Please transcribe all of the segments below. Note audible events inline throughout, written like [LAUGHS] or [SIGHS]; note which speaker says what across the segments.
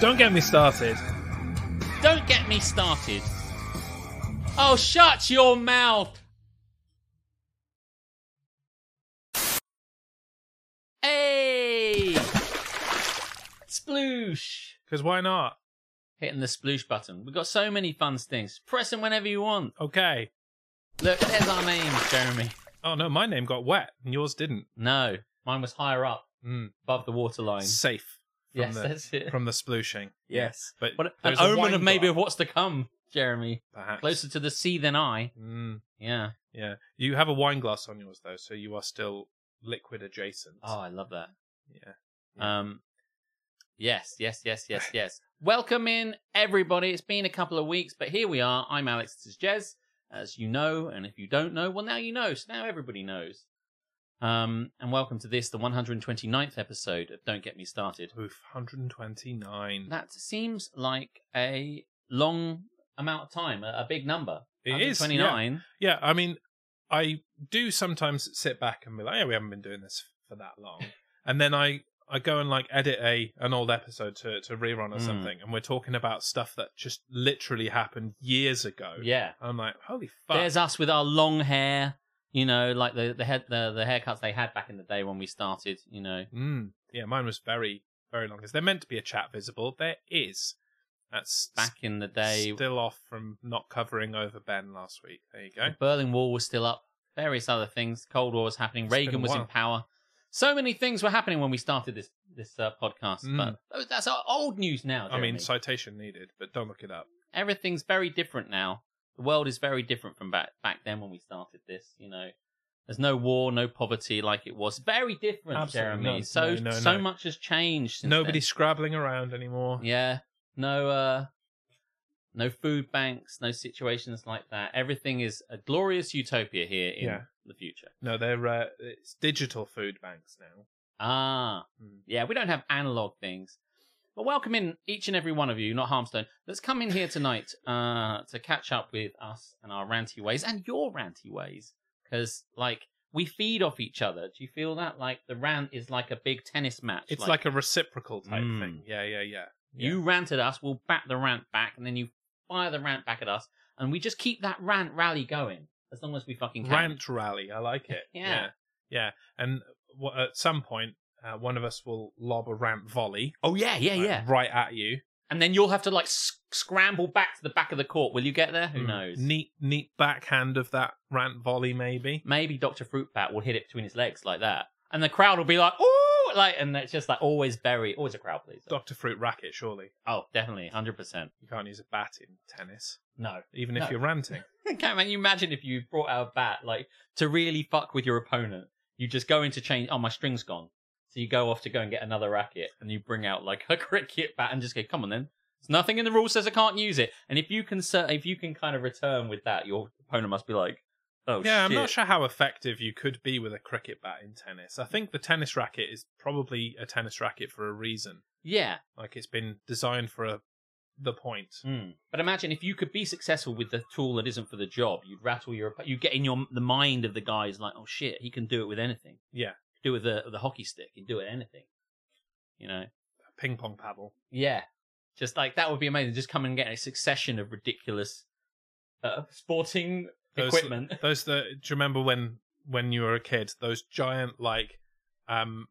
Speaker 1: Don't get me started.
Speaker 2: Ah! Don't get me started. Oh, shut your mouth. Hey! Sploosh!
Speaker 1: Because why not?
Speaker 2: Hitting the sploosh button. We've got so many fun things. Press them whenever you want.
Speaker 1: Okay.
Speaker 2: Look, there's our names, Jeremy.
Speaker 1: Oh no, my name got wet and yours didn't.
Speaker 2: No, mine was higher up,
Speaker 1: Mm.
Speaker 2: above the waterline.
Speaker 1: Safe from
Speaker 2: Yes,
Speaker 1: the
Speaker 2: [LAUGHS] that's it.
Speaker 1: from the splooshing.
Speaker 2: Yes.
Speaker 1: But
Speaker 2: What, an
Speaker 1: there's a
Speaker 2: omen
Speaker 1: wine
Speaker 2: of maybe
Speaker 1: glass,
Speaker 2: of what's to come, Jeremy.
Speaker 1: perhaps.
Speaker 2: Closer to the sea than I.
Speaker 1: Mm,
Speaker 2: Yeah.
Speaker 1: yeah. You have a wine glass on yours though, so you are still liquid adjacent.
Speaker 2: Oh, I love that.
Speaker 1: Yeah.
Speaker 2: Um, yes, yes, yes, yes, [LAUGHS] yes. Welcome in, everybody. It's been a couple of weeks, but here we are. I'm Alex. This is Jez, as you know. And if you don't know, well, now you know. So now everybody knows. Um, and welcome to this, the 129th episode of Don't Get Me Started.
Speaker 1: Oof, 129.
Speaker 2: That seems like a long amount of time, a, a big number.
Speaker 1: It is, yeah.
Speaker 2: 29.
Speaker 1: Yeah, I mean, I do sometimes sit back and be like, yeah, we haven't been doing this for that long. and then I, I go and like edit a an old episode to, to rerun or
Speaker 2: Mm.
Speaker 1: something, and we're talking about stuff that just literally happened years ago.
Speaker 2: Yeah.
Speaker 1: I'm like, holy fuck.
Speaker 2: There's us with our long hair, you know, like the the head the, the haircuts they had back in the day when we started, you know.
Speaker 1: Mm. Yeah, mine was very, very long. Is there meant to be a chat visible? There is. That's s-
Speaker 2: Back in the day
Speaker 1: still off from not covering over Ben last week.
Speaker 2: [LAUGHS]
Speaker 1: There you go.
Speaker 2: the Berlin Wall was still up, various other things, Cold War was happening,
Speaker 1: It's been
Speaker 2: Reagan
Speaker 1: a
Speaker 2: was in
Speaker 1: while.
Speaker 2: power. So many things were happening when we started this this uh, podcast,
Speaker 1: Mm.
Speaker 2: but tho- that's our old news now.
Speaker 1: I
Speaker 2: Jeremy.
Speaker 1: mean, citation needed, but don't look it up.
Speaker 2: everything's very different now. The world is very different from back back then when we started this. You know, there's no war, no poverty like it was. Very different,
Speaker 1: Absolutely
Speaker 2: Jeremy.
Speaker 1: none.
Speaker 2: So
Speaker 1: No, no,
Speaker 2: so
Speaker 1: no.
Speaker 2: much has changed. Since
Speaker 1: Nobody scrabbling around anymore.
Speaker 2: then. [LAUGHS] Yeah. No. Uh. No food banks. No situations like that. Everything is a glorious utopia here in
Speaker 1: Yeah.
Speaker 2: the future.
Speaker 1: No, they're uh, it's digital food banks now.
Speaker 2: Ah.
Speaker 1: Mm.
Speaker 2: Yeah, we don't have analog things. But welcome in each and every one of you, not Harmstone, that's come in here tonight uh, to catch up with us and our ranty ways and your ranty ways. Because, like, we feed off each other. Do you feel that? Like, the rant is like a big tennis match.
Speaker 1: It's like, a reciprocal type
Speaker 2: Mm.
Speaker 1: thing. Yeah, yeah, yeah. yeah.
Speaker 2: you rant at us, we'll bat the rant back, and then you fire the rant back at us. And we just keep that rant rally going as long as we fucking can.
Speaker 1: rant rally. I like it.
Speaker 2: [LAUGHS] Yeah.
Speaker 1: yeah, yeah. And w- at some point, uh, one of us will lob a rant volley.
Speaker 2: Oh, yeah, yeah,
Speaker 1: like,
Speaker 2: yeah.
Speaker 1: right at you.
Speaker 2: And then you'll have to, like, s- scramble back to the back of the court. Will you get there? Who
Speaker 1: Mm.
Speaker 2: knows?
Speaker 1: Neat, neat backhand of that rant volley, maybe.
Speaker 2: maybe Dr. Fruitbat will hit it between his legs like that. And the crowd will be like, ooh, like, and it's just like always bury, always a crowd please.
Speaker 1: Doctor Fruit racket, surely
Speaker 2: Oh, definitely, 100%.
Speaker 1: you can't use a bat in tennis,
Speaker 2: No.
Speaker 1: even
Speaker 2: No.
Speaker 1: if you're ranting.
Speaker 2: [LAUGHS] Can man, you imagine if you brought out a bat, like, to really fuck with your opponent? You just go into change, oh, my string's gone. So you go off to go and get another racket and you bring out like [LAUGHS] a cricket bat and just go, come on then. There's nothing in the rule says I can't use it. And if you can, cer- if you can kind of return with that, your opponent must be like, oh
Speaker 1: yeah,
Speaker 2: shit.
Speaker 1: I'm not sure how effective you could be with a cricket bat in tennis. I think the tennis racket is probably a tennis racket for a reason.
Speaker 2: Yeah.
Speaker 1: Like it's been designed for a, the point.
Speaker 2: Mm. But imagine if you could be successful with the tool that isn't for the job, you'd rattle your, you get in your the mind of the guy is like, oh shit, he can do it with anything.
Speaker 1: Yeah.
Speaker 2: do it with the the hockey stick, he can do it with anything. You know,
Speaker 1: Ping pong paddle.
Speaker 2: yeah, just like that would be amazing. Just come and get a succession of ridiculous uh, sporting
Speaker 1: Those-
Speaker 2: equipment.
Speaker 1: Those the do you remember when when you were a kid? Those giant like, um,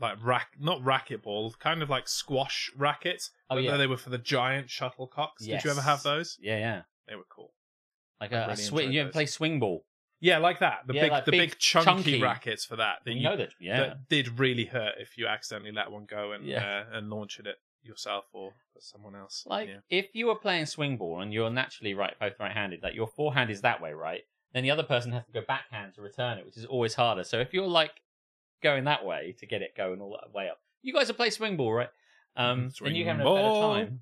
Speaker 1: like rack not racquetball, kind of like squash rackets.
Speaker 2: [LAUGHS] Oh,
Speaker 1: but
Speaker 2: yeah.
Speaker 1: they were for the giant shuttlecocks. Did you ever have
Speaker 2: Yes.
Speaker 1: those?
Speaker 2: Yeah, yeah,
Speaker 1: They were cool.
Speaker 2: like
Speaker 1: I
Speaker 2: a,
Speaker 1: really
Speaker 2: a swing.
Speaker 1: enjoyed
Speaker 2: You
Speaker 1: those.
Speaker 2: play swing ball.
Speaker 1: Yeah, like that. The
Speaker 2: Yeah,
Speaker 1: big
Speaker 2: like
Speaker 1: the
Speaker 2: big,
Speaker 1: big chunky,
Speaker 2: chunky-
Speaker 1: rackets for that. That
Speaker 2: You
Speaker 1: you
Speaker 2: know that, yeah.
Speaker 1: that did really hurt if you accidentally let one go and
Speaker 2: Yeah.
Speaker 1: uh, and launch it at yourself or at someone else.
Speaker 2: Like
Speaker 1: yeah.
Speaker 2: if you were playing swing ball and you're naturally right, both right-handed, like your forehand is that way, right? Then the other person has to go backhand to return it, which is always harder. So if you're like going that way to get it going all that way up, you guys have played swing ball, right? Um,
Speaker 1: Mm-hmm. Swing
Speaker 2: then you having a
Speaker 1: ball.
Speaker 2: better time.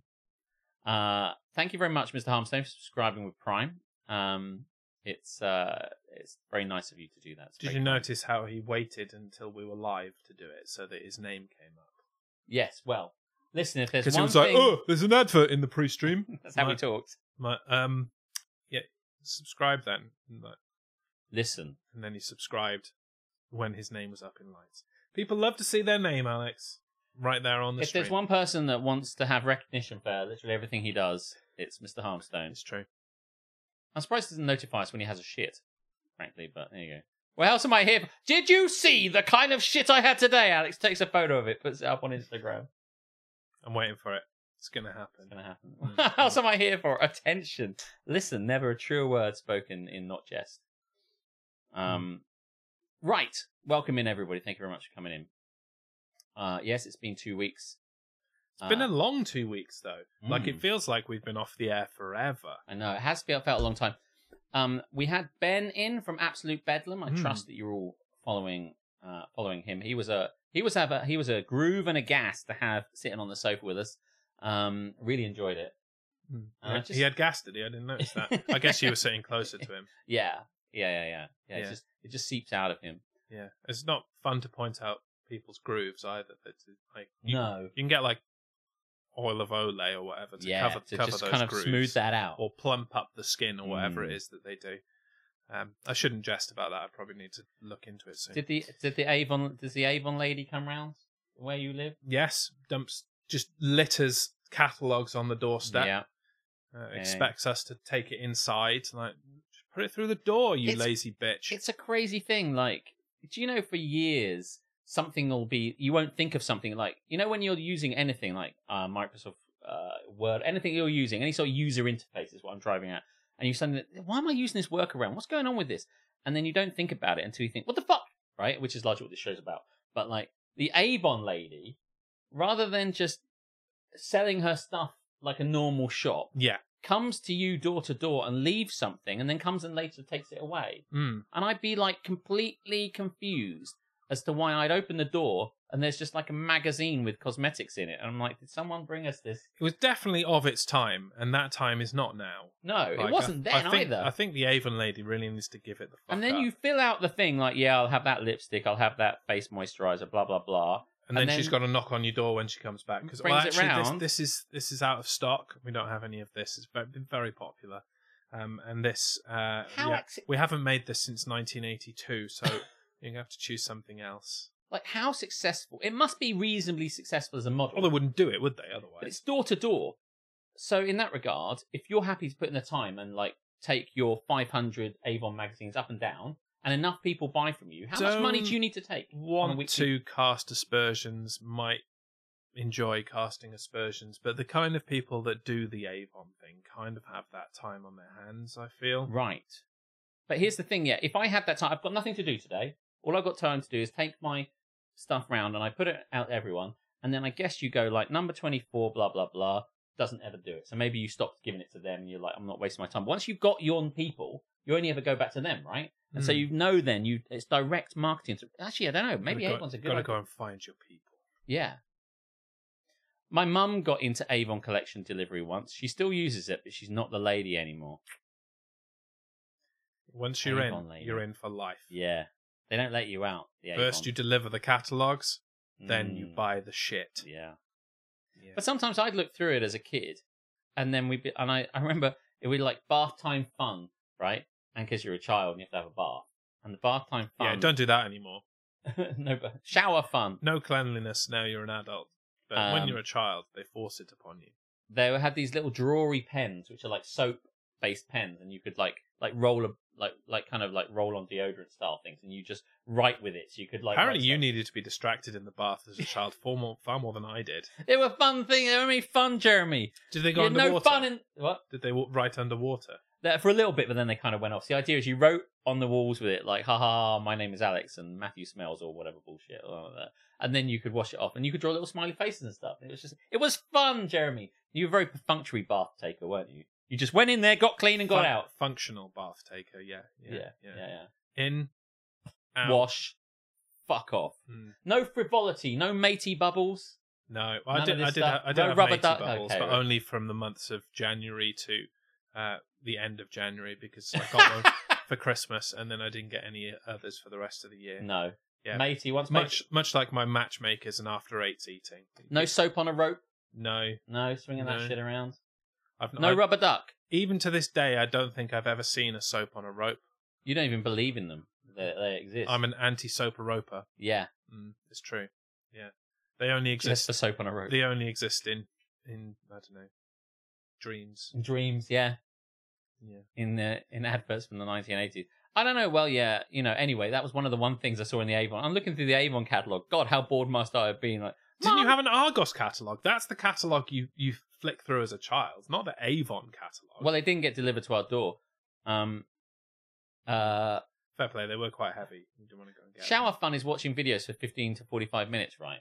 Speaker 2: Uh, thank you very much, Mr. Harmstone, for subscribing with Prime. Um, it's uh, it's very nice of you to do that. It's
Speaker 1: Did
Speaker 2: very
Speaker 1: you
Speaker 2: kind.
Speaker 1: notice how he waited until we were live to do it so that his name came up?
Speaker 2: Yes. Well, listen, if there's
Speaker 1: Because he
Speaker 2: one
Speaker 1: was
Speaker 2: thing,
Speaker 1: like, "Oh, there's an advert in the pre-stream."
Speaker 2: [LAUGHS] that's how we
Speaker 1: My-
Speaker 2: talked.
Speaker 1: My, um, yeah, subscribe then, and like-
Speaker 2: Listen,
Speaker 1: and then he subscribed when his name was up in lights. People love to see their name, Alex. right there on the
Speaker 2: if
Speaker 1: stream.
Speaker 2: there's one person that wants to have recognition for literally everything he does, it's Mr. Harmstone.
Speaker 1: It's true.
Speaker 2: I'm surprised he doesn't notify us when he has a shit, frankly, but there you go. What else am I here for? Did you see the kind of shit I had today? Alex takes a photo of it, puts it up on Instagram.
Speaker 1: I'm waiting for it. It's gonna
Speaker 2: It's
Speaker 1: happen. Mm.
Speaker 2: going to [LAUGHS] happen. what else am I here for? Attention. Listen, never a truer word spoken in not jest. Um,
Speaker 1: Hmm.
Speaker 2: Right. Welcome in, everybody. Thank you very much for coming in. Uh, yes, it's been two weeks.
Speaker 1: It's been
Speaker 2: Uh,
Speaker 1: a long two weeks though. Like
Speaker 2: mm.
Speaker 1: it feels like we've been off the air forever.
Speaker 2: I know uh, it has felt, felt a long time. Um, we had Ben in from Absolute Bedlam. I
Speaker 1: Hmm.
Speaker 2: trust that you're all following uh, following him. He was a he was have a he was a groove and a gas to have sitting on the sofa with us. Um, really enjoyed it.
Speaker 1: Mm.
Speaker 2: And I
Speaker 1: He-
Speaker 2: just-
Speaker 1: He had gastity. I didn't notice
Speaker 2: [LAUGHS]
Speaker 1: that. I guess you were sitting closer to him.
Speaker 2: Yeah, yeah, yeah, yeah. yeah, It
Speaker 1: Yeah.
Speaker 2: just it just seeps out of him.
Speaker 1: Yeah, it's not fun to point out people's grooves either. But to, like, you,
Speaker 2: No,
Speaker 1: you can get like oil of Olay or whatever to
Speaker 2: yeah,
Speaker 1: cover
Speaker 2: to
Speaker 1: cover
Speaker 2: just
Speaker 1: those
Speaker 2: kind of
Speaker 1: grooves,
Speaker 2: smooth that out.
Speaker 1: or plump up the skin or whatever
Speaker 2: Mm.
Speaker 1: it is that they do. Um, I shouldn't jest about that. I probably need to look into it soon.
Speaker 2: Did the did the Avon does the Avon lady come round where you live?
Speaker 1: yes, dumps just litters catalogs on the doorstep.
Speaker 2: Yeah,
Speaker 1: Uh, expects us to take it inside. Like, just put it through the door, you
Speaker 2: It's-
Speaker 1: lazy bitch.
Speaker 2: it's a crazy thing. Like, do you know for years something will be you won't think of something like you know when you're using anything like uh, Microsoft uh, Word, anything you're using, any sort of user interface is what I'm driving at, and you suddenly why am I using this workaround? What's going on with this? And then you don't think about it until you think, what the fuck, right? Which is largely what this show's about. But like the Avon lady, rather than just selling her stuff like a normal shop,
Speaker 1: Yeah.
Speaker 2: comes to you door to door and leaves something, and then comes and later takes it away
Speaker 1: Mm.
Speaker 2: and I'd be like completely confused as to why I'd open the door and there's just like a magazine with cosmetics in it, and I'm like, did someone bring us this?
Speaker 1: It was definitely of its time, and that time is not now.
Speaker 2: No,
Speaker 1: Like,
Speaker 2: it wasn't
Speaker 1: I,
Speaker 2: then
Speaker 1: I think,
Speaker 2: either.
Speaker 1: I think the Avon lady really needs to give it the fuck
Speaker 2: and then
Speaker 1: up.
Speaker 2: you fill out the thing like, yeah, I'll have that lipstick, I'll have that face moisturizer, blah blah blah.
Speaker 1: and then
Speaker 2: and
Speaker 1: she's
Speaker 2: then-
Speaker 1: got to knock on your door when she comes back because well,
Speaker 2: Brings it
Speaker 1: actually,
Speaker 2: round.
Speaker 1: this, this is this is out of stock. We don't have any of this. It's ve- been very popular, um, and this uh,
Speaker 2: How
Speaker 1: yeah,
Speaker 2: acci-
Speaker 1: we haven't made this since
Speaker 2: [LAUGHS]
Speaker 1: 1982, so you're gonna have to choose something else.
Speaker 2: like how successful? It must be reasonably successful as a model.
Speaker 1: Well, they wouldn't do it, would they?
Speaker 2: but
Speaker 1: Otherwise,
Speaker 2: it's door to door. So in that regard, if you're happy to put in the time and like take your 500 Avon magazines up and down, and enough people buy from you, how much money
Speaker 1: Don't
Speaker 2: do you need to take? on a
Speaker 1: want
Speaker 2: weekly-
Speaker 1: to cast aspersions might enjoy casting aspersions, but the kind of people that do the Avon thing kind of have that time on their hands. I feel.
Speaker 2: Right. But here's the thing, yeah. If I had that time, I've got nothing to do today. All I've got time to do is take my stuff round and I put it out to everyone. And then I guess you go like number 24, blah, blah, blah, doesn't ever do it. So maybe you stop giving it to them and you're like, I'm not wasting my time. Once you've got your people, you only ever go back to them, right? And so
Speaker 1: Mm.
Speaker 2: you know then you it's direct marketing. To, actually, I don't know. Maybe
Speaker 1: Gotta go-
Speaker 2: Avon's a good
Speaker 1: Gotta
Speaker 2: idea.
Speaker 1: go and find your people.
Speaker 2: Yeah. My mum got into Avon collection delivery once. She still uses it, but she's not the lady anymore.
Speaker 1: Once you're
Speaker 2: Avon
Speaker 1: in,
Speaker 2: lady.
Speaker 1: you're in for life.
Speaker 2: Yeah. They don't let you out. The
Speaker 1: First,
Speaker 2: Avon.
Speaker 1: you deliver the catalogs, then you
Speaker 2: Mm,
Speaker 1: buy the shit.
Speaker 2: Yeah.
Speaker 1: Yeah.
Speaker 2: But sometimes I'd look through it as a kid, and then we'd be, and I, I remember it would be like bath time fun, right? And because you're a child and you have to have a bath, and the bath time fun.
Speaker 1: Yeah, don't do that anymore.
Speaker 2: [LAUGHS] no, but shower fun.
Speaker 1: No cleanliness now you're an adult. But when
Speaker 2: Um,
Speaker 1: you're a child, they force it upon you.
Speaker 2: They had these little drawery pens, which are like soap based pens, and you could like like roll a like like kind of like roll on deodorant style things, and you just write with it. So you could like
Speaker 1: Apparently,
Speaker 2: write
Speaker 1: you
Speaker 2: stuff.
Speaker 1: needed to be distracted in the bath
Speaker 2: [LAUGHS]
Speaker 1: as a child far more, far more than I did.
Speaker 2: They were fun thing. They were really fun, Jeremy.
Speaker 1: Did they
Speaker 2: You
Speaker 1: go
Speaker 2: had
Speaker 1: underwater?
Speaker 2: no fun in what.
Speaker 1: Did they wa- write underwater?
Speaker 2: there for a little bit, but then they kind of went off. So the idea is you wrote on the walls with it like, haha, my name is Alex and Matthew smells or whatever bullshit. Or whatever. And then you could wash it off and you could draw little smiley faces and stuff. It was just, it was fun, Jeremy. You were a very perfunctory bath taker, weren't you? You just went in there, got clean and got
Speaker 1: Fun-
Speaker 2: out.
Speaker 1: Functional bath taker, yeah.
Speaker 2: Yeah, yeah, yeah.
Speaker 1: In, out.
Speaker 2: Wash, fuck off.
Speaker 1: Mm.
Speaker 2: No frivolity, no matey
Speaker 1: [LAUGHS]
Speaker 2: bubbles.
Speaker 1: No,
Speaker 2: None
Speaker 1: I
Speaker 2: of
Speaker 1: did.
Speaker 2: this
Speaker 1: I did.
Speaker 2: stuff?
Speaker 1: Have, I did
Speaker 2: No
Speaker 1: have
Speaker 2: rubber
Speaker 1: matey
Speaker 2: duck?
Speaker 1: bubbles,
Speaker 2: Okay,
Speaker 1: but
Speaker 2: right.
Speaker 1: only from the months of January to uh, the end of January because I
Speaker 2: [LAUGHS]
Speaker 1: got one for Christmas and then I didn't get any others for the rest of the year.
Speaker 2: no.
Speaker 1: Yeah.
Speaker 2: Matey, once
Speaker 1: Much,
Speaker 2: matey-
Speaker 1: much like my matchmakers and after eights eating.
Speaker 2: No soap on a rope.
Speaker 1: no.
Speaker 2: No, swinging that
Speaker 1: No.
Speaker 2: shit around.
Speaker 1: I've
Speaker 2: No
Speaker 1: I-
Speaker 2: rubber duck.
Speaker 1: Even to this day, I don't think I've ever seen a soap on a rope.
Speaker 2: You don't even believe in them. They, they exist.
Speaker 1: I'm an anti-soap roper.
Speaker 2: yeah.
Speaker 1: Mm, it's true. Yeah. They only
Speaker 2: Just
Speaker 1: exist.
Speaker 2: for soap on a rope.
Speaker 1: They only exist in in I don't know dreams.
Speaker 2: In dreams, yeah.
Speaker 1: Yeah.
Speaker 2: in the in adverts from the 1980s. I don't know. Well, yeah, you know. Anyway, that was one of the one things I saw in the Avon. I'm looking through the Avon catalog. God, how bored must I have been? Like,
Speaker 1: Didn't
Speaker 2: Mum,
Speaker 1: you have an Argos catalog? That's the catalog you you flick through as a child, not the Avon catalog.
Speaker 2: Well, they didn't get delivered to our door. Um, uh,
Speaker 1: fair play, they were quite heavy. You didn't want to go and get. them.
Speaker 2: shower fun is watching videos for 15 to 45 minutes, right?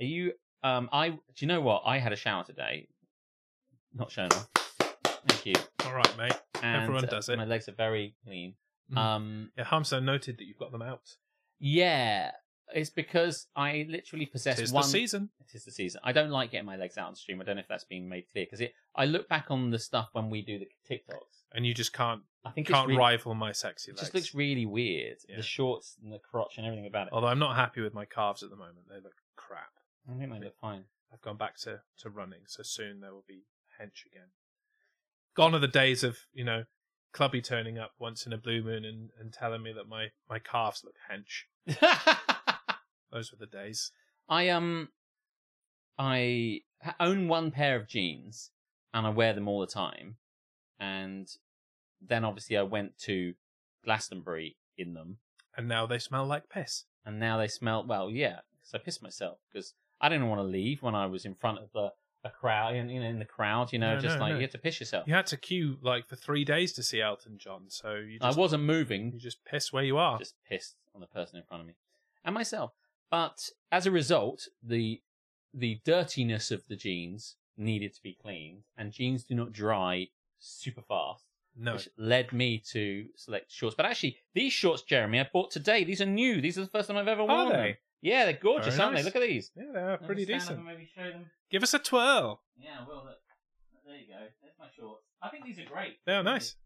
Speaker 2: Are you? Um, I do you know what? I had a shower today. Not shown off. Thank you.
Speaker 1: All right, mate.
Speaker 2: And,
Speaker 1: Everyone
Speaker 2: uh,
Speaker 1: does it.
Speaker 2: My legs are very clean.
Speaker 1: Mhm.
Speaker 2: Um,
Speaker 1: Yeah, Hamso noted that you've got them out.
Speaker 2: yeah, it's because I literally possess
Speaker 1: Tis
Speaker 2: one.
Speaker 1: the season.
Speaker 2: it is the season. I don't like getting my legs out on stream. I don't know if that's been made clear because it. I look back on the stuff when we do the TikToks.
Speaker 1: And you just can't
Speaker 2: I think
Speaker 1: can't
Speaker 2: it's re-
Speaker 1: rival my sexy
Speaker 2: It
Speaker 1: legs.
Speaker 2: just looks really weird.
Speaker 1: Yeah.
Speaker 2: The shorts and the crotch and everything about it.
Speaker 1: Although I'm not happy with my calves at the moment. They look crap.
Speaker 2: I think they look fine. [LAUGHS]
Speaker 1: I've gone back to, to running, so soon there will be hench again. Gone are the days of, you know, clubby turning up once in a blue moon and, and telling me that my, my calves look hench. Those were the days.
Speaker 2: I um, I ha- own one pair of jeans and I wear them all the time. And then obviously I went to Glastonbury in them,
Speaker 1: And now they smell like piss.
Speaker 2: and now they smell. Well, yeah, because I pissed myself because I didn't want to leave when I was in front of the a crowd, in, in, in the crowd, you know,
Speaker 1: No,
Speaker 2: just
Speaker 1: no,
Speaker 2: like
Speaker 1: no.
Speaker 2: you had to piss yourself.
Speaker 1: You had to queue like for three days to see Elton John, so you
Speaker 2: I
Speaker 1: just,
Speaker 2: wasn't moving,
Speaker 1: you just piss where you are.
Speaker 2: just pissed on the person in front of me and myself. But as a result, the the dirtiness of the jeans needed to be cleaned, and jeans do not dry super fast,
Speaker 1: no.
Speaker 2: which led me to select shorts. But actually, these shorts, Jeremy, I bought today. These are new. These are the first time I've ever worn
Speaker 1: they?
Speaker 2: them. Yeah, they're gorgeous,
Speaker 1: Very
Speaker 2: aren't
Speaker 1: nice.
Speaker 2: they? Look at these.
Speaker 1: Yeah, they are
Speaker 2: Let me
Speaker 1: pretty
Speaker 2: stand up
Speaker 1: decent.
Speaker 2: and Maybe show them.
Speaker 1: Give us a twirl.
Speaker 2: Yeah, I will. Look. There you go. There's my shorts. I think these are great.
Speaker 1: They are nice.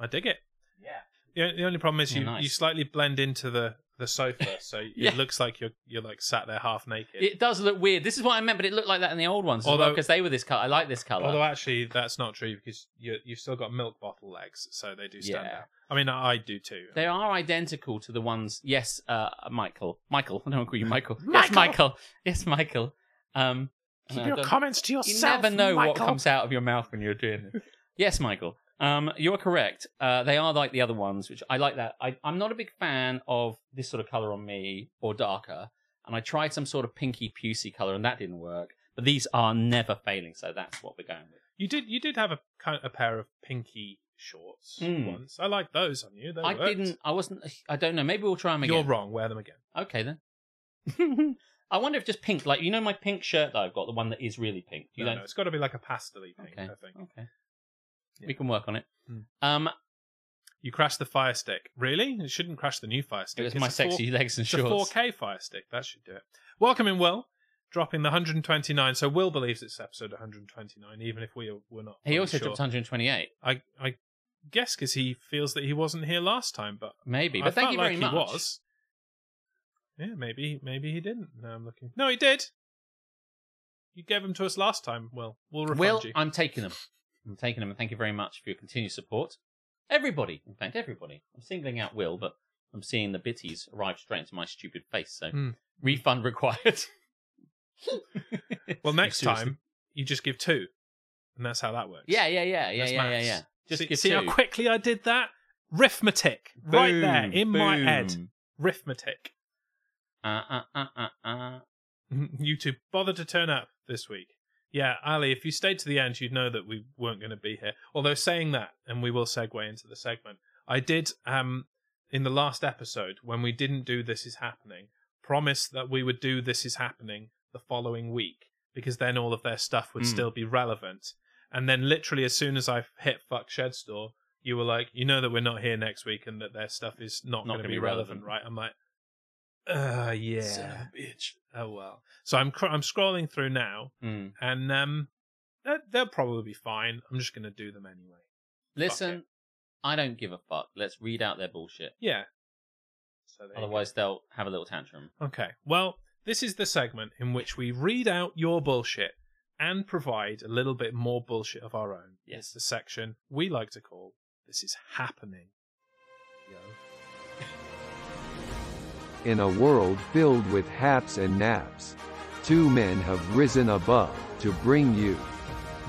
Speaker 1: I dig it.
Speaker 2: Yeah.
Speaker 1: The, the only problem is
Speaker 2: Yeah,
Speaker 1: you,
Speaker 2: nice.
Speaker 1: you slightly blend into the, the sofa,
Speaker 2: [LAUGHS]
Speaker 1: so
Speaker 2: Yeah.
Speaker 1: it looks like you're you're like sat there half naked.
Speaker 2: It does look weird. This is what I meant, but it looked like that in the old ones as well
Speaker 1: Although-
Speaker 2: because they were this color. I like this color.
Speaker 1: Although actually that's not true because you you've still got milk bottle legs, so they do stand
Speaker 2: Yeah.
Speaker 1: out. I mean, I do too.
Speaker 2: They are identical to the ones. Yes, uh, Michael. Michael. [LAUGHS] I don't call you Michael. Yes,
Speaker 1: Michael!
Speaker 2: Michael. Yes, Michael. Um,
Speaker 1: Keep
Speaker 2: and I
Speaker 1: your
Speaker 2: don't-
Speaker 1: comments to
Speaker 2: you
Speaker 1: yourself.
Speaker 2: never know
Speaker 1: Michael.
Speaker 2: what comes out of your mouth when you're doing this. yes, Michael. Um, you're correct. Uh, they are like the other ones, which I like that. I, I'm not a big fan of this sort of color on me or darker. And I tried some sort of pinky pusey color, and that didn't work. But these are never failing, so that's what we're going with.
Speaker 1: You did you did have a kind a pair of pinky shorts
Speaker 2: Mm.
Speaker 1: once. I like those on you. They
Speaker 2: I
Speaker 1: worked.
Speaker 2: didn't. I wasn't. I don't know. Maybe we'll try them again.
Speaker 1: You're wrong. Wear them again.
Speaker 2: Okay then. [LAUGHS] I wonder if just pink, like you know, my pink shirt that I've got, the one that is really pink. You
Speaker 1: No,
Speaker 2: don't.
Speaker 1: no, it's got to be like a pastely pink.
Speaker 2: Okay.
Speaker 1: I think
Speaker 2: Okay.
Speaker 1: Yeah.
Speaker 2: We can work on it.
Speaker 1: Hmm.
Speaker 2: Um,
Speaker 1: you crashed the Fire Stick. Really? It shouldn't crash the new Fire
Speaker 2: it
Speaker 1: Stick.
Speaker 2: was
Speaker 1: It's
Speaker 2: my
Speaker 1: a four-
Speaker 2: sexy [LAUGHS] legs and
Speaker 1: It's a
Speaker 2: shorts.
Speaker 1: 4K Fire Stick. That should do it. Welcome in, Will. Dropping the 129. So Will believes it's episode 129, even if we were not.
Speaker 2: He
Speaker 1: fully
Speaker 2: also
Speaker 1: sure.
Speaker 2: dropped 128,
Speaker 1: I I guess because he feels that he wasn't here last time, but
Speaker 2: maybe.
Speaker 1: I
Speaker 2: But thank
Speaker 1: felt
Speaker 2: you
Speaker 1: like
Speaker 2: very
Speaker 1: he
Speaker 2: much.
Speaker 1: was. Yeah, maybe maybe he didn't. Now I'm looking. No, he did. You gave him to us last time. Will we'll refund
Speaker 2: Will,
Speaker 1: you.
Speaker 2: I'm taking them. I'm taking them, and thank you very much for your continued support. Everybody, in fact, everybody. I'm singling out Will, but I'm seeing the bitties arrive straight into my stupid face. So
Speaker 1: Hmm.
Speaker 2: refund required.
Speaker 1: well, next
Speaker 2: Seriously.
Speaker 1: time you just give two, and that's how that works.
Speaker 2: Yeah, yeah, yeah, yeah,
Speaker 1: That's
Speaker 2: yeah, yeah,
Speaker 1: maths.
Speaker 2: yeah. Just
Speaker 1: see,
Speaker 2: give
Speaker 1: see
Speaker 2: two.
Speaker 1: how quickly I did that. Arithmetic, right there
Speaker 2: Boom,
Speaker 1: in my head.
Speaker 2: boom.
Speaker 1: Arithmetic.
Speaker 2: Uh, uh, uh, uh, uh.
Speaker 1: [LAUGHS] you two bothered to turn up this week. Yeah, Ali, if you stayed to the end, you'd know that we weren't going to be here. Although saying that, and we will segue into the segment, I did um in the last episode when we didn't do this is happening, promise that we would do this is happening the following week because then all of their stuff would
Speaker 2: Mm.
Speaker 1: still be relevant. And then literally as soon as I hit fuck shed store, you were like, you know that we're not here next week and that their stuff is not,
Speaker 2: Not
Speaker 1: going to
Speaker 2: gonna
Speaker 1: be
Speaker 2: be
Speaker 1: relevant,
Speaker 2: relevant.
Speaker 1: right? I'm like, uh yeah,
Speaker 2: Son of
Speaker 1: bitch. Oh well. So I'm cr- I'm scrolling through now,
Speaker 2: Mm.
Speaker 1: and um, they'll, they'll probably be fine. I'm just gonna do them anyway.
Speaker 2: Listen, I don't give a fuck. Let's read out their bullshit.
Speaker 1: Yeah. So there you go.
Speaker 2: Otherwise, they'll have a little tantrum.
Speaker 1: okay. Well, this is the segment in which we read out your bullshit and provide a little bit more bullshit of our own.
Speaker 2: Yes.
Speaker 1: It's the section we like to call "This is happening." Yo.
Speaker 3: in a world filled with haps and naps. Two men have risen above to bring you.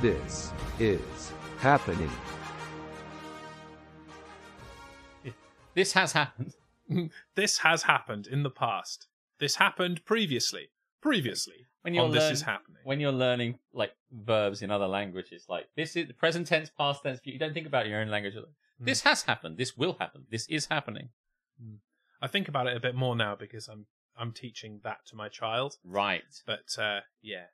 Speaker 3: This is happening.
Speaker 2: This has happened.
Speaker 1: This has happened in the past. This happened previously. Previously.
Speaker 2: When you're
Speaker 1: on Oh, this
Speaker 2: learn-
Speaker 1: is happening.
Speaker 2: When you're learning like verbs in other languages, like this is the present tense, past tense. You don't think about your own language. You're like,
Speaker 1: Hmm.
Speaker 2: This has happened. This will happen. This is happening.
Speaker 1: I think about it a bit more now because I'm I'm teaching that to my child.
Speaker 2: Right.
Speaker 1: But uh, yeah,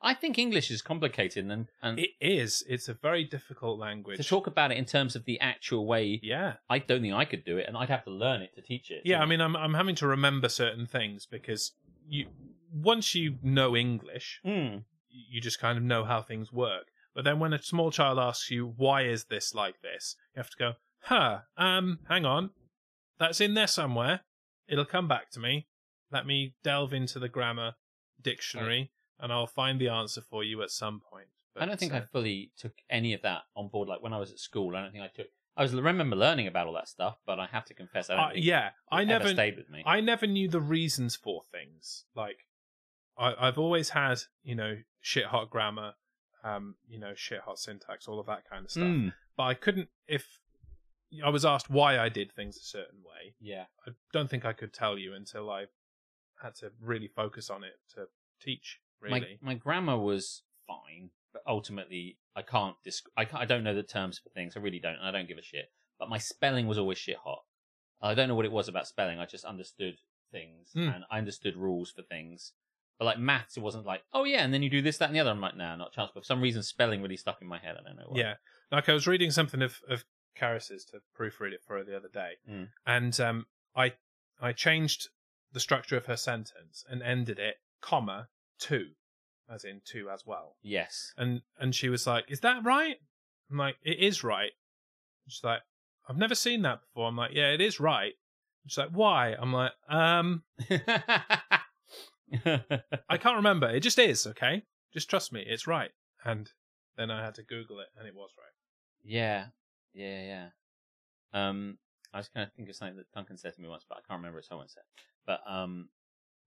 Speaker 2: I think English is complicated, and and
Speaker 1: it is. It's a very difficult language.
Speaker 2: to talk about it in terms of the actual way,
Speaker 1: Yeah,
Speaker 2: I don't think I could do it, and I'd have to learn it to teach it.
Speaker 1: yeah. I mean, I'm I'm having to remember certain things because you once you know English,
Speaker 2: Hmm.
Speaker 1: you just kind of know how things work. But then when a small child asks you, why is this like this? You have to go, huh, um, hang on. That's in there somewhere. It'll come back to me. Let me delve into the grammar dictionary and I'll find the answer for you at some point.
Speaker 2: I don't think
Speaker 1: uh,
Speaker 2: I fully took any of that on board. Like when I was at school, I don't think I took. I was remember learning about all that stuff, but I have to confess, I don't
Speaker 1: uh,
Speaker 2: think
Speaker 1: yeah,
Speaker 2: it
Speaker 1: I
Speaker 2: ever
Speaker 1: never,
Speaker 2: stayed with me. Hmm.
Speaker 1: I never knew the reasons for things. Like, I, I've always had, you know, shit hot grammar, um, you know, shit hot syntax, all of that kind of stuff.
Speaker 2: Hmm.
Speaker 1: but I couldn't if I was asked why I did things a certain way.
Speaker 2: Yeah,
Speaker 1: I don't think I could tell you until I had to really focus on it to teach. Really,
Speaker 2: my my grammar was fine, but ultimately I can't. Disc- I can't, I don't know the terms for things. I really don't, and I don't give a shit. But my spelling was always shit hot. I don't know what it was about spelling. I just understood things
Speaker 1: Hmm.
Speaker 2: and I understood rules for things. But like maths, it wasn't like, oh yeah, and then you do this, that, and the other. I'm like, nah, not a chance. But for some reason, spelling really stuck in my head. I don't know why.
Speaker 1: yeah. Like I was reading something of of Karis's to proofread it for her the other day,
Speaker 2: Mm.
Speaker 1: and um, I I changed the structure of her sentence and ended it comma two, as in two as well.
Speaker 2: Yes.
Speaker 1: and and she was like, "Is that right?" I'm like, "It is right." She's like, "I've never seen that before." I'm like, "Yeah, it is right." She's like, "Why?" I'm like, "Um,
Speaker 2: [LAUGHS]
Speaker 1: I can't remember. It just is, okay? Just trust me, it's right." And then I had to Google it, and it was right.
Speaker 2: Yeah, yeah, yeah. Um, I was going to think of something that Duncan said to me once, but I can't remember what someone said. But um,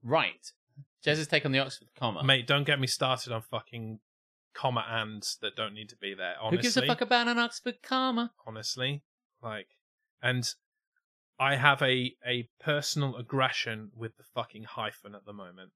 Speaker 2: right, Jez's take on the Oxford comma.
Speaker 1: Mate, don't get me started on fucking comma ands that don't need to be there. Honestly,
Speaker 2: Who gives a fuck about an Oxford comma?
Speaker 1: honestly. Like, and I have a a personal aggression with the fucking hyphen at the moment.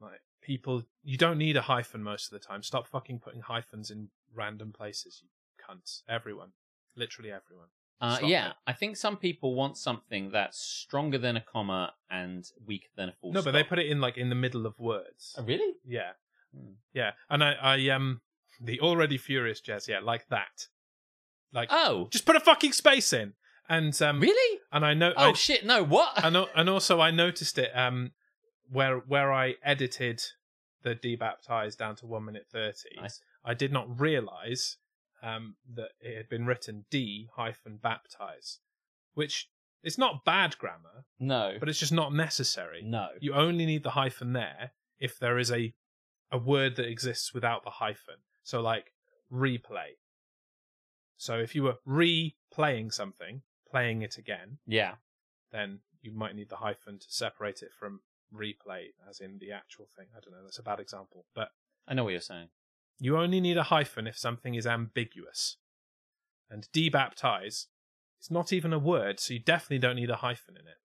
Speaker 1: Like, people, you don't need a hyphen most of the time. Stop fucking putting hyphens in random places, you cunts. Everyone, literally everyone.
Speaker 2: Uh,
Speaker 1: Stop
Speaker 2: yeah,
Speaker 1: it.
Speaker 2: I think some people want something that's stronger than a comma and weaker than a full
Speaker 1: no,
Speaker 2: stop.
Speaker 1: but they put it in like in the middle of words.
Speaker 2: Oh, really?
Speaker 1: Yeah,
Speaker 2: Hmm.
Speaker 1: yeah. And I, I um, the already furious jazz. Yeah, like that. Like,
Speaker 2: Oh,
Speaker 1: just put a fucking space in. And um,
Speaker 2: really?
Speaker 1: and I know.
Speaker 2: Oh
Speaker 1: I,
Speaker 2: shit! No, what?
Speaker 1: and al- and also I noticed it um where where I edited the debaptized down to one minute thirty.
Speaker 2: [LAUGHS] Nice.
Speaker 1: I did not realize um that it had been written d hyphen baptize, which it's not bad grammar,
Speaker 2: No,
Speaker 1: but it's just not necessary.
Speaker 2: no.
Speaker 1: You only need the hyphen there if there is a a word that exists without the hyphen. So like replay. So if you were replaying something, playing it again,
Speaker 2: Yeah,
Speaker 1: then you might need the hyphen to separate it from replay, as in the actual thing. I don't know, that's a bad example. But
Speaker 2: I know what you're saying.
Speaker 1: you only need a hyphen if something is ambiguous. And debaptize is not even a word, so you definitely don't need a hyphen in it.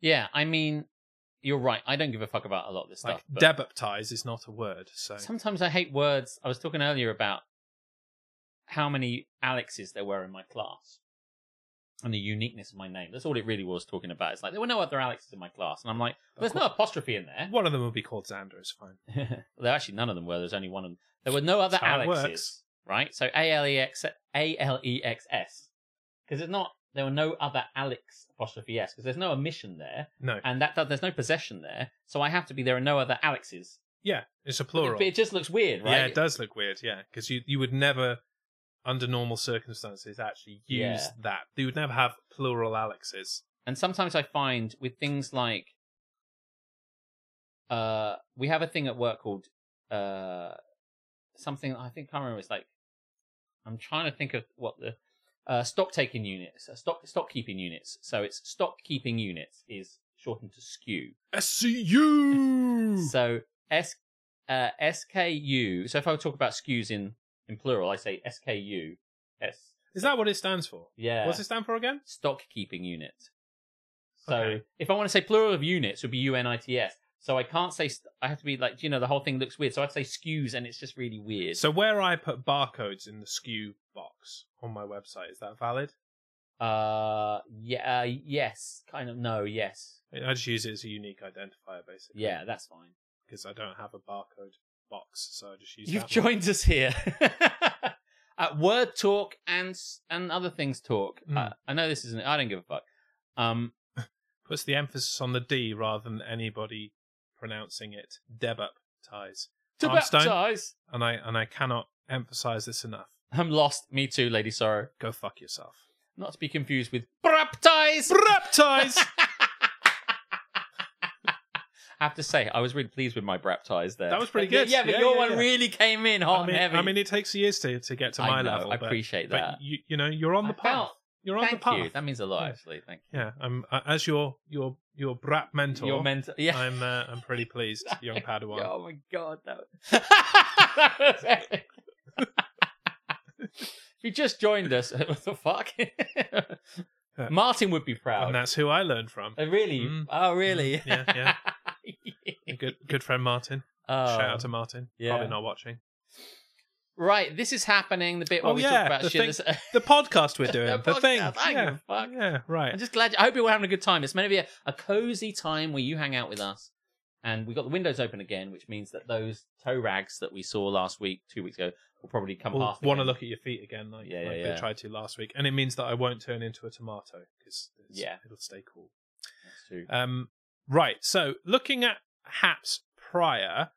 Speaker 2: Yeah, I mean, you're right. I don't give a fuck about a lot of this
Speaker 1: Like,
Speaker 2: stuff. but-
Speaker 1: debaptize is not a word, so.
Speaker 2: Sometimes I hate words. I was talking earlier about how many Alexes there were in my class and the uniqueness of my name. That's all it really was talking about. It's like there were no other Alexes in my class, and I'm like, there's no apostrophe in
Speaker 1: [LAUGHS]
Speaker 2: there.
Speaker 1: One of them will be called Xander, it's fine.
Speaker 2: there actually none of them were. There's only one. Of them. There were no other
Speaker 1: That's how it
Speaker 2: Alexes,
Speaker 1: works.
Speaker 2: right? So A L E X A L E X S, because it's not. There were no other Alex apostrophe S because there's no omission there,
Speaker 1: No.
Speaker 2: and that, that there's no possession there. So I have to be. There are no other Alexes.
Speaker 1: Yeah, it's a plural.
Speaker 2: But it just looks weird, right?
Speaker 1: Yeah, it does look weird, yeah, because you, you would never, under normal circumstances, actually use
Speaker 2: Yeah.
Speaker 1: that. You would never have plural Alexes.
Speaker 2: and sometimes I find with things like uh we have a thing at work called uh something I think I can't remember it's like I'm trying to think of what the uh stock taking units uh, stock stock keeping units so it's stock keeping units is shortened to skew.
Speaker 1: SCU.
Speaker 2: [LAUGHS] So S uh, SKU. So if I talk about SKUs in in plural, I say SKU. S
Speaker 1: Is that what it stands for?
Speaker 2: yeah.
Speaker 1: What's it stand for again?
Speaker 2: Stock keeping unit. So
Speaker 1: Okay.
Speaker 2: if I want to say plural of units, it would be units. So I can't say st- I have to be like you know the whole thing looks weird. So I'd say SKUs, and it's just really weird.
Speaker 1: So where I put barcodes in the SKU box on my website is that valid?
Speaker 2: uh yeah uh, yes kind of no yes
Speaker 1: I just use it as a unique identifier basically.
Speaker 2: yeah that's fine.
Speaker 1: Because I don't have a barcode box, so I just use.
Speaker 2: You've
Speaker 1: that one.
Speaker 2: joined us here [LAUGHS] at Word Talk and s- and other things talk.
Speaker 1: Mm.
Speaker 2: Uh, I know this isn't. I don't give a fuck. Um,
Speaker 1: puts the emphasis on the D rather than anybody pronouncing it. Debup ties,
Speaker 2: to
Speaker 1: Armstein?
Speaker 2: baptize.
Speaker 1: and I and I cannot emphasize this enough.
Speaker 2: I'm lost. Me too, Lady Sorrow.
Speaker 1: Go fuck yourself.
Speaker 2: [LAUGHS] Not to be confused with baptize.
Speaker 1: Baptize.
Speaker 2: I have to say, I was really pleased with my baptize there.
Speaker 1: That was pretty
Speaker 2: Yeah,
Speaker 1: good.
Speaker 2: Yeah, but
Speaker 1: Yeah,
Speaker 2: your
Speaker 1: yeah,
Speaker 2: one
Speaker 1: yeah.
Speaker 2: really came in hot
Speaker 1: I mean,
Speaker 2: and heavy.
Speaker 1: I mean, it takes years to, to get to
Speaker 2: I
Speaker 1: my
Speaker 2: know,
Speaker 1: level.
Speaker 2: I
Speaker 1: but-
Speaker 2: appreciate
Speaker 1: but
Speaker 2: that.
Speaker 1: you, you know, you're on
Speaker 2: I
Speaker 1: the path.
Speaker 2: felt-
Speaker 1: You're on
Speaker 2: Thank
Speaker 1: the path.
Speaker 2: you. That means a lot,
Speaker 1: Yeah.
Speaker 2: actually. Thank
Speaker 1: Yeah, I'm uh, as your your your brat mentor.
Speaker 2: you. Your mentor. Yeah. [LAUGHS]
Speaker 1: I'm uh, I'm pretty pleased, young Padawan.
Speaker 2: Oh my god, that was, that was epic.
Speaker 1: [LAUGHS]
Speaker 2: if you just joined us, [LAUGHS] what the fuck? Martin would be proud.
Speaker 1: And that's who I learned from.
Speaker 2: [LAUGHS] Uh, really?
Speaker 1: Mm.
Speaker 2: Oh, really?
Speaker 1: Mm. Yeah, A good good friend Martin.
Speaker 2: [LAUGHS] Oh.
Speaker 1: Shout out to Martin.
Speaker 2: yeah.
Speaker 1: Probably not watching
Speaker 2: Right, this is happening. The bit where
Speaker 1: Oh,
Speaker 2: we
Speaker 1: yeah,
Speaker 2: talk about
Speaker 1: the
Speaker 2: shit.
Speaker 1: thing-
Speaker 2: that's-
Speaker 1: the
Speaker 2: [LAUGHS]
Speaker 1: podcast we're doing. the
Speaker 2: podcast,
Speaker 1: thing.
Speaker 2: I don't
Speaker 1: yeah.
Speaker 2: give a fuck.
Speaker 1: yeah, right.
Speaker 2: I'm just glad. I hope you're all having a good time. It's meant to be a, a cozy time where you hang out with us. And we got the windows open again, which means that those toe rags that we saw last week, two weeks ago, will probably come past.
Speaker 1: want to
Speaker 2: again.
Speaker 1: look at your feet again, like,
Speaker 2: Yeah, yeah,
Speaker 1: like
Speaker 2: yeah.
Speaker 1: they tried to last week, and it means that I won't turn into a tomato because
Speaker 2: Yeah.
Speaker 1: it'll stay cool.
Speaker 2: That's true.
Speaker 1: Um, right. So looking at Haps prior,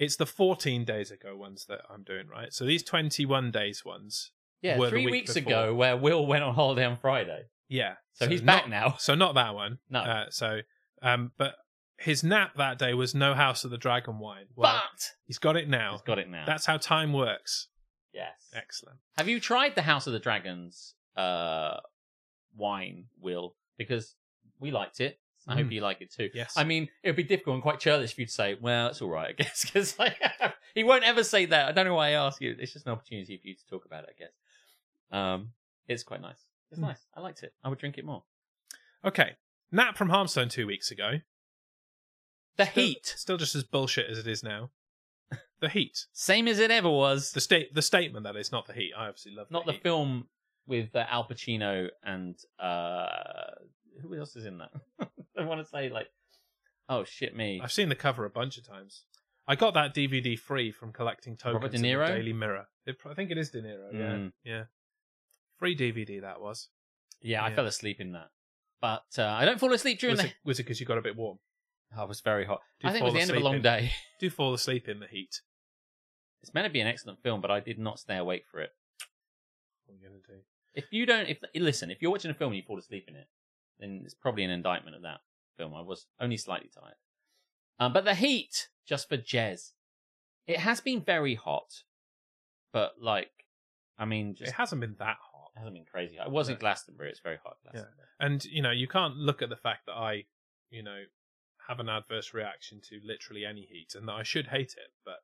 Speaker 1: it's the 14 days ago ones that I'm doing, right? So these 21 days ones,
Speaker 2: Yeah,
Speaker 1: were the
Speaker 2: three
Speaker 1: week
Speaker 2: weeks
Speaker 1: before.
Speaker 2: ago, where Will went on holiday on Friday,
Speaker 1: yeah.
Speaker 2: so, he's
Speaker 1: not-
Speaker 2: back now. [LAUGHS] Oh.
Speaker 1: So not that one.
Speaker 2: No.
Speaker 1: Uh, so, um, but his nap that day was no House of the Dragon wine. Well,
Speaker 2: but
Speaker 1: he's got it now.
Speaker 2: he's got it now.
Speaker 1: That's how time works.
Speaker 2: yes.
Speaker 1: Excellent.
Speaker 2: Have you tried the House of the Dragons uh, wine, Will? Because we liked it. I hope
Speaker 1: Mm.
Speaker 2: you like it too.
Speaker 1: Yes.
Speaker 2: I mean, it would be difficult and quite churlish for you to say, "Well, it's all right," I guess, [LAUGHS] because like, he won't ever say that. I don't know why I ask you. It's just an opportunity for you to talk about it, I guess. Um, it's quite nice. It's
Speaker 1: Mm.
Speaker 2: nice. I liked it. I would drink it more.
Speaker 1: okay. Nap from Harmstone two weeks ago.
Speaker 2: The
Speaker 1: Still-
Speaker 2: heat,
Speaker 1: Still just as bullshit as it
Speaker 2: [LAUGHS]
Speaker 1: is now. The heat.
Speaker 2: same as it ever was.
Speaker 1: The state. The statement that it's not the heat. I obviously love.
Speaker 2: Not
Speaker 1: the,
Speaker 2: the
Speaker 1: heat.
Speaker 2: film with uh, Al Pacino and uh, who else is in that? [LAUGHS] I want to say like, oh shit me.
Speaker 1: I've seen the cover a bunch of times. I got that DVD free from collecting tokens.
Speaker 2: Robert De
Speaker 1: in the
Speaker 2: Niro?
Speaker 1: Daily Mirror. It, pro- I think it is De Niro.
Speaker 2: Mm.
Speaker 1: Yeah. Yeah. Free DVD that was.
Speaker 2: Yeah, I
Speaker 1: Yeah.
Speaker 2: fell asleep in that. But uh, I don't fall asleep during
Speaker 1: Was
Speaker 2: the.
Speaker 1: it was it because you got a bit warm?
Speaker 2: Oh, it was very hot.
Speaker 1: Do
Speaker 2: I think it was
Speaker 1: fall
Speaker 2: the end of a
Speaker 1: asleep
Speaker 2: long
Speaker 1: in-
Speaker 2: day.
Speaker 1: Do fall asleep in the heat.
Speaker 2: It's meant to be an excellent film, but I did not stay awake for it.
Speaker 1: What are you gonna do?
Speaker 2: If you don't, if listen, if you're watching a film and you fall asleep in it, then it's probably an indictment of that film. I was only slightly tired. Um, but the heat, just for Jez, it has been very hot, but like, I mean, just
Speaker 1: It hasn't been that hot.
Speaker 2: hasn't been crazy. It wasn't
Speaker 1: No.
Speaker 2: Glastonbury. It's very hot. at
Speaker 1: Yeah.
Speaker 2: Glastonbury.
Speaker 1: And you know you can't look at the fact that I, you know, have an adverse reaction to literally any heat, and that I should hate it. But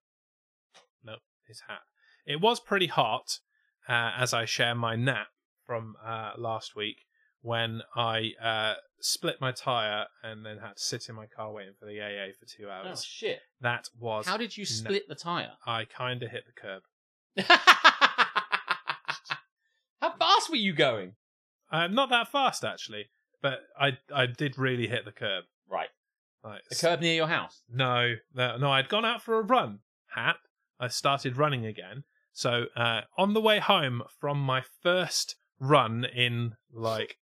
Speaker 1: no, his hat. It was pretty hot, uh, as I share my nap from uh, last week when I uh, split my tire and then had to sit in my car waiting for the AA for two
Speaker 2: Oh
Speaker 1: hours.
Speaker 2: shit!
Speaker 1: That was
Speaker 2: How did you split the tire?
Speaker 1: [LAUGHS] I kind of hit the curb.
Speaker 2: How fast were you going?
Speaker 1: Um, not that fast actually, but I I did really hit the curb.
Speaker 2: Right,
Speaker 1: Like,
Speaker 2: the curb near your house.
Speaker 1: No, no, no, I'd gone out for a run. Hap, I started running again. So uh, on the way home from my first run in like,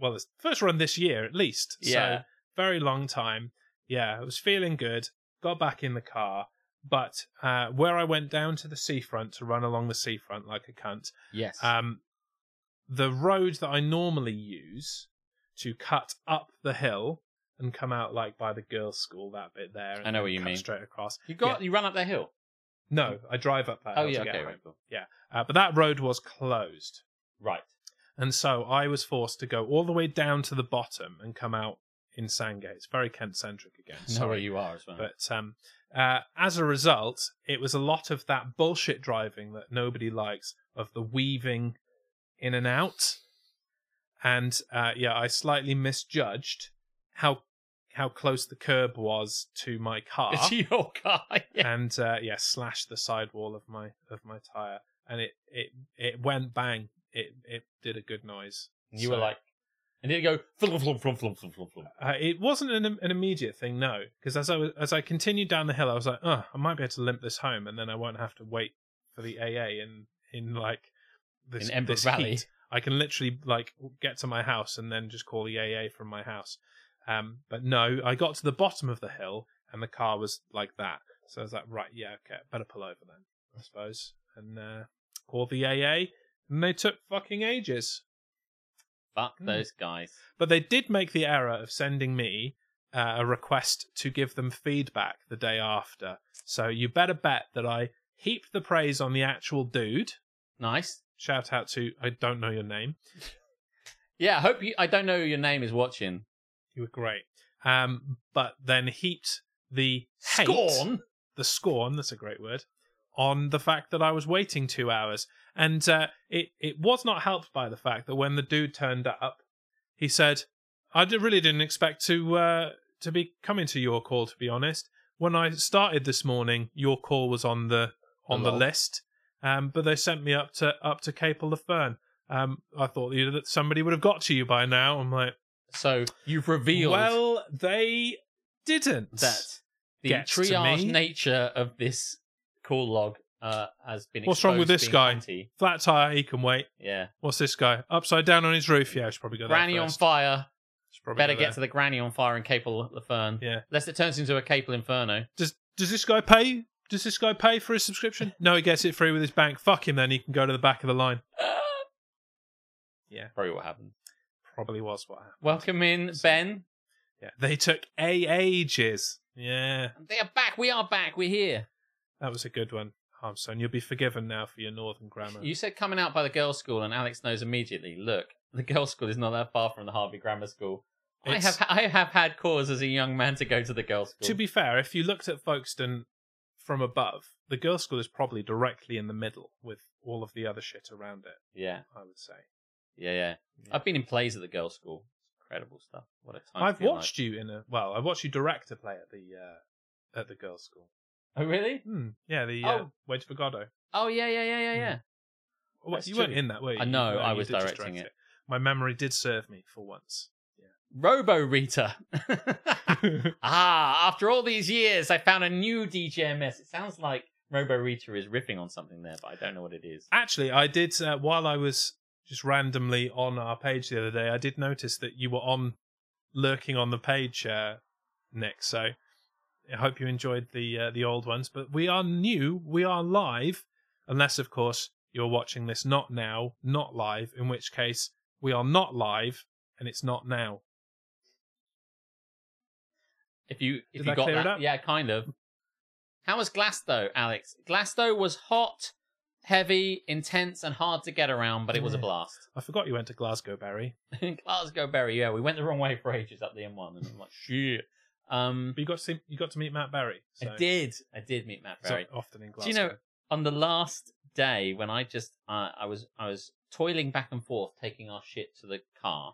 Speaker 1: well, it's first run this year at least.
Speaker 2: Yeah.
Speaker 1: So very long time. Yeah, I was feeling good. Got back in the car, but uh, where I went down to the seafront to run along the seafront like a cunt,
Speaker 2: Yes.
Speaker 1: um, the road that I normally use to cut up the hill and come out like by the girls' school, that bit there. And
Speaker 2: I know
Speaker 1: then
Speaker 2: what you
Speaker 1: cut
Speaker 2: mean.
Speaker 1: Straight across.
Speaker 2: you got you run up that hill.
Speaker 1: No, I drive up that.
Speaker 2: Oh
Speaker 1: hill
Speaker 2: yeah,
Speaker 1: to get
Speaker 2: okay,
Speaker 1: home.
Speaker 2: right, cool.
Speaker 1: Uh, but that road was closed,
Speaker 2: right.
Speaker 1: and so I was forced to go all the way down to the bottom and come out in Sangay. It's very Kent centric
Speaker 2: [LAUGHS]
Speaker 1: again.
Speaker 2: know where
Speaker 1: Sorry,
Speaker 2: you are as well. [LAUGHS]
Speaker 1: but um, uh, as a result, it was a lot of that bullshit driving that nobody likes of the weaving in and out. And uh, yeah, I slightly misjudged how how close the curb was to my
Speaker 2: [LAUGHS]
Speaker 1: car, [LAUGHS]
Speaker 2: it's your guy.
Speaker 1: and uh, yeah, slashed the sidewall of my of my tire, and it it it went bang. It it did a good noise.
Speaker 2: And you were
Speaker 1: So-
Speaker 2: like, and then you go flum flum flum flum flum flum flum.
Speaker 1: Uh, it wasn't an, an immediate thing, no, because as I was, as I continued down the hill, I was like, "Oh, I might be able to limp this home, and then I won't have to wait for the AA in in like this,
Speaker 2: In Embers
Speaker 1: this
Speaker 2: Valley.
Speaker 1: heat. I can literally like get to my house and then just call the AA from my house." Um, but no, I got to the bottom of the hill, and the car was like that. So I was like, "Right, yeah, okay, better pull over then, I suppose," and uh, called the AA, and they took fucking ages.
Speaker 2: Fuck
Speaker 1: Hmm.
Speaker 2: those guys.
Speaker 1: But they did make the error of sending me uh, a request to give them feedback the day after. So you better bet that I heaped the praise on the actual dude.
Speaker 2: Nice.
Speaker 1: Shout out to I don't know your name.
Speaker 2: Yeah, I hope you. I don't know who your name is watching.
Speaker 1: You were great. Um, but then heaped the hate,
Speaker 2: Scorn.
Speaker 1: the scorn. That's a great word. On the fact that I was waiting two hours, and uh, it it was not helped by the fact that when the dude turned up, he said, "I d- really didn't expect to uh, to be coming to your call. To be honest, when I started this morning, your call was on the on the
Speaker 2: Hello.
Speaker 1: list, um, but they sent me up to up to Capel the Fern. Um, I thought you- that somebody would have got to you by now. I'm like,
Speaker 2: So you've revealed
Speaker 1: well, they didn't.
Speaker 2: that the
Speaker 1: gets to
Speaker 2: triage
Speaker 1: me.
Speaker 2: nature of this call log uh, has been.
Speaker 1: What's wrong with
Speaker 2: exposed
Speaker 1: this
Speaker 2: being
Speaker 1: guy?
Speaker 2: anti.
Speaker 1: flat tire. He can wait.
Speaker 2: Yeah,
Speaker 1: What's this guy upside down on his roof? Yeah, I should probably go.
Speaker 2: granny
Speaker 1: there
Speaker 2: on
Speaker 1: first.
Speaker 2: fire.
Speaker 1: Should probably
Speaker 2: Better
Speaker 1: go
Speaker 2: get to
Speaker 1: there.
Speaker 2: the granny on fire and capel the fern.
Speaker 1: Yeah.
Speaker 2: Lest it turns into a capel inferno.
Speaker 1: Does does this guy pay? Does this guy pay for his subscription? No, he gets it free with his bank. Fuck him. Then he can go to the back of the line.
Speaker 2: Probably what happened.
Speaker 1: Probably was what happened.
Speaker 2: Welcome in, Ben.
Speaker 1: Yeah, they took a ages. Yeah,
Speaker 2: They are back. We are back. We're here.
Speaker 1: that was a good one, Harmson. You'll be forgiven now for your northern grammar.
Speaker 2: You said coming out by the girls' school, and Alex knows immediately. Look, the girls' school is not that far from the Harvey Grammar School. I
Speaker 1: It's-
Speaker 2: have I have had cause as a young man to go to the girls' school.
Speaker 1: To be fair, if you looked at Folkestone from above, the girls' school is probably directly in the middle with all of the other shit around it.
Speaker 2: yeah,
Speaker 1: I would say.
Speaker 2: yeah, yeah,
Speaker 1: Yeah.
Speaker 2: I've been in plays at the girls' school. Incredible stuff. What a time! to
Speaker 1: I've
Speaker 2: be alive.
Speaker 1: watched you in a well. I watched you direct a play at the uh, at the girls' school.
Speaker 2: Oh really?
Speaker 1: Hmm. Yeah, the uh,
Speaker 2: Oh.
Speaker 1: Wedge for Goddo.
Speaker 2: Oh yeah, yeah, yeah, yeah, yeah.
Speaker 1: Well,
Speaker 2: That's
Speaker 1: you weren't
Speaker 2: true.
Speaker 1: in that, were you?
Speaker 2: I know,
Speaker 1: You-
Speaker 2: I
Speaker 1: you
Speaker 2: was
Speaker 1: did just
Speaker 2: directing
Speaker 1: direct
Speaker 2: it.
Speaker 1: My memory did serve me for once.
Speaker 2: Robo Rita. [LAUGHS] ah, after all these years, I found a new DJMS. It sounds like Robo Rita is riffing on something there, but I don't know what it is.
Speaker 1: Actually, I did uh, while I was just randomly on our page the other day. I did notice that you were on lurking on the page, uh, Nick. So I hope you enjoyed the uh, the old ones. But we are new. We are live, unless of course you're watching this not now, not live. In which case we are not live, and it's not now.
Speaker 2: If you if
Speaker 1: Did
Speaker 2: you
Speaker 1: that
Speaker 2: got
Speaker 1: clear it
Speaker 2: that,
Speaker 1: up?
Speaker 2: yeah, kind of. How was Glasto, Alex? Glasto was hot, heavy, intense, and hard to get around, but it was a
Speaker 1: Yeah.
Speaker 2: blast. [LAUGHS]
Speaker 1: I forgot you went to Glasgow, Barry.
Speaker 2: Glasgow Berry, yeah, we went the wrong way for ages up the M1, and I'm like, shit. Um,
Speaker 1: But you got to see, you got to meet Matt Barry. So.
Speaker 2: I did, I did meet Matt
Speaker 1: so
Speaker 2: Berry.
Speaker 1: often in
Speaker 2: Do
Speaker 1: Glasgow.
Speaker 2: you know on the last day when I just uh, I was I was toiling back and forth taking our shit to the car,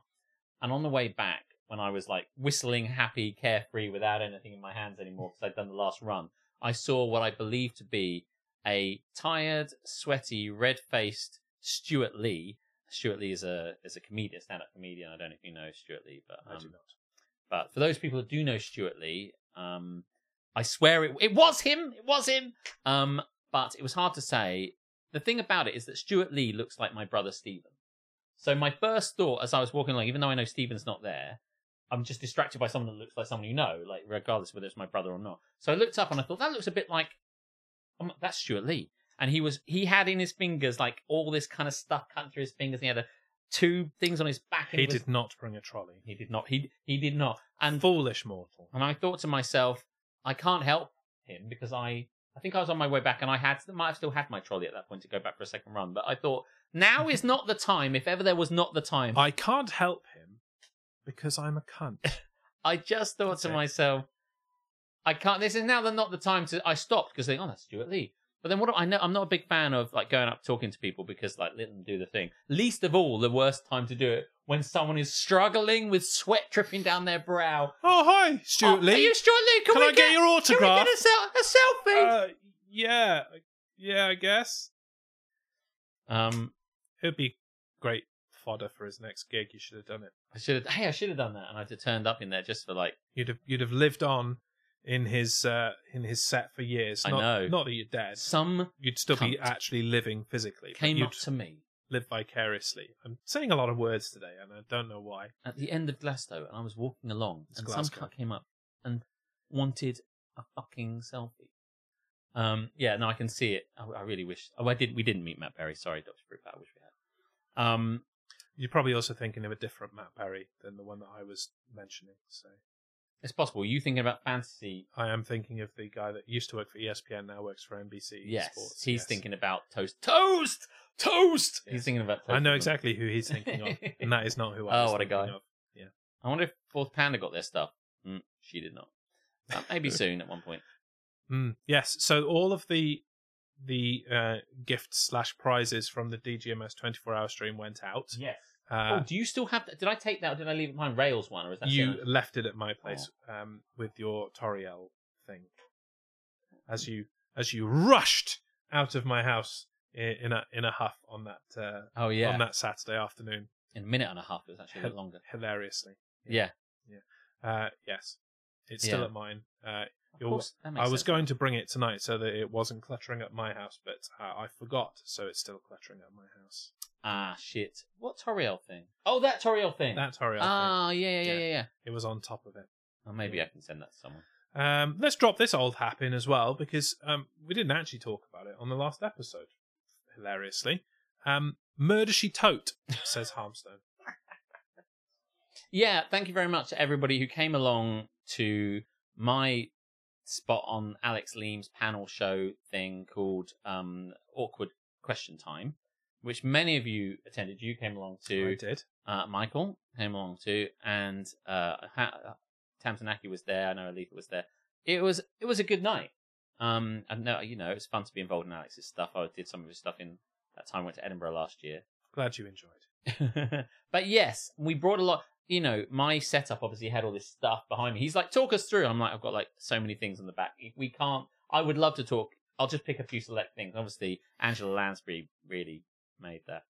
Speaker 2: and on the way back when I was like whistling happy, carefree, without anything in my hands anymore because I'd done the last run, I saw what I believed to be a tired, sweaty, red-faced Stuart Lee. Stuart Lee is a is a comedian, stand-up comedian. I don't know if you know Stuart Lee, but
Speaker 1: I do
Speaker 2: um,
Speaker 1: not.
Speaker 2: but for those people who do know Stuart Lee, um, I swear it it was him. It was him. Um, but it was hard to say. The thing about it is that Stuart Lee looks like my brother Stephen. So my first thought as I was walking along, even though I know Stephen's not there, I'm just distracted by someone that looks like someone you know, like regardless of whether it's my brother or not. So I looked up and I thought that looks a bit like um, that's Stuart Lee. And he was he had in his fingers like all this kind of stuff cut through his fingers. And he had a, two things on his back. And
Speaker 1: He
Speaker 2: was-
Speaker 1: did not bring a trolley.
Speaker 2: He did not. He he did not. And
Speaker 1: Foolish mortal.
Speaker 2: and I thought to myself, I can't help him because I, I think I was on my way back and I had, might have still had my trolley at that point to go back for a second run. But I thought, now is not the time. If ever there was not the time, [LAUGHS]
Speaker 1: I can't help him because I'm a cunt.
Speaker 2: I just thought to
Speaker 1: Okay.
Speaker 2: myself, I can't. This is now the, not the time to. I stopped because think, oh, that's Stuart Lee. But then what? do I know I'm not a big fan of like going up talking to people because like let them do the thing. Least of all, the worst time to do it when someone is struggling with sweat dripping down their brow.
Speaker 1: Oh, hi, Stuart
Speaker 2: Oh,
Speaker 1: Lee.
Speaker 2: are you Stuart Lee? Can,
Speaker 1: Can
Speaker 2: we
Speaker 1: I get your
Speaker 2: can we
Speaker 1: autograph?
Speaker 2: get a, sel- a selfie?
Speaker 1: Uh, yeah, yeah, I guess
Speaker 2: um,
Speaker 1: it'd be great fodder for his next gig. You should have done it.
Speaker 2: I should have. Hey, I should have done that, and I'd have turned up in there just for like.
Speaker 1: You'd have you'd have lived on in his uh, in his set for years.
Speaker 2: I
Speaker 1: not,
Speaker 2: know.
Speaker 1: Not that you're dead.
Speaker 2: Some
Speaker 1: You'd still be
Speaker 2: Cunt.
Speaker 1: actually living physically. but
Speaker 2: came
Speaker 1: you'd
Speaker 2: up to me
Speaker 1: live vicariously. I'm saying a lot of words today, and I don't know why.
Speaker 2: at the end of Glasgow, and I was walking along,
Speaker 1: It's
Speaker 2: and
Speaker 1: Glasgow.
Speaker 2: some cunt came up and wanted a fucking selfie. Um, yeah, no, I can see it. I, I really wish. Oh, I didn't. We didn't meet Matt Berry. Sorry, Doctor Fruit. I wish we had. Um,
Speaker 1: You're probably also thinking of a different Matt Berry than the one that I was mentioning. So
Speaker 2: it's possible. You thinking about fantasy?
Speaker 1: I am thinking of the guy that used to work for E ESPN, now works for NBC
Speaker 2: Yes,
Speaker 1: Sports.
Speaker 2: he's
Speaker 1: Yes.
Speaker 2: thinking about toast. Toast. Toast.
Speaker 1: Yes.
Speaker 2: He's thinking about. Toast
Speaker 1: I know
Speaker 2: Isn't it?
Speaker 1: exactly who he's thinking
Speaker 2: [LAUGHS]
Speaker 1: of, and that is not who I
Speaker 2: Oh,
Speaker 1: was
Speaker 2: what a
Speaker 1: thinking
Speaker 2: guy.
Speaker 1: of.
Speaker 2: I wonder if Fourth Panda got their stuff. Mm, she did not. Uh,
Speaker 1: [LAUGHS]
Speaker 2: maybe soon at one point.
Speaker 1: Mm, yes. So all of the the uh, gifts slash prizes from the DGMS 24 hour stream went out.
Speaker 2: Yes.
Speaker 1: Uh,
Speaker 2: oh, do you still have that? Did I take that or did I leave it behind Rails one or is that
Speaker 1: you
Speaker 2: still-
Speaker 1: left it at my place
Speaker 2: Oh.
Speaker 1: um, with your Toriel thing as you as you rushed out of my house in, in a in a huff on that uh,
Speaker 2: Oh yeah.
Speaker 1: on that Saturday afternoon.
Speaker 2: in a minute and a half. It was actually a bit longer.
Speaker 1: Hilariously.
Speaker 2: Yeah.
Speaker 1: Uh, yes. It's still
Speaker 2: Yeah.
Speaker 1: at mine. Uh,
Speaker 2: Of
Speaker 1: You're-
Speaker 2: course, that makes
Speaker 1: I was
Speaker 2: sense.
Speaker 1: going to bring it tonight so that it wasn't cluttering up my house, but uh, I forgot, so it's still cluttering up my house.
Speaker 2: Ah, shit. What Toriel thing? Oh, that Toriel thing.
Speaker 1: That's Toriel. thing.
Speaker 2: ah, yeah, yeah, yeah,
Speaker 1: Yeah.
Speaker 2: yeah, yeah.
Speaker 1: It was on top of it.
Speaker 2: Oh, maybe
Speaker 1: Yeah.
Speaker 2: I can send that to someone.
Speaker 1: Um, let's drop this old hap in as well because um, we didn't actually talk about it on the last episode, hilariously. Um, Murder She Tote, says
Speaker 2: [LAUGHS]
Speaker 1: Harmstone.
Speaker 2: Yeah, thank you very much to everybody who came along to my spot on Alex Leem's panel show thing called um, Awkward Question Time, which many of you attended. You came along to.
Speaker 1: I did.
Speaker 2: uh, Michael came along too, and uh, ha- Tamsinaki was there. I know Aletha was there. It was it was a good night. Um, and no, you know, it's fun to be involved in Alex's stuff. I did some of his stuff in that time I went to Edinburgh last year.
Speaker 1: Glad you enjoyed.
Speaker 2: [LAUGHS] but yes, we brought a lot. You know, my setup obviously had all this stuff behind me. He's like, talk us through. I'm like, I've got like so many things in the back. If we can't, I would love to talk. I'll just pick a few select things. Obviously, Angela Lansbury really made that.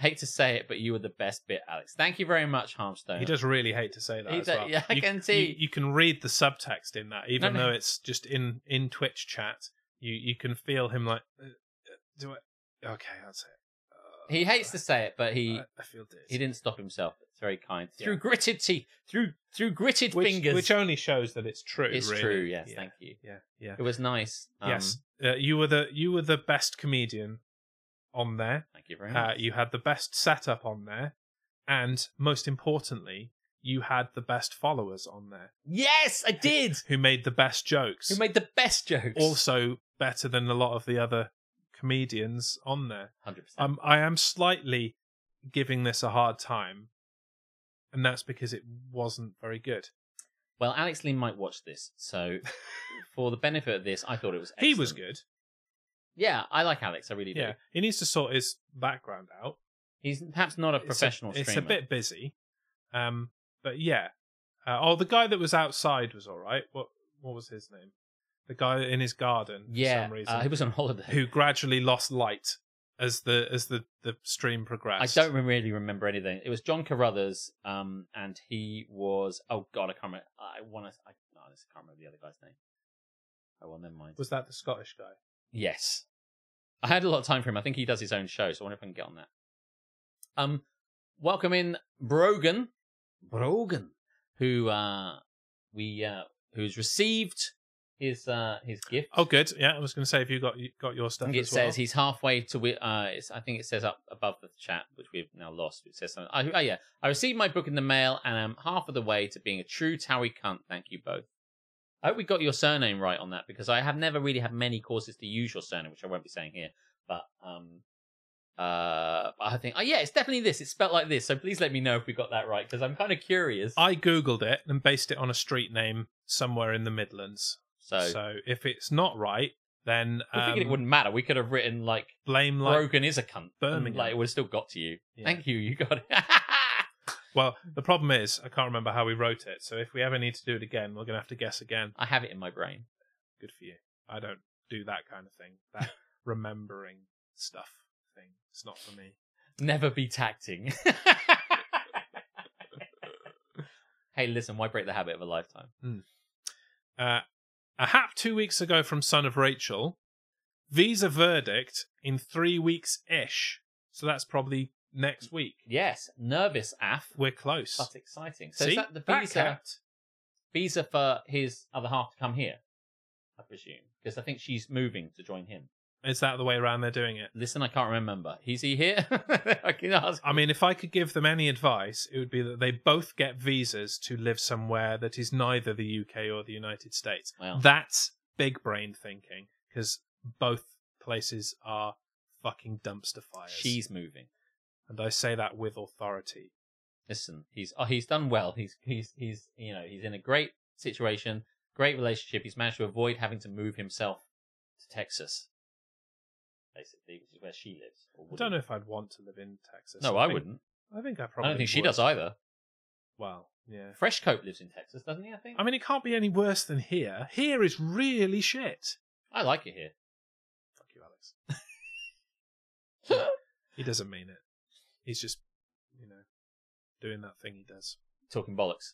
Speaker 2: Hate to say it, but you were the best bit, Alex. Thank you very much, Harmstone.
Speaker 1: He does really hate to say that.
Speaker 2: He
Speaker 1: as
Speaker 2: does-
Speaker 1: well.
Speaker 2: yeah, I
Speaker 1: you,
Speaker 2: can
Speaker 1: you-
Speaker 2: see.
Speaker 1: You, can read the subtext in that, even
Speaker 2: no.
Speaker 1: though it's just in in Twitch chat. You you can feel him like, uh, uh, do I? Okay, that's it. Uh,
Speaker 2: He hates to say it, but he
Speaker 1: I, I feel dizzy.
Speaker 2: he didn't stop himself. It's very kind.
Speaker 1: Uh, Yeah.
Speaker 2: Through gritted teeth, through through gritted
Speaker 1: which,
Speaker 2: fingers.
Speaker 1: which only shows that it's true.
Speaker 2: it's
Speaker 1: really.
Speaker 2: true. Yes,
Speaker 1: Yeah,
Speaker 2: thank you.
Speaker 1: Yeah, yeah.
Speaker 2: It was nice. Um,
Speaker 1: yes, uh, you were the you were the best comedian on there.
Speaker 2: Thank you very
Speaker 1: Uh,
Speaker 2: much.
Speaker 1: you had the best setup on there, and most importantly, you had the best followers on there
Speaker 2: Yes, I
Speaker 1: [LAUGHS]
Speaker 2: did.
Speaker 1: who made the best jokes.
Speaker 2: Who made the best jokes?
Speaker 1: also better than a lot of the other comedians on there.
Speaker 2: hundred percent.
Speaker 1: Um, I am slightly giving this a hard time, and that's because it wasn't very good.
Speaker 2: Well, Alex Lee might watch this,
Speaker 1: [LAUGHS]
Speaker 2: so for the benefit of this, I thought it was.
Speaker 1: He was
Speaker 2: excellent.
Speaker 1: good.
Speaker 2: Yeah, I like Alex. I really do.
Speaker 1: Yeah, he needs to sort his background out.
Speaker 2: He's perhaps not a
Speaker 1: It's a-
Speaker 2: professional
Speaker 1: It's a,
Speaker 2: streamer.
Speaker 1: bit busy, um, but yeah. Uh, oh, the guy that was outside was all right. What what was his name? The guy in his garden for
Speaker 2: Yeah,
Speaker 1: some reason,
Speaker 2: uh, he was on holiday.
Speaker 1: who gradually lost light as the as the the stream
Speaker 2: I
Speaker 1: progressed.
Speaker 2: don't really remember anything. It was John Carruthers, um, and he was. Oh God, I can't remember. I want to. I, no, I can't remember the other guy's name. Oh well, never mind.
Speaker 1: Was that the Scottish guy?
Speaker 2: Yes. I had a lot of time for him. I think he does his own show, so I wonder if I can get on that. Um, welcome in Brogan, Brogan, who uh we uh who's received his uh his gift.
Speaker 1: Oh, good. Yeah, I was going to say if you got you got your
Speaker 2: I
Speaker 1: stuff
Speaker 2: think
Speaker 1: as
Speaker 2: it
Speaker 1: well.
Speaker 2: says he's halfway to. wi- Uh, it's, I think it says up above the chat, which we've now lost. It says something. I, oh yeah, I received my book in the mail, and I'm half of the way to being a true Towie cunt. Thank you both. I hope we got your surname right on that because I have never really had many causes to use your surname, which I won't be saying here. But um, Uh, I think, oh yeah, it's definitely this. It's spelt like this. So please let me know if we got that right because I'm kind of curious.
Speaker 1: I googled it and based it on a street name somewhere in the Midlands.
Speaker 2: so
Speaker 1: So if it's not right, then
Speaker 2: I
Speaker 1: um,
Speaker 2: figured it wouldn't matter. We could have written like
Speaker 1: blame like
Speaker 2: Brogan is a cunt.
Speaker 1: Birmingham.
Speaker 2: And, Like it would have still got to you.
Speaker 1: Yeah.
Speaker 2: Thank you. You got it. [LAUGHS]
Speaker 1: Well, the problem is I can't remember how we wrote it. So if we ever need to do it again, we're gonna have to guess again.
Speaker 2: I have it in my brain.
Speaker 1: Good for you. I don't do that kind of thing.
Speaker 2: [LAUGHS]
Speaker 1: That remembering stuff thing. It's not for me.
Speaker 2: Never be tacting. [LAUGHS] hey, listen, why break the habit of a lifetime?
Speaker 1: Uh, a hap two weeks ago from Son of Rachel. Visa verdict in three weeks ish. So that's probably next week.
Speaker 2: Yes, nervous af,
Speaker 1: We're close.
Speaker 2: but exciting. So
Speaker 1: See?
Speaker 2: is that the
Speaker 1: That
Speaker 2: visa
Speaker 1: kept.
Speaker 2: visa for his other half to come here? I presume because I think she's moving to join him.
Speaker 1: Is that the way around they're doing it?
Speaker 2: Listen, I can't remember. Is he here? [LAUGHS] I can ask.
Speaker 1: I mean, if I could give them any advice, it would be that they both get visas to live somewhere that is neither the UK or the United States.
Speaker 2: Wow.
Speaker 1: That's big brain thinking because both places are fucking dumpster fires.
Speaker 2: She's moving.
Speaker 1: And I say that with authority.
Speaker 2: listen, he's oh, he's done well. He's he's he's you know he's in a great situation, great relationship. He's managed to avoid having to move himself to Texas, basically, which is where she lives. Or
Speaker 1: I
Speaker 2: would
Speaker 1: don't know
Speaker 2: live.
Speaker 1: if I'd want to live in Texas.
Speaker 2: No, I,
Speaker 1: think-
Speaker 2: wouldn't.
Speaker 1: I think I
Speaker 2: I
Speaker 1: probably.
Speaker 2: don't think she
Speaker 1: would.
Speaker 2: does either.
Speaker 1: Well, yeah.
Speaker 2: Freshcoat lives in Texas, doesn't he? I think.
Speaker 1: I mean, it can't be any worse than here. Here is really shit.
Speaker 2: I like it here.
Speaker 1: Fuck you, Alex. [LAUGHS] He doesn't mean it. He's just, you know, doing that thing he does,
Speaker 2: Talking bollocks.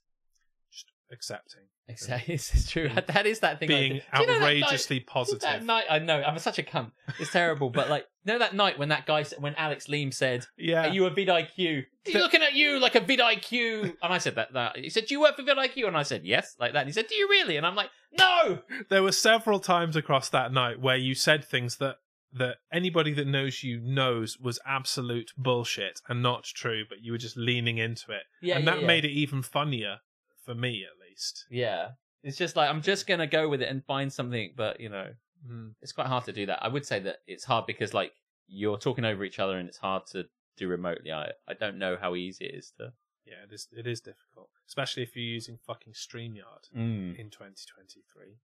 Speaker 1: just accepting,
Speaker 2: [LAUGHS] Exactly, this is true.
Speaker 1: Being-
Speaker 2: That is that thing. I
Speaker 1: being
Speaker 2: did. Do you know that night-
Speaker 1: outrageously positive.
Speaker 2: That night, I know I'm such a cunt. It's terrible, but like, [LAUGHS] you know that night when that guy, s- when Alex Leem said,
Speaker 1: yeah,
Speaker 2: Are you a vidIQ? He's
Speaker 1: The-
Speaker 2: looking at you like a vidIQ. And I said that, that. He said, Do you work for vidIQ? And I said, Yes, like that. And he said, Do you really? And I'm like, No!
Speaker 1: there were several times across that night where you said things that that anybody that knows you knows was absolute bullshit and not true, but you were just leaning into it,
Speaker 2: Yeah.
Speaker 1: and
Speaker 2: yeah,
Speaker 1: that
Speaker 2: yeah.
Speaker 1: made it even funnier for me, at least.
Speaker 2: Yeah. It's just like, I'm just going to go with it and find something. But, you know,
Speaker 1: Mm.
Speaker 2: it's quite hard to do that. I would say that it's hard because, like, you're talking over each other and it's hard to do remotely. I, I don't know how easy it is to.
Speaker 1: Yeah, it is. It is difficult, especially if you're using fucking Streamyard
Speaker 2: Mm.
Speaker 1: in 2023.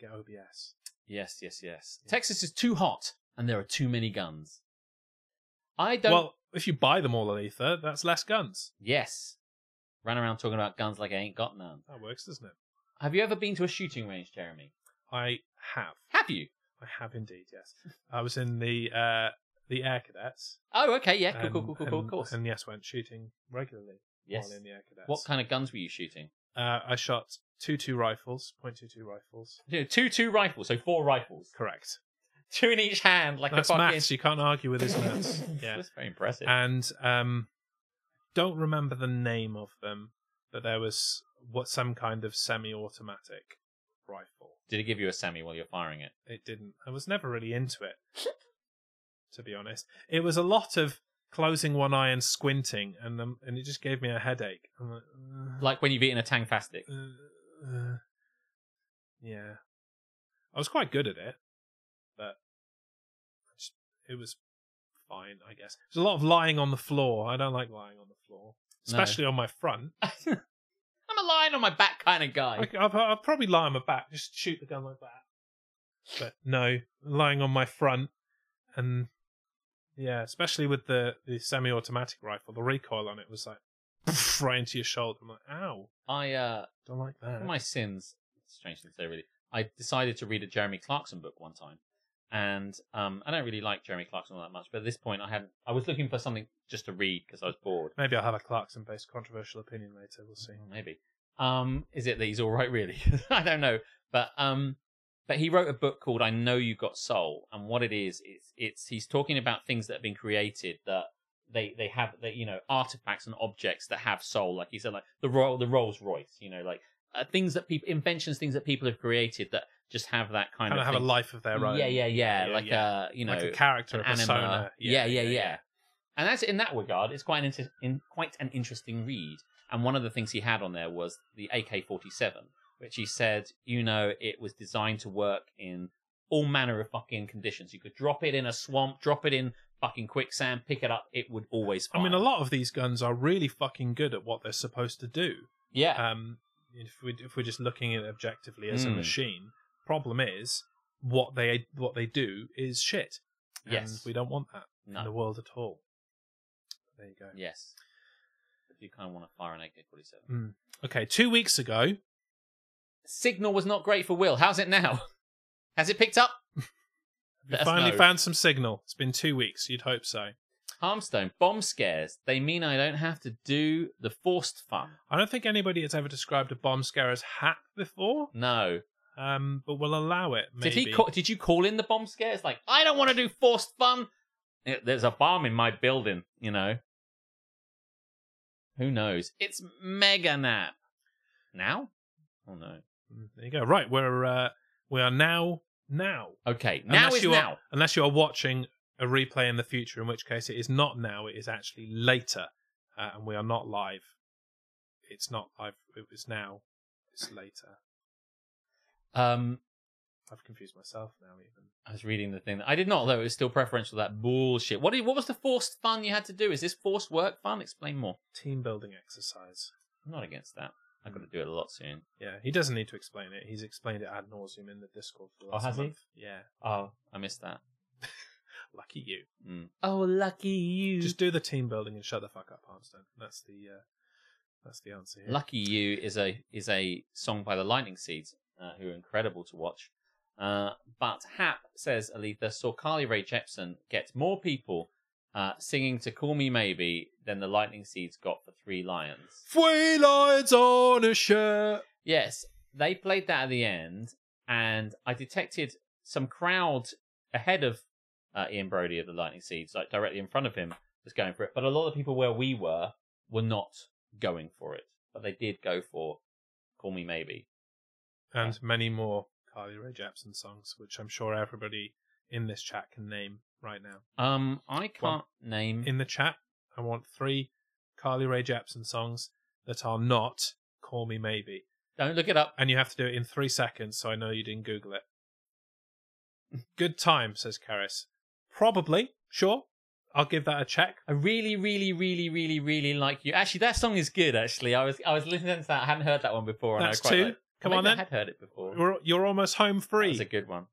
Speaker 1: Get OBS.
Speaker 2: Yes, yes, yes. Texas is too hot and there are too many guns. I don't.
Speaker 1: Well, if you buy them all on Ether, that's less guns.
Speaker 2: yes. Ran around talking about guns like I ain't got none.
Speaker 1: That works, doesn't it?
Speaker 2: Have you ever been to a shooting range, Jeremy?
Speaker 1: I have.
Speaker 2: Have you?
Speaker 1: I have indeed.
Speaker 2: [LAUGHS]
Speaker 1: Yes, I was in the uh, the Air Cadets.
Speaker 2: Oh, okay, yeah, cool,
Speaker 1: and-
Speaker 2: cool, cool, cool, cool, of
Speaker 1: and-
Speaker 2: course.
Speaker 1: Um, And yes, went shooting regularly
Speaker 2: yes.
Speaker 1: while in the Air Cadets.
Speaker 2: What kind of guns were you shooting?
Speaker 1: Uh, I shot two two rifles, point two two rifles.
Speaker 2: Yeah, Two, two rifles, so four rifles, [LAUGHS]
Speaker 1: Correct.
Speaker 2: two in each hand, like
Speaker 1: that's
Speaker 2: a fucking. [LAUGHS]
Speaker 1: maths. You can't argue with his maths. Yeah.
Speaker 2: that's very impressive.
Speaker 1: and um, don't remember the name of them, but there was what some kind of semi-automatic rifle.
Speaker 2: Did it give you a semi while you're firing it?
Speaker 1: It didn't. I was never really into it, to be honest. It was a lot of closing one eye and squinting, and um, and it just gave me a headache. I'm like, "Ugh,
Speaker 2: Like when you've eaten a Tang Fastic.
Speaker 1: uh, uh." yeah, I was quite good at it, but just, it was fine, I guess. There's a lot of lying on the floor. I don't like lying on the floor,
Speaker 2: No.
Speaker 1: especially on my front.
Speaker 2: I'm a lion on my back kind of guy.
Speaker 1: I, I'll, I'll probably lie on my back, just shoot the gun like that. But no, lying on my front, and yeah, especially with the, the semi-automatic rifle, the recoil on it was like [LAUGHS] right into your shoulder. I'm like, ow,
Speaker 2: I, uh,
Speaker 1: don't like
Speaker 2: for
Speaker 1: that.
Speaker 2: my sins, strange thing to say, really. I decided to read a Jeremy Clarkson book one time, and um, I don't really like Jeremy Clarkson all that much. But at this point, I had I was looking for something just to read because I was bored.
Speaker 1: Maybe I'll have a Clarkson-based controversial opinion later. We'll see.
Speaker 2: Mm, Maybe. Um, is it that he's all right, really? [LAUGHS] I don't know. But um, but he wrote a book called "I Know You Got Soul," and what it is, it's it's he's talking about things that have been created that they they have that you know artifacts and objects that have soul. Like he said, like the Royal the Rolls Royce, you know, like uh, things that people inventions, things that people have created that just have that kind
Speaker 1: Kind of
Speaker 2: of
Speaker 1: have a
Speaker 2: thing.
Speaker 1: life of their own.
Speaker 2: Yeah, yeah, yeah,
Speaker 1: Yeah,
Speaker 2: Like
Speaker 1: yeah.
Speaker 2: uh, you know,
Speaker 1: like a character,
Speaker 2: an
Speaker 1: a persona.
Speaker 2: anima. Yeah yeah, yeah, And that's in that regard, it's quite an inter- in, quite an interesting read. And one of the things he had on there was the AK-47, which he said, you know, it was designed to work in all manner of fucking conditions. You could drop it in a swamp, drop it in fucking quicksand, pick it up, it would always
Speaker 1: I
Speaker 2: fire.
Speaker 1: mean, a lot of these guns are really fucking good at what they're supposed to do.
Speaker 2: Yeah.
Speaker 1: Um, if we if we're just looking at it objectively as a
Speaker 2: Mm.
Speaker 1: machine, problem is what they what they do is shit. And
Speaker 2: Yes.
Speaker 1: we don't want that in the
Speaker 2: no.
Speaker 1: world at all. There you go.
Speaker 2: Yes. If you kind of want to fire an AK-47.
Speaker 1: Hmm. Okay, two weeks ago,
Speaker 2: Signal was not great for Will. How's it now? [LAUGHS] Has it picked up?
Speaker 1: we
Speaker 2: Let us
Speaker 1: finally
Speaker 2: know.
Speaker 1: found some signal. It's been two weeks. You'd hope so.
Speaker 2: Harmstone, bomb scares. They mean I don't have to do the forced fun.
Speaker 1: I don't think anybody has ever described a bomb scare as hat before,
Speaker 2: No.
Speaker 1: um, but we'll allow it. Maybe.
Speaker 2: Did he call, did you call in the bomb scare? It's like, I don't want to do forced fun. Eh, There's a bomb in my building, you know. Who knows? It's mega nap. Now? Oh no.
Speaker 1: Mm, There you go. Right, we're uh, we are now now.
Speaker 2: Okay, now is
Speaker 1: you
Speaker 2: now.
Speaker 1: Are, unless you are watching a replay in the future, in which case it is not now. It is actually later, uh, and we are not live. It's not live. It was now. It's later.
Speaker 2: Um,
Speaker 1: I've confused myself now. Even
Speaker 2: I was reading the thing. that- I did not though. It was still preferential. That bullshit. What did, What was the forced fun you had to do? Is this forced work fun? Explain more.
Speaker 1: team building exercise.
Speaker 2: I'm not against that. I've got to do it a lot soon.
Speaker 1: Yeah, he doesn't need to explain it. He's explained it ad nauseum in the Discord for the
Speaker 2: Oh,
Speaker 1: last
Speaker 2: has he?
Speaker 1: month. Yeah,
Speaker 2: Oh, I missed that.
Speaker 1: lucky you.
Speaker 2: Mm. Oh, lucky you.
Speaker 1: Just do the team building and shut the fuck up, Armstead. That's the uh, that's the answer here.
Speaker 2: lucky you is a is a song by the Lightning Seeds, uh, who are incredible to watch. Uh, but Hap says Aletha saw Carly Rae Jepsen get more people uh, singing to "Call Me Maybe" than the Lightning Seeds got for Three Lions.
Speaker 1: Three lines on a shirt.
Speaker 2: Yes, they played that at the end, and I detected some crowd ahead of uh, Ian Brody of the Lightning Seeds, like directly in front of him, was going for it. But a lot of the people where we were were not going for it, but they did go for "Call Me Maybe."
Speaker 1: and many more Carly Rae Jepsen songs, which I'm sure everybody in this chat can name right now.
Speaker 2: Um, I can't name.
Speaker 1: In the chat, I want three Carly Rae Jepsen songs that are not "Call Me Maybe,"
Speaker 2: Don't look it up.
Speaker 1: and you have to do it in three seconds. So I know you didn't Google it. Good time, says Karis. Probably, sure. I'll give that a check.
Speaker 2: I really, really, really, really, really like you. Actually, that song is good. Actually, I was I was listening to that. I hadn't heard that one before.
Speaker 1: That's
Speaker 2: and I quite
Speaker 1: two.
Speaker 2: liked-
Speaker 1: Come
Speaker 2: Maybe
Speaker 1: on
Speaker 2: I
Speaker 1: then.
Speaker 2: had heard it before.
Speaker 1: You're, you're almost home free,
Speaker 2: That's a good one.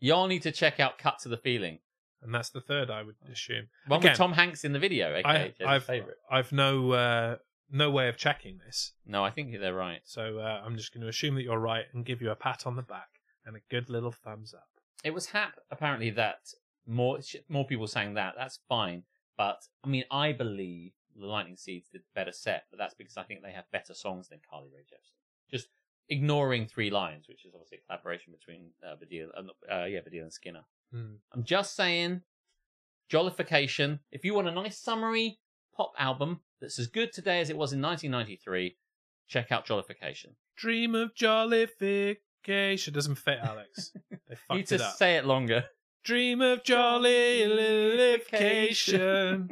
Speaker 2: Y'all need to check out Cut to the Feeling.
Speaker 1: and that's the third I would assume.
Speaker 2: One
Speaker 1: Again,
Speaker 2: with Tom Hanks in the video. Okay,
Speaker 1: I,
Speaker 2: Jed's
Speaker 1: I've
Speaker 2: favorite.
Speaker 1: I've no uh, no way of checking this.
Speaker 2: No, I think they're right.
Speaker 1: So uh, I'm just going to assume that you're right and give you a pat on the back and a good little thumbs up.
Speaker 2: It was Hap apparently that more sh- more people sang that. That's fine, but I mean, I believe the Lightning Seeds did a better set, but that's because I think they have better songs than Carly Rae Jepsen. Just ignoring Three Lions, which is obviously a collaboration between uh, Badil, uh, not- uh, yeah, Badil and Skinner.
Speaker 1: Hmm.
Speaker 2: I'm just saying, Jollification. If you want a nice summary pop album that's as good today as it was in 1993, check out Jollification.
Speaker 1: Dream of jollification doesn't fit, Alex. they
Speaker 2: You
Speaker 1: fucked
Speaker 2: need to
Speaker 1: it up.
Speaker 2: say it longer.
Speaker 1: Dream of jollification.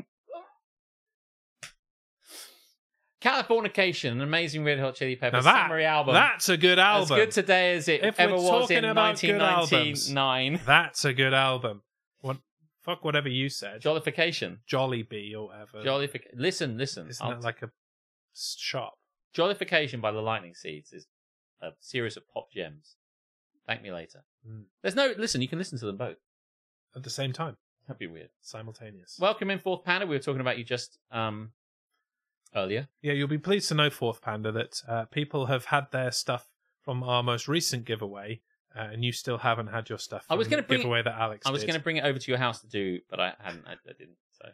Speaker 2: Californication, an amazing Red Hot Chili Peppers
Speaker 1: Now that-
Speaker 2: summary [LAUGHS] album.
Speaker 1: That's a good
Speaker 2: as
Speaker 1: album.
Speaker 2: good today as it
Speaker 1: If
Speaker 2: ever
Speaker 1: we're
Speaker 2: was in
Speaker 1: talking about good albums.
Speaker 2: 1999.
Speaker 1: That's a good album. What? Fuck whatever you said.
Speaker 2: Jollification.
Speaker 1: Jolly Bee or whatever.
Speaker 2: Jollific. Listen, listen.
Speaker 1: Isn't
Speaker 2: I'll-
Speaker 1: that like a s- shop?
Speaker 2: Jollification by the Lightning Seeds is a series of pop gems. Thank me later.
Speaker 1: Mm.
Speaker 2: There's no listen. You can listen to them both.
Speaker 1: At the same time,
Speaker 2: That'd be weird.
Speaker 1: simultaneous.
Speaker 2: Welcome in fourth panda. We were talking about you just um earlier.
Speaker 1: Yeah, you'll be pleased to know, Fourth Panda, that uh, people have had their stuff from our most recent giveaway, uh, and you still haven't had your stuff.
Speaker 2: I was
Speaker 1: from
Speaker 2: gonna
Speaker 1: the
Speaker 2: bring it-
Speaker 1: giveaway that Alex.
Speaker 2: I was
Speaker 1: did.
Speaker 2: going to bring it over to your house to do, but I hadn't. I, I didn't. So,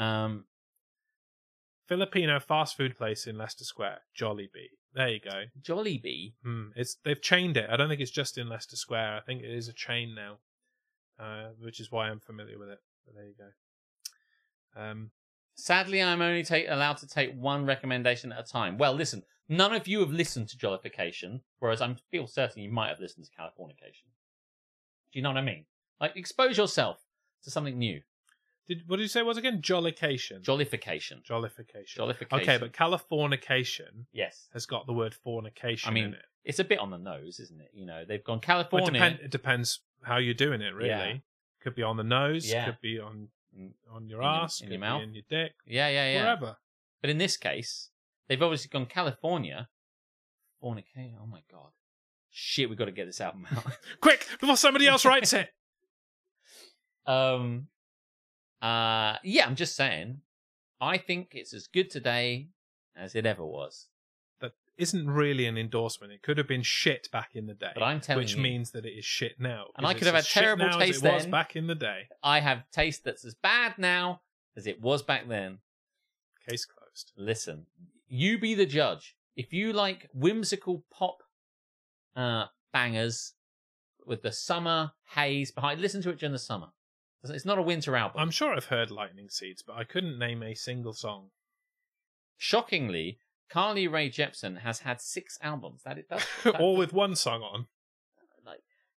Speaker 2: um,
Speaker 1: Filipino fast food place in Leicester Square, Jollibee. There you go.
Speaker 2: Jollibee.
Speaker 1: Hmm. It's they've chained it. I don't think it's just in Leicester Square. I think it is a chain now, uh, which is why I'm familiar with it. But there you go. Um,
Speaker 2: Sadly, I'm only take, allowed to take one recommendation at a time. Well, listen, none of you have listened to Jollification, whereas I feel certain you might have listened to Californication. Do you know what I mean? Like, expose yourself to something new.
Speaker 1: did what did you say it was again? Jollication.
Speaker 2: Jollification.
Speaker 1: Jollification.
Speaker 2: Jollification.
Speaker 1: Okay, but Californication
Speaker 2: yes,
Speaker 1: has got the word fornication
Speaker 2: I mean,
Speaker 1: in it.
Speaker 2: it's a bit on the nose, isn't it? You know, they've gone
Speaker 1: Well,
Speaker 2: California.
Speaker 1: it, depend, it depends how you're doing it, really.
Speaker 2: Yeah.
Speaker 1: Could be on the nose.
Speaker 2: Yeah.
Speaker 1: Could be on
Speaker 2: Mm.
Speaker 1: on your
Speaker 2: In your-
Speaker 1: ass.
Speaker 2: in
Speaker 1: could
Speaker 2: your
Speaker 1: be
Speaker 2: mouth.
Speaker 1: In your dick.
Speaker 2: Yeah, yeah, yeah.
Speaker 1: Wherever.
Speaker 2: But in this case, they've obviously gone California. Fornicate. Oh my god. Shit, we got to get this album out. [LAUGHS]
Speaker 1: Quick before somebody else writes it. [LAUGHS]
Speaker 2: um. Uh. Yeah, I'm just saying. I think it's as good today as it ever was.
Speaker 1: That isn't really an endorsement. It could have been shit back in the day.
Speaker 2: But I'm telling
Speaker 1: which
Speaker 2: you.
Speaker 1: means that it is shit now.
Speaker 2: And I
Speaker 1: Because
Speaker 2: could have had
Speaker 1: it's shit
Speaker 2: terrible
Speaker 1: now as
Speaker 2: taste
Speaker 1: it was
Speaker 2: then.
Speaker 1: back in the day.
Speaker 2: I have taste that's as bad now as it was back then.
Speaker 1: Case closed.
Speaker 2: Listen, you be the judge. If you like whimsical pop uh, bangers with the summer haze behind, listen to it during the summer. It's not a winter album.
Speaker 1: I'm sure I've heard Lightning Seeds, but I couldn't name a
Speaker 2: [LAUGHS]
Speaker 1: single song.
Speaker 2: Shockingly, Carly Rae Jepsen has had six albums. That it
Speaker 1: [LAUGHS]
Speaker 2: does.
Speaker 1: All with one song on.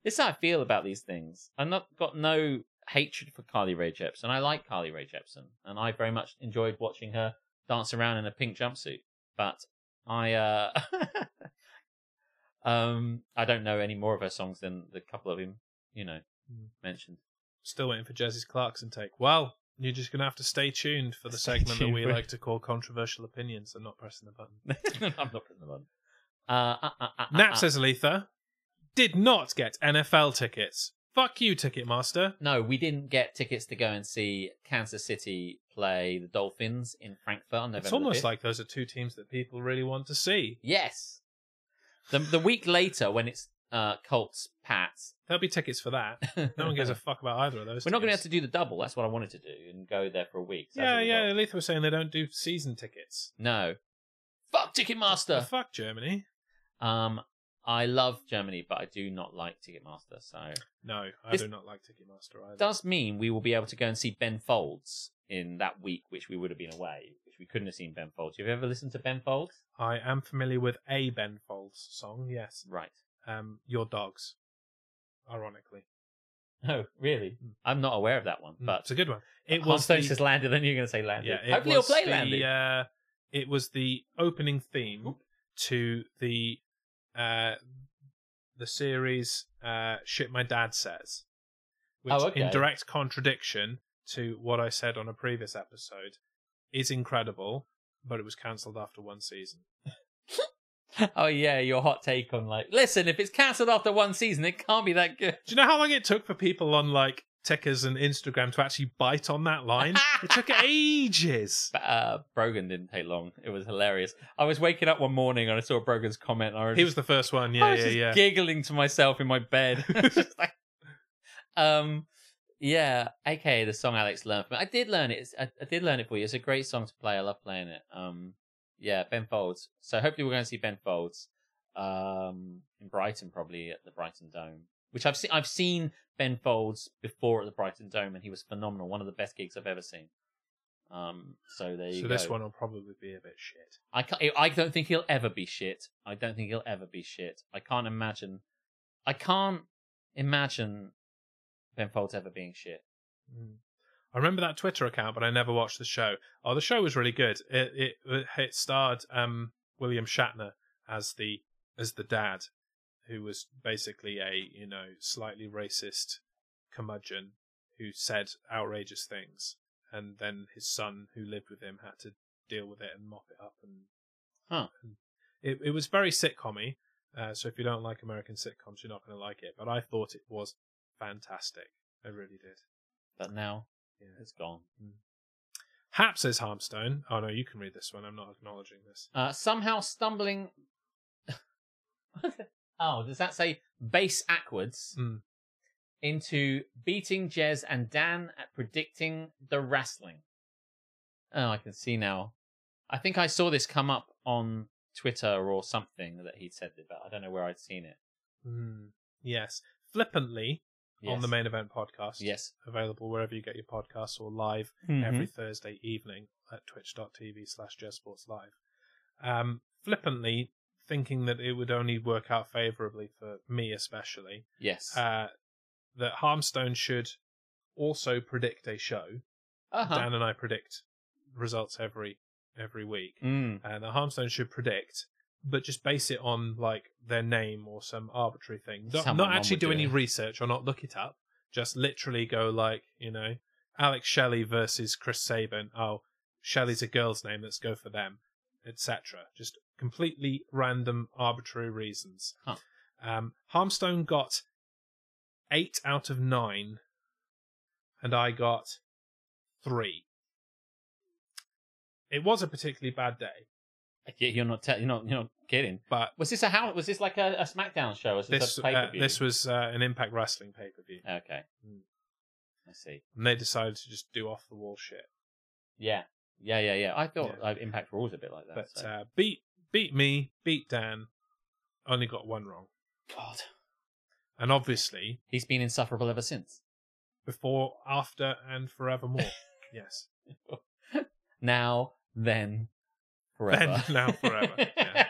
Speaker 2: This is how I feel about these things. I've not got no hatred for Carly Rae Jepsen. I like Carly Rae Jepsen, and I very much enjoyed watching her dance around in a pink jumpsuit. But I, uh, [LAUGHS] um, I don't know any more of her songs than the couple of him, you know,
Speaker 1: Hmm.
Speaker 2: mentioned. [LAUGHS]
Speaker 1: Still waiting for Jesse Clarkson take. Well, you're just going to have to stay tuned for the
Speaker 2: Stay
Speaker 1: segment that
Speaker 2: tuned
Speaker 1: we
Speaker 2: for-
Speaker 1: like to call controversial opinions and not pressing the button.
Speaker 2: [LAUGHS] I'm not putting them on. Uh, uh, uh, uh,
Speaker 1: Nap
Speaker 2: uh,
Speaker 1: says Letha did not get NFL tickets. Fuck you, Ticketmaster.
Speaker 2: No, we didn't get tickets to go and see Kansas City play the Dolphins in Frankfurt on November.
Speaker 1: It's almost
Speaker 2: 5th.
Speaker 1: like those are two teams that people really want to see.
Speaker 2: yes. The the week later when it's uh, Colts Pats. [LAUGHS]
Speaker 1: There'll be tickets for that. No one gives a fuck about either of those.
Speaker 2: We're not going to
Speaker 1: teams.
Speaker 2: have to do the double. That's what I wanted to do and go there for a week. So as a
Speaker 1: Yeah,
Speaker 2: result-
Speaker 1: yeah. Letha was saying they don't do season tickets.
Speaker 2: No. Fuck Ticketmaster.
Speaker 1: fuck Germany.
Speaker 2: Um, I love Germany, but I do not like Ticketmaster. So
Speaker 1: No, I
Speaker 2: This-
Speaker 1: do not like Ticketmaster either.
Speaker 2: does mean we will be able to go and see Ben Folds in that week, which we would have been away, which we couldn't have seen Ben Folds. Have you ever listened to Ben Folds?
Speaker 1: I am familiar with a Ben Folds song. Yes,
Speaker 2: Right.
Speaker 1: um, your dogs. Ironically,
Speaker 2: No, really. Mm. I'm not aware of that one,
Speaker 1: Mm,
Speaker 2: but
Speaker 1: it's a good one. It
Speaker 2: Hans
Speaker 1: was the,
Speaker 2: Stone says landed, then you're going to say landed.
Speaker 1: yeah, it
Speaker 2: Hopefully, you'll
Speaker 1: was
Speaker 2: play
Speaker 1: the,
Speaker 2: landed.
Speaker 1: Uh, it was the opening theme
Speaker 2: Oop.
Speaker 1: to the uh, the series uh, "Shit My Dad Says," which,
Speaker 2: Oh, okay.
Speaker 1: in direct contradiction to what I said on a previous episode, is incredible. But it was cancelled after one season.
Speaker 2: [LAUGHS] Oh yeah, your hot take on like, listen, if it's cancelled after one season, it can't be that good. [LAUGHS]
Speaker 1: Do you know how long it took for people on like tickers and Instagram to actually bite on
Speaker 2: [LAUGHS]
Speaker 1: that line? it took ages.
Speaker 2: But, uh, Brogan didn't take long. It was hilarious. I was waking up one morning and I saw Brogan's comment. And I was,
Speaker 1: He was the first
Speaker 2: I
Speaker 1: one. Yeah,
Speaker 2: was Oh,
Speaker 1: yeah,
Speaker 2: just
Speaker 1: yeah.
Speaker 2: giggling to myself in my bed. [LAUGHS] Just like- um, yeah, aka the song Alex learned from. I did learn it. It's- I, I did learn it for you. It's a great song to play. I love playing it. Um, yeah, Ben Folds. So hopefully we're going to see Ben Folds, um, in Brighton probably at the Brighton Dome, which I've seen. I've seen Ben Folds before at the Brighton Dome, and he was phenomenal. One of the best gigs I've ever seen. Um, so there you go.
Speaker 1: so this one will probably be a bit shit.
Speaker 2: I can't, I don't think he'll ever be shit. I don't think he'll ever be shit. I can't imagine. I can't imagine Ben Folds ever being shit.
Speaker 1: Mm. I remember that Twitter account, but I never watched the show. Oh, the show was really good. It it, it starred um, William Shatner as the as the dad, who was basically a you know slightly racist curmudgeon who said outrageous things, and then his son who lived with him had to deal with it and mop it up. And,
Speaker 2: Huh.
Speaker 1: and it it was very sitcommy. Uh, so if you don't like American sitcoms, you're not going to like it. But I thought it was fantastic. I really did.
Speaker 2: But now
Speaker 1: Yeah.
Speaker 2: it's gone.
Speaker 1: Hap says Harmstone. Oh no, you can read this one. I'm not acknowledging this.
Speaker 2: Uh, somehow stumbling. [LAUGHS] oh, does that say base backwards
Speaker 1: Hmm.
Speaker 2: into beating Jez and Dan at predicting the wrestling? Oh, I can see now. I think I saw this come up on Twitter or something that he'd said it, but I don't know where I'd seen it.
Speaker 1: Mm. Yes, flippantly on
Speaker 2: Yes.
Speaker 1: the main event podcast.
Speaker 2: Yes.
Speaker 1: available wherever you get your podcasts or live
Speaker 2: Mm-hmm.
Speaker 1: every Thursday evening at Twitch.tv/slash Sports Live. Um, flippantly thinking that it would only work out favourably for me, especially
Speaker 2: Yes.
Speaker 1: uh, that Harmstone should also predict a show.
Speaker 2: Uh-huh.
Speaker 1: Dan and I predict results every every week.
Speaker 2: Mm.
Speaker 1: uh, that Harmstone should predict, but just base it on like their name or some arbitrary thing. Not,
Speaker 2: Someone
Speaker 1: not actually
Speaker 2: would
Speaker 1: do
Speaker 2: do
Speaker 1: any
Speaker 2: it.
Speaker 1: research or not look it up. just literally go like, you know, Alex Shelley versus Chris Sabin. Oh, Shelley's a girl's name. Let's go for them, etc. Just completely random, arbitrary reasons.
Speaker 2: Huh.
Speaker 1: Um, Harmstone got eight out of nine, and I got three. It was a particularly bad day,
Speaker 2: Yeah, you're not te- you're not you're not kidding.
Speaker 1: but
Speaker 2: Was this a how? Was this like a, a SmackDown show? Was this,
Speaker 1: this
Speaker 2: a pay per
Speaker 1: uh,
Speaker 2: view?
Speaker 1: this was uh, an Impact Wrestling pay per view,
Speaker 2: okay.
Speaker 1: Hmm.
Speaker 2: I see.
Speaker 1: and they decided to just do off the wall shit.
Speaker 2: Yeah, yeah, yeah, yeah. I thought
Speaker 1: Yeah.
Speaker 2: uh, Impact were always a bit like that.
Speaker 1: But
Speaker 2: so.
Speaker 1: uh, beat beat me, beat Dan. Only got one wrong,
Speaker 2: God,
Speaker 1: and obviously
Speaker 2: he's been insufferable ever since.
Speaker 1: before, after, and
Speaker 2: [LAUGHS]
Speaker 1: forevermore. yes,
Speaker 2: Now, then, forever.
Speaker 1: Then, now,
Speaker 2: [LAUGHS]
Speaker 1: forever. Yeah.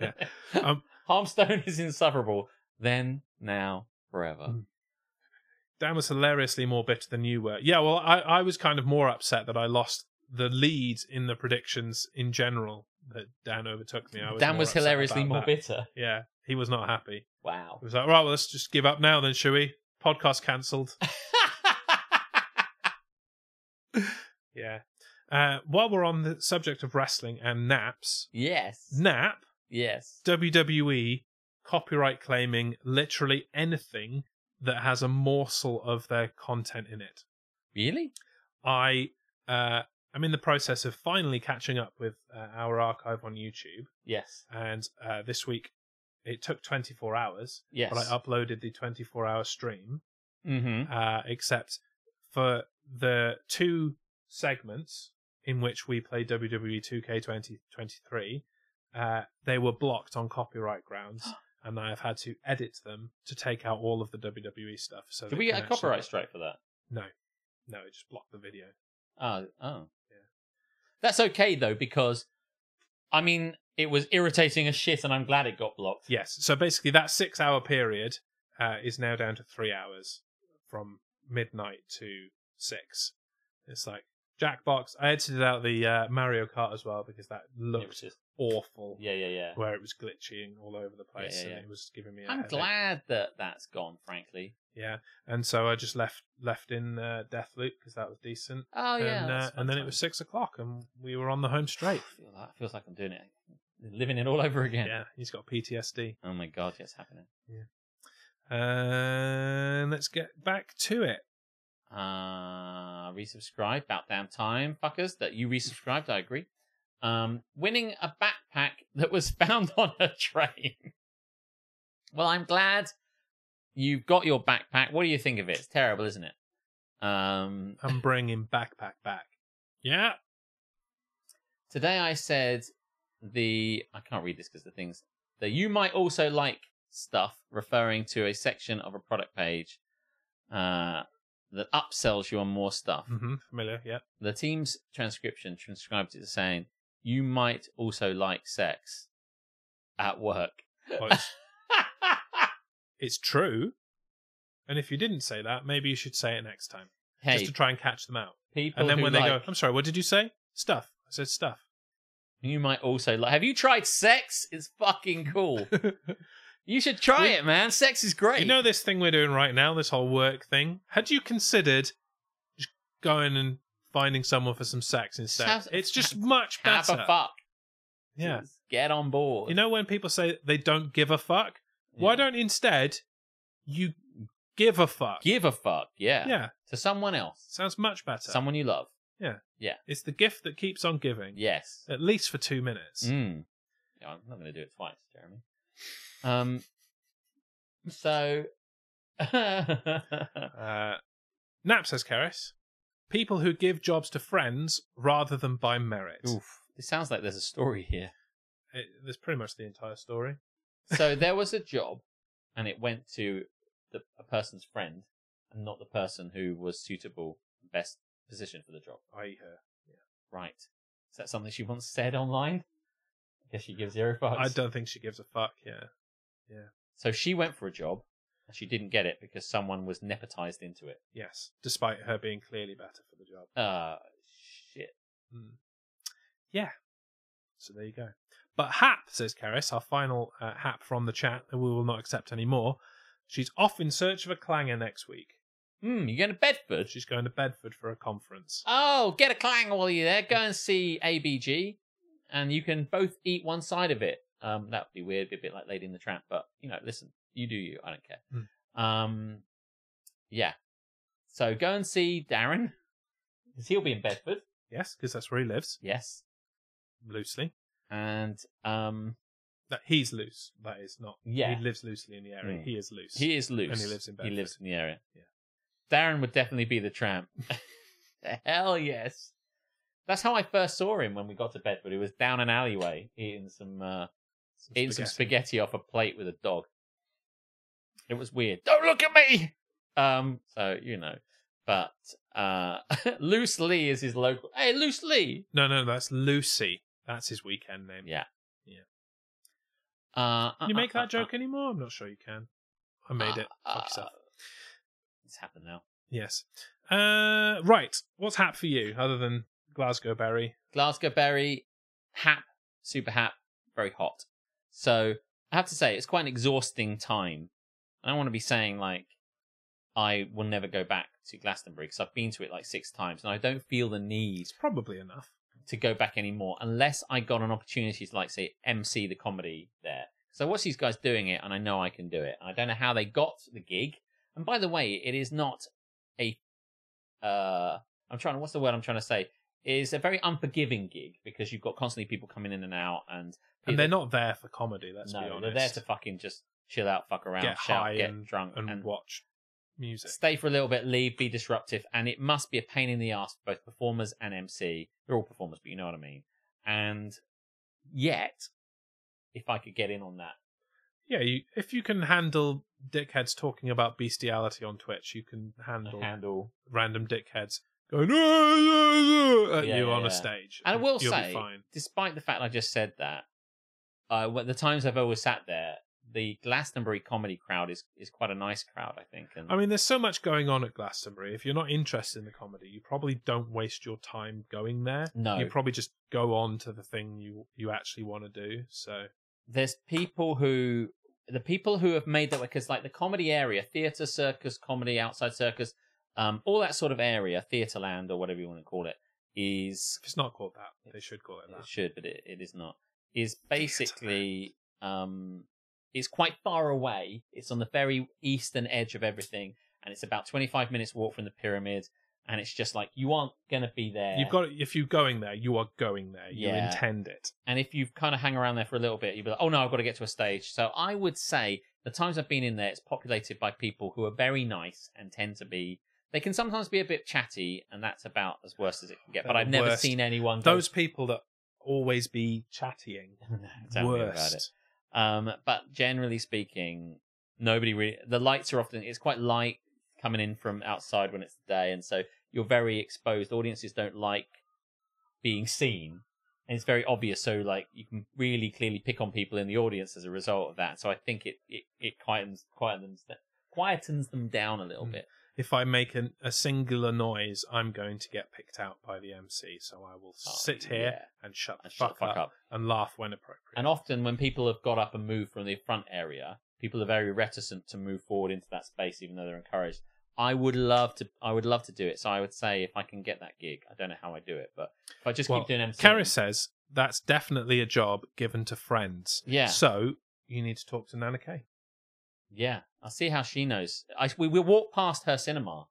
Speaker 1: Yeah. Um,
Speaker 2: Harmstone is insufferable. Then, now, forever.
Speaker 1: Mm. Dan was hilariously more bitter than you were. Yeah, well, I, I was kind of more upset that I lost the lead in the predictions in general that Dan overtook me. I was
Speaker 2: Dan
Speaker 1: more
Speaker 2: was
Speaker 1: upset
Speaker 2: hilariously
Speaker 1: about
Speaker 2: more
Speaker 1: that.
Speaker 2: bitter.
Speaker 1: Yeah, he was not happy.
Speaker 2: Wow. [LAUGHS]
Speaker 1: He [LAUGHS] was like, right, well, let's just give up now then, shall we? Podcast cancelled. Yeah. Uh, while we're on the subject of wrestling and naps,
Speaker 2: yes.
Speaker 1: nap,
Speaker 2: Yes.
Speaker 1: WWE, copyright claiming literally anything that has a morsel of their content in it.
Speaker 2: Really?
Speaker 1: I uh, am in the process of finally catching up with uh, our archive on YouTube,
Speaker 2: Yes.
Speaker 1: and uh, this week it took 24 hours,
Speaker 2: Yes.
Speaker 1: but I uploaded the 24-hour stream.
Speaker 2: mm-hmm.
Speaker 1: Uh, except for the two segments in which we played E WWE 2K2023, uh, they were blocked on
Speaker 2: [GASPS]
Speaker 1: copyright grounds. And I have had to edit them to take out all of the WWE stuff. So that
Speaker 2: Did we
Speaker 1: it
Speaker 2: get a
Speaker 1: can actually-
Speaker 2: copyright strike for that?
Speaker 1: No, no, it just blocked the video.
Speaker 2: Oh, oh.
Speaker 1: Yeah.
Speaker 2: That's okay though, because I mean, it was irritating as shit, and I'm glad it got blocked.
Speaker 1: Yes. So basically, that six hour period uh, is now down to three hours from midnight to six. It's like Jackbox. I edited out the uh, Mario Kart as well because that
Speaker 2: It was
Speaker 1: looked
Speaker 2: just-
Speaker 1: awful,
Speaker 2: yeah, yeah, yeah.
Speaker 1: where it was glitching all over the place
Speaker 2: Yeah, yeah, yeah.
Speaker 1: and it was giving me. A
Speaker 2: I'm
Speaker 1: headache.
Speaker 2: glad that that's gone. Frankly.
Speaker 1: Yeah, and so I just left left in uh, Deathloop because that was decent.
Speaker 2: Oh yeah.
Speaker 1: and, uh,
Speaker 2: that's
Speaker 1: and then
Speaker 2: fun
Speaker 1: it was
Speaker 2: time.
Speaker 1: six o'clock, and we were on the home straight.
Speaker 2: Feel like, [SIGHS] feels like I'm doing it, living it all over again.
Speaker 1: yeah, he's got PTSD.
Speaker 2: Oh my god, yes, happening.
Speaker 1: And Uh, let's get back to it.
Speaker 2: Uh, resubscribe. About damn time, fuckers, that you resubscribed. I agree. Um, winning a backpack [LAUGHS] that was found on a train. well, I'm glad you've got your backpack. What do you think of it? It's terrible, isn't it? Um, [LAUGHS]
Speaker 1: I'm bringing backpack back. Yeah.
Speaker 2: today I said the I can't read this because the things that you might also like stuff referring to a section of a product page uh, that upsells you on more stuff.
Speaker 1: hmm Familiar.
Speaker 2: [LAUGHS]
Speaker 1: Yeah.
Speaker 2: the team's transcription transcribed it as saying, "You might also like sex at work." [LAUGHS]
Speaker 1: Well, it's, it's true. And if you didn't say that, maybe you should say it next time,
Speaker 2: hey,
Speaker 1: just to try and catch them out.
Speaker 2: people
Speaker 1: And then
Speaker 2: who
Speaker 1: when they
Speaker 2: like,
Speaker 1: go, "I'm sorry, what did you say?" Stuff. I said stuff.
Speaker 2: you might also like. Have you tried sex? It's fucking
Speaker 1: [LAUGHS]
Speaker 2: cool. you should try
Speaker 1: We-
Speaker 2: it, man. Sex is great.
Speaker 1: You know this thing we're doing right now, this whole work thing. Had you considered just going and finding someone for some sex instead?
Speaker 2: Sounds-
Speaker 1: it's just much
Speaker 2: have
Speaker 1: better.
Speaker 2: a fuck.
Speaker 1: Yeah.
Speaker 2: Just get on board.
Speaker 1: You know when people say they don't give a fuck.
Speaker 2: Yeah.
Speaker 1: Why don't instead you give a fuck?
Speaker 2: give a fuck? Yeah.
Speaker 1: yeah.
Speaker 2: To someone else,
Speaker 1: Sounds much better.
Speaker 2: someone you love.
Speaker 1: It's the gift that keeps on giving.
Speaker 2: Yes.
Speaker 1: At least for two minutes.
Speaker 2: Mm. Yeah, I'm not going to do it twice, Jeremy. Um. So. [LAUGHS]
Speaker 1: Uh, Nap says, Keris, people who give jobs to friends rather than by merit.
Speaker 2: Oof. It sounds like there's a story here.
Speaker 1: It, that's pretty much the entire story.
Speaker 2: So there was a job, and it went to the, a person's friend, and not the person who was suitable, best positioned for the job.
Speaker 1: I uh, her.
Speaker 2: Right. Is that something she once said online? I guess she gives zero fucks.
Speaker 1: I don't think she gives a fuck, yeah.
Speaker 2: So she went for a job, and she didn't get it because someone was nepotized into it.
Speaker 1: Yes. Despite her being clearly better for the job.
Speaker 2: Uh, shit.
Speaker 1: Mm. Yeah. So there you go. But Hap, says Keris, our final uh, Hap from the chat, and we will not accept any more. She's off in search of a clanger next week.
Speaker 2: Hmm, you're going to Bedford?
Speaker 1: She's going to Bedford for a conference.
Speaker 2: Oh, get a clang while you're there. Go and see ABG, and you can both eat one side of it. Um, that would be weird, be a bit like Lady in the Tramp, but you know, listen, you do you. I don't care.
Speaker 1: Hmm.
Speaker 2: Um, yeah. So go and see Darren, because he'll be in Bedford.
Speaker 1: Yes, because that's where he lives,
Speaker 2: Yes,
Speaker 1: loosely.
Speaker 2: and um,
Speaker 1: That he's loose. That is not.
Speaker 2: Yeah.
Speaker 1: He lives loosely in the area.
Speaker 2: Mm.
Speaker 1: He is loose.
Speaker 2: he is loose.
Speaker 1: And he lives in Bedford.
Speaker 2: He lives in the area.
Speaker 1: Yeah.
Speaker 2: Darren would definitely be the
Speaker 1: [LAUGHS]
Speaker 2: tramp. Hell yes. That's how I first saw him when we got to Bedford. He was down an alleyway eating some. Uh,
Speaker 1: Some
Speaker 2: eating some spaghetti off a plate with a dog. It was weird. Don't look at me. Um, so you know, but uh, [LAUGHS] Loose Lee is his local. Hey, Loose Lee.
Speaker 1: No, no, that's Lucy. That's his weekend name.
Speaker 2: Yeah. Uh,
Speaker 1: Can you
Speaker 2: uh,
Speaker 1: make
Speaker 2: uh,
Speaker 1: that joke anymore? I'm not sure you can. I
Speaker 2: uh,
Speaker 1: made it.
Speaker 2: uh,
Speaker 1: Fuck yourself.
Speaker 2: It's happened now.
Speaker 1: Yes. Uh, right. What's hap for you other than Glasgow Berry?
Speaker 2: Glasgow Berry, Hap, Super Hap, very hot. So I have to say, it's quite an exhausting time. I don't want to be saying like I will never go back to Glastonbury because I've been to it like six times and I don't feel the need
Speaker 1: It's probably enough.
Speaker 2: to go back anymore unless I got an opportunity to like say MC the comedy there. So I watch these guys doing it and I know I can do it. I don't know how they got the gig. And by the way, it is not a uh I'm trying what's the word I'm trying to say? It is a very unforgiving gig because you've got constantly people coming in and out and
Speaker 1: And they're not there for comedy, let's be
Speaker 2: no,
Speaker 1: honest.
Speaker 2: they're there to fucking just chill out, fuck around,
Speaker 1: Get
Speaker 2: shout,
Speaker 1: high
Speaker 2: get
Speaker 1: and-
Speaker 2: drunk
Speaker 1: and, watch music.
Speaker 2: stay for a little bit, leave, be disruptive, and it must be a pain in the ass for both performers and MC. They're all performers, but you know what I mean. And yet, if I could get in on that,
Speaker 1: Yeah, you, if you can handle dickheads talking about bestiality on Twitch, you can handle
Speaker 2: handle.
Speaker 1: random dickheads going "Ah, ah, ah," at
Speaker 2: Yeah,
Speaker 1: you
Speaker 2: yeah,
Speaker 1: on
Speaker 2: yeah.
Speaker 1: a stage.
Speaker 2: And I will
Speaker 1: you'll
Speaker 2: say,
Speaker 1: be fine.
Speaker 2: despite the fact I just said that, uh, when- the times I've always sat there, the Glastonbury comedy crowd is is quite a nice crowd, I think. And
Speaker 1: I mean, there's so much going on at Glastonbury. If you're not interested in the comedy, you probably don't waste your time going there.
Speaker 2: No.
Speaker 1: you probably just go on to the thing you you actually want to do. So
Speaker 2: there's people who the people who have made that because like the comedy area theater circus comedy outside circus um all that sort of area theaterland or whatever you want to call it is
Speaker 1: if it's not called that, they should call it
Speaker 2: it
Speaker 1: that.
Speaker 2: should but it, it is not is basically um it's quite far away it's on the very eastern edge of everything and it's about 25 minutes walk from the pyramid and it's just like you aren't gonna be there
Speaker 1: You've got if you're going there, you are going there. You
Speaker 2: Yeah.
Speaker 1: intend it.
Speaker 2: and if you kind of hang around there for a little bit, you'll be like, oh no, I've got to get to a stage. So I would say the times I've been in there, it's populated by people who are very nice and tend to be. They can sometimes be a bit chatty, and that's about as worse as it can get.
Speaker 1: They're
Speaker 2: but I've
Speaker 1: the
Speaker 2: never
Speaker 1: worst.
Speaker 2: seen anyone go, [LAUGHS]
Speaker 1: Those people that always be chattying,
Speaker 2: No, tell me about
Speaker 1: worst.
Speaker 2: it. Um, but generally speaking, nobody really. The lights are often. It's quite light coming in from outside when it's the day, and so you're very exposed. Audiences don't like being seen, and it's very obvious. So like you can really clearly pick on people in the audience as a result of that. So I think it it, it quietens quietens them quietens them down a little
Speaker 1: Mm.
Speaker 2: bit.
Speaker 1: If I make an, a singular noise, I'm going to get picked out by the MC. So I will
Speaker 2: Oh,
Speaker 1: sit here
Speaker 2: yeah.
Speaker 1: and shut the
Speaker 2: And shut
Speaker 1: fuck,
Speaker 2: the fuck
Speaker 1: up,
Speaker 2: up.
Speaker 1: and laugh when appropriate.
Speaker 2: And often when people have got up and moved from the front area, people are very reticent to move forward into that space, even though they're encouraged. I would love to. I would love to do it. So I would say if I can get that gig, I don't know how I do it, but if I just
Speaker 1: Well,
Speaker 2: keep doing MC,
Speaker 1: Kara says that's definitely a job given to friends.
Speaker 2: Yeah.
Speaker 1: So you need to talk to Nana Kay.
Speaker 2: yeah, I'll see how she knows. I we we walked past her cinema,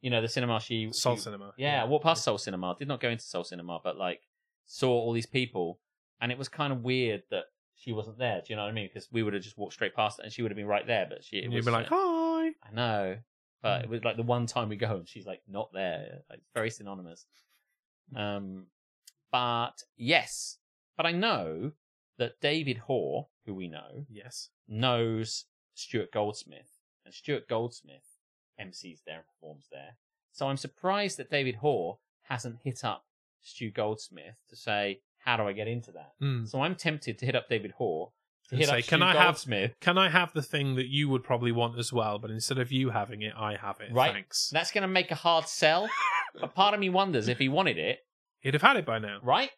Speaker 2: you know, the cinema she
Speaker 1: Soul
Speaker 2: she-
Speaker 1: Cinema.
Speaker 2: Yeah, I walked past Soul Cinema. Did not go into Soul Cinema, but like saw all these people, and it was kind of weird that she wasn't there. Do you know what I mean? Because we would have just walked straight past it, and she would have been right there, but she. It
Speaker 1: And
Speaker 2: was uh,
Speaker 1: you'd be like, hi.
Speaker 2: I know,
Speaker 1: Hmm.
Speaker 2: but it was like the one time we go and she's like not there. Like very synonymous. Um, but yes, but I know that David Hoare, who we know,
Speaker 1: Yes.
Speaker 2: knows Stuart Goldsmith, and Stuart Goldsmith MCs there and performs there. So I'm surprised that David Hoare hasn't hit up Stu Goldsmith to say, "How do I get into that?"
Speaker 1: Mm.
Speaker 2: So I'm tempted to hit up David Hoare to
Speaker 1: And
Speaker 2: hit
Speaker 1: say,
Speaker 2: up
Speaker 1: "Can
Speaker 2: Stu
Speaker 1: I have-
Speaker 2: Goldsmith."
Speaker 1: Can I have the thing that you would probably want as well? But instead of you having it, I have it.
Speaker 2: Right.
Speaker 1: Thanks.
Speaker 2: That's going to make a hard sell. but part of me wonders if he wanted it,
Speaker 1: He'd have had it by now.
Speaker 2: right?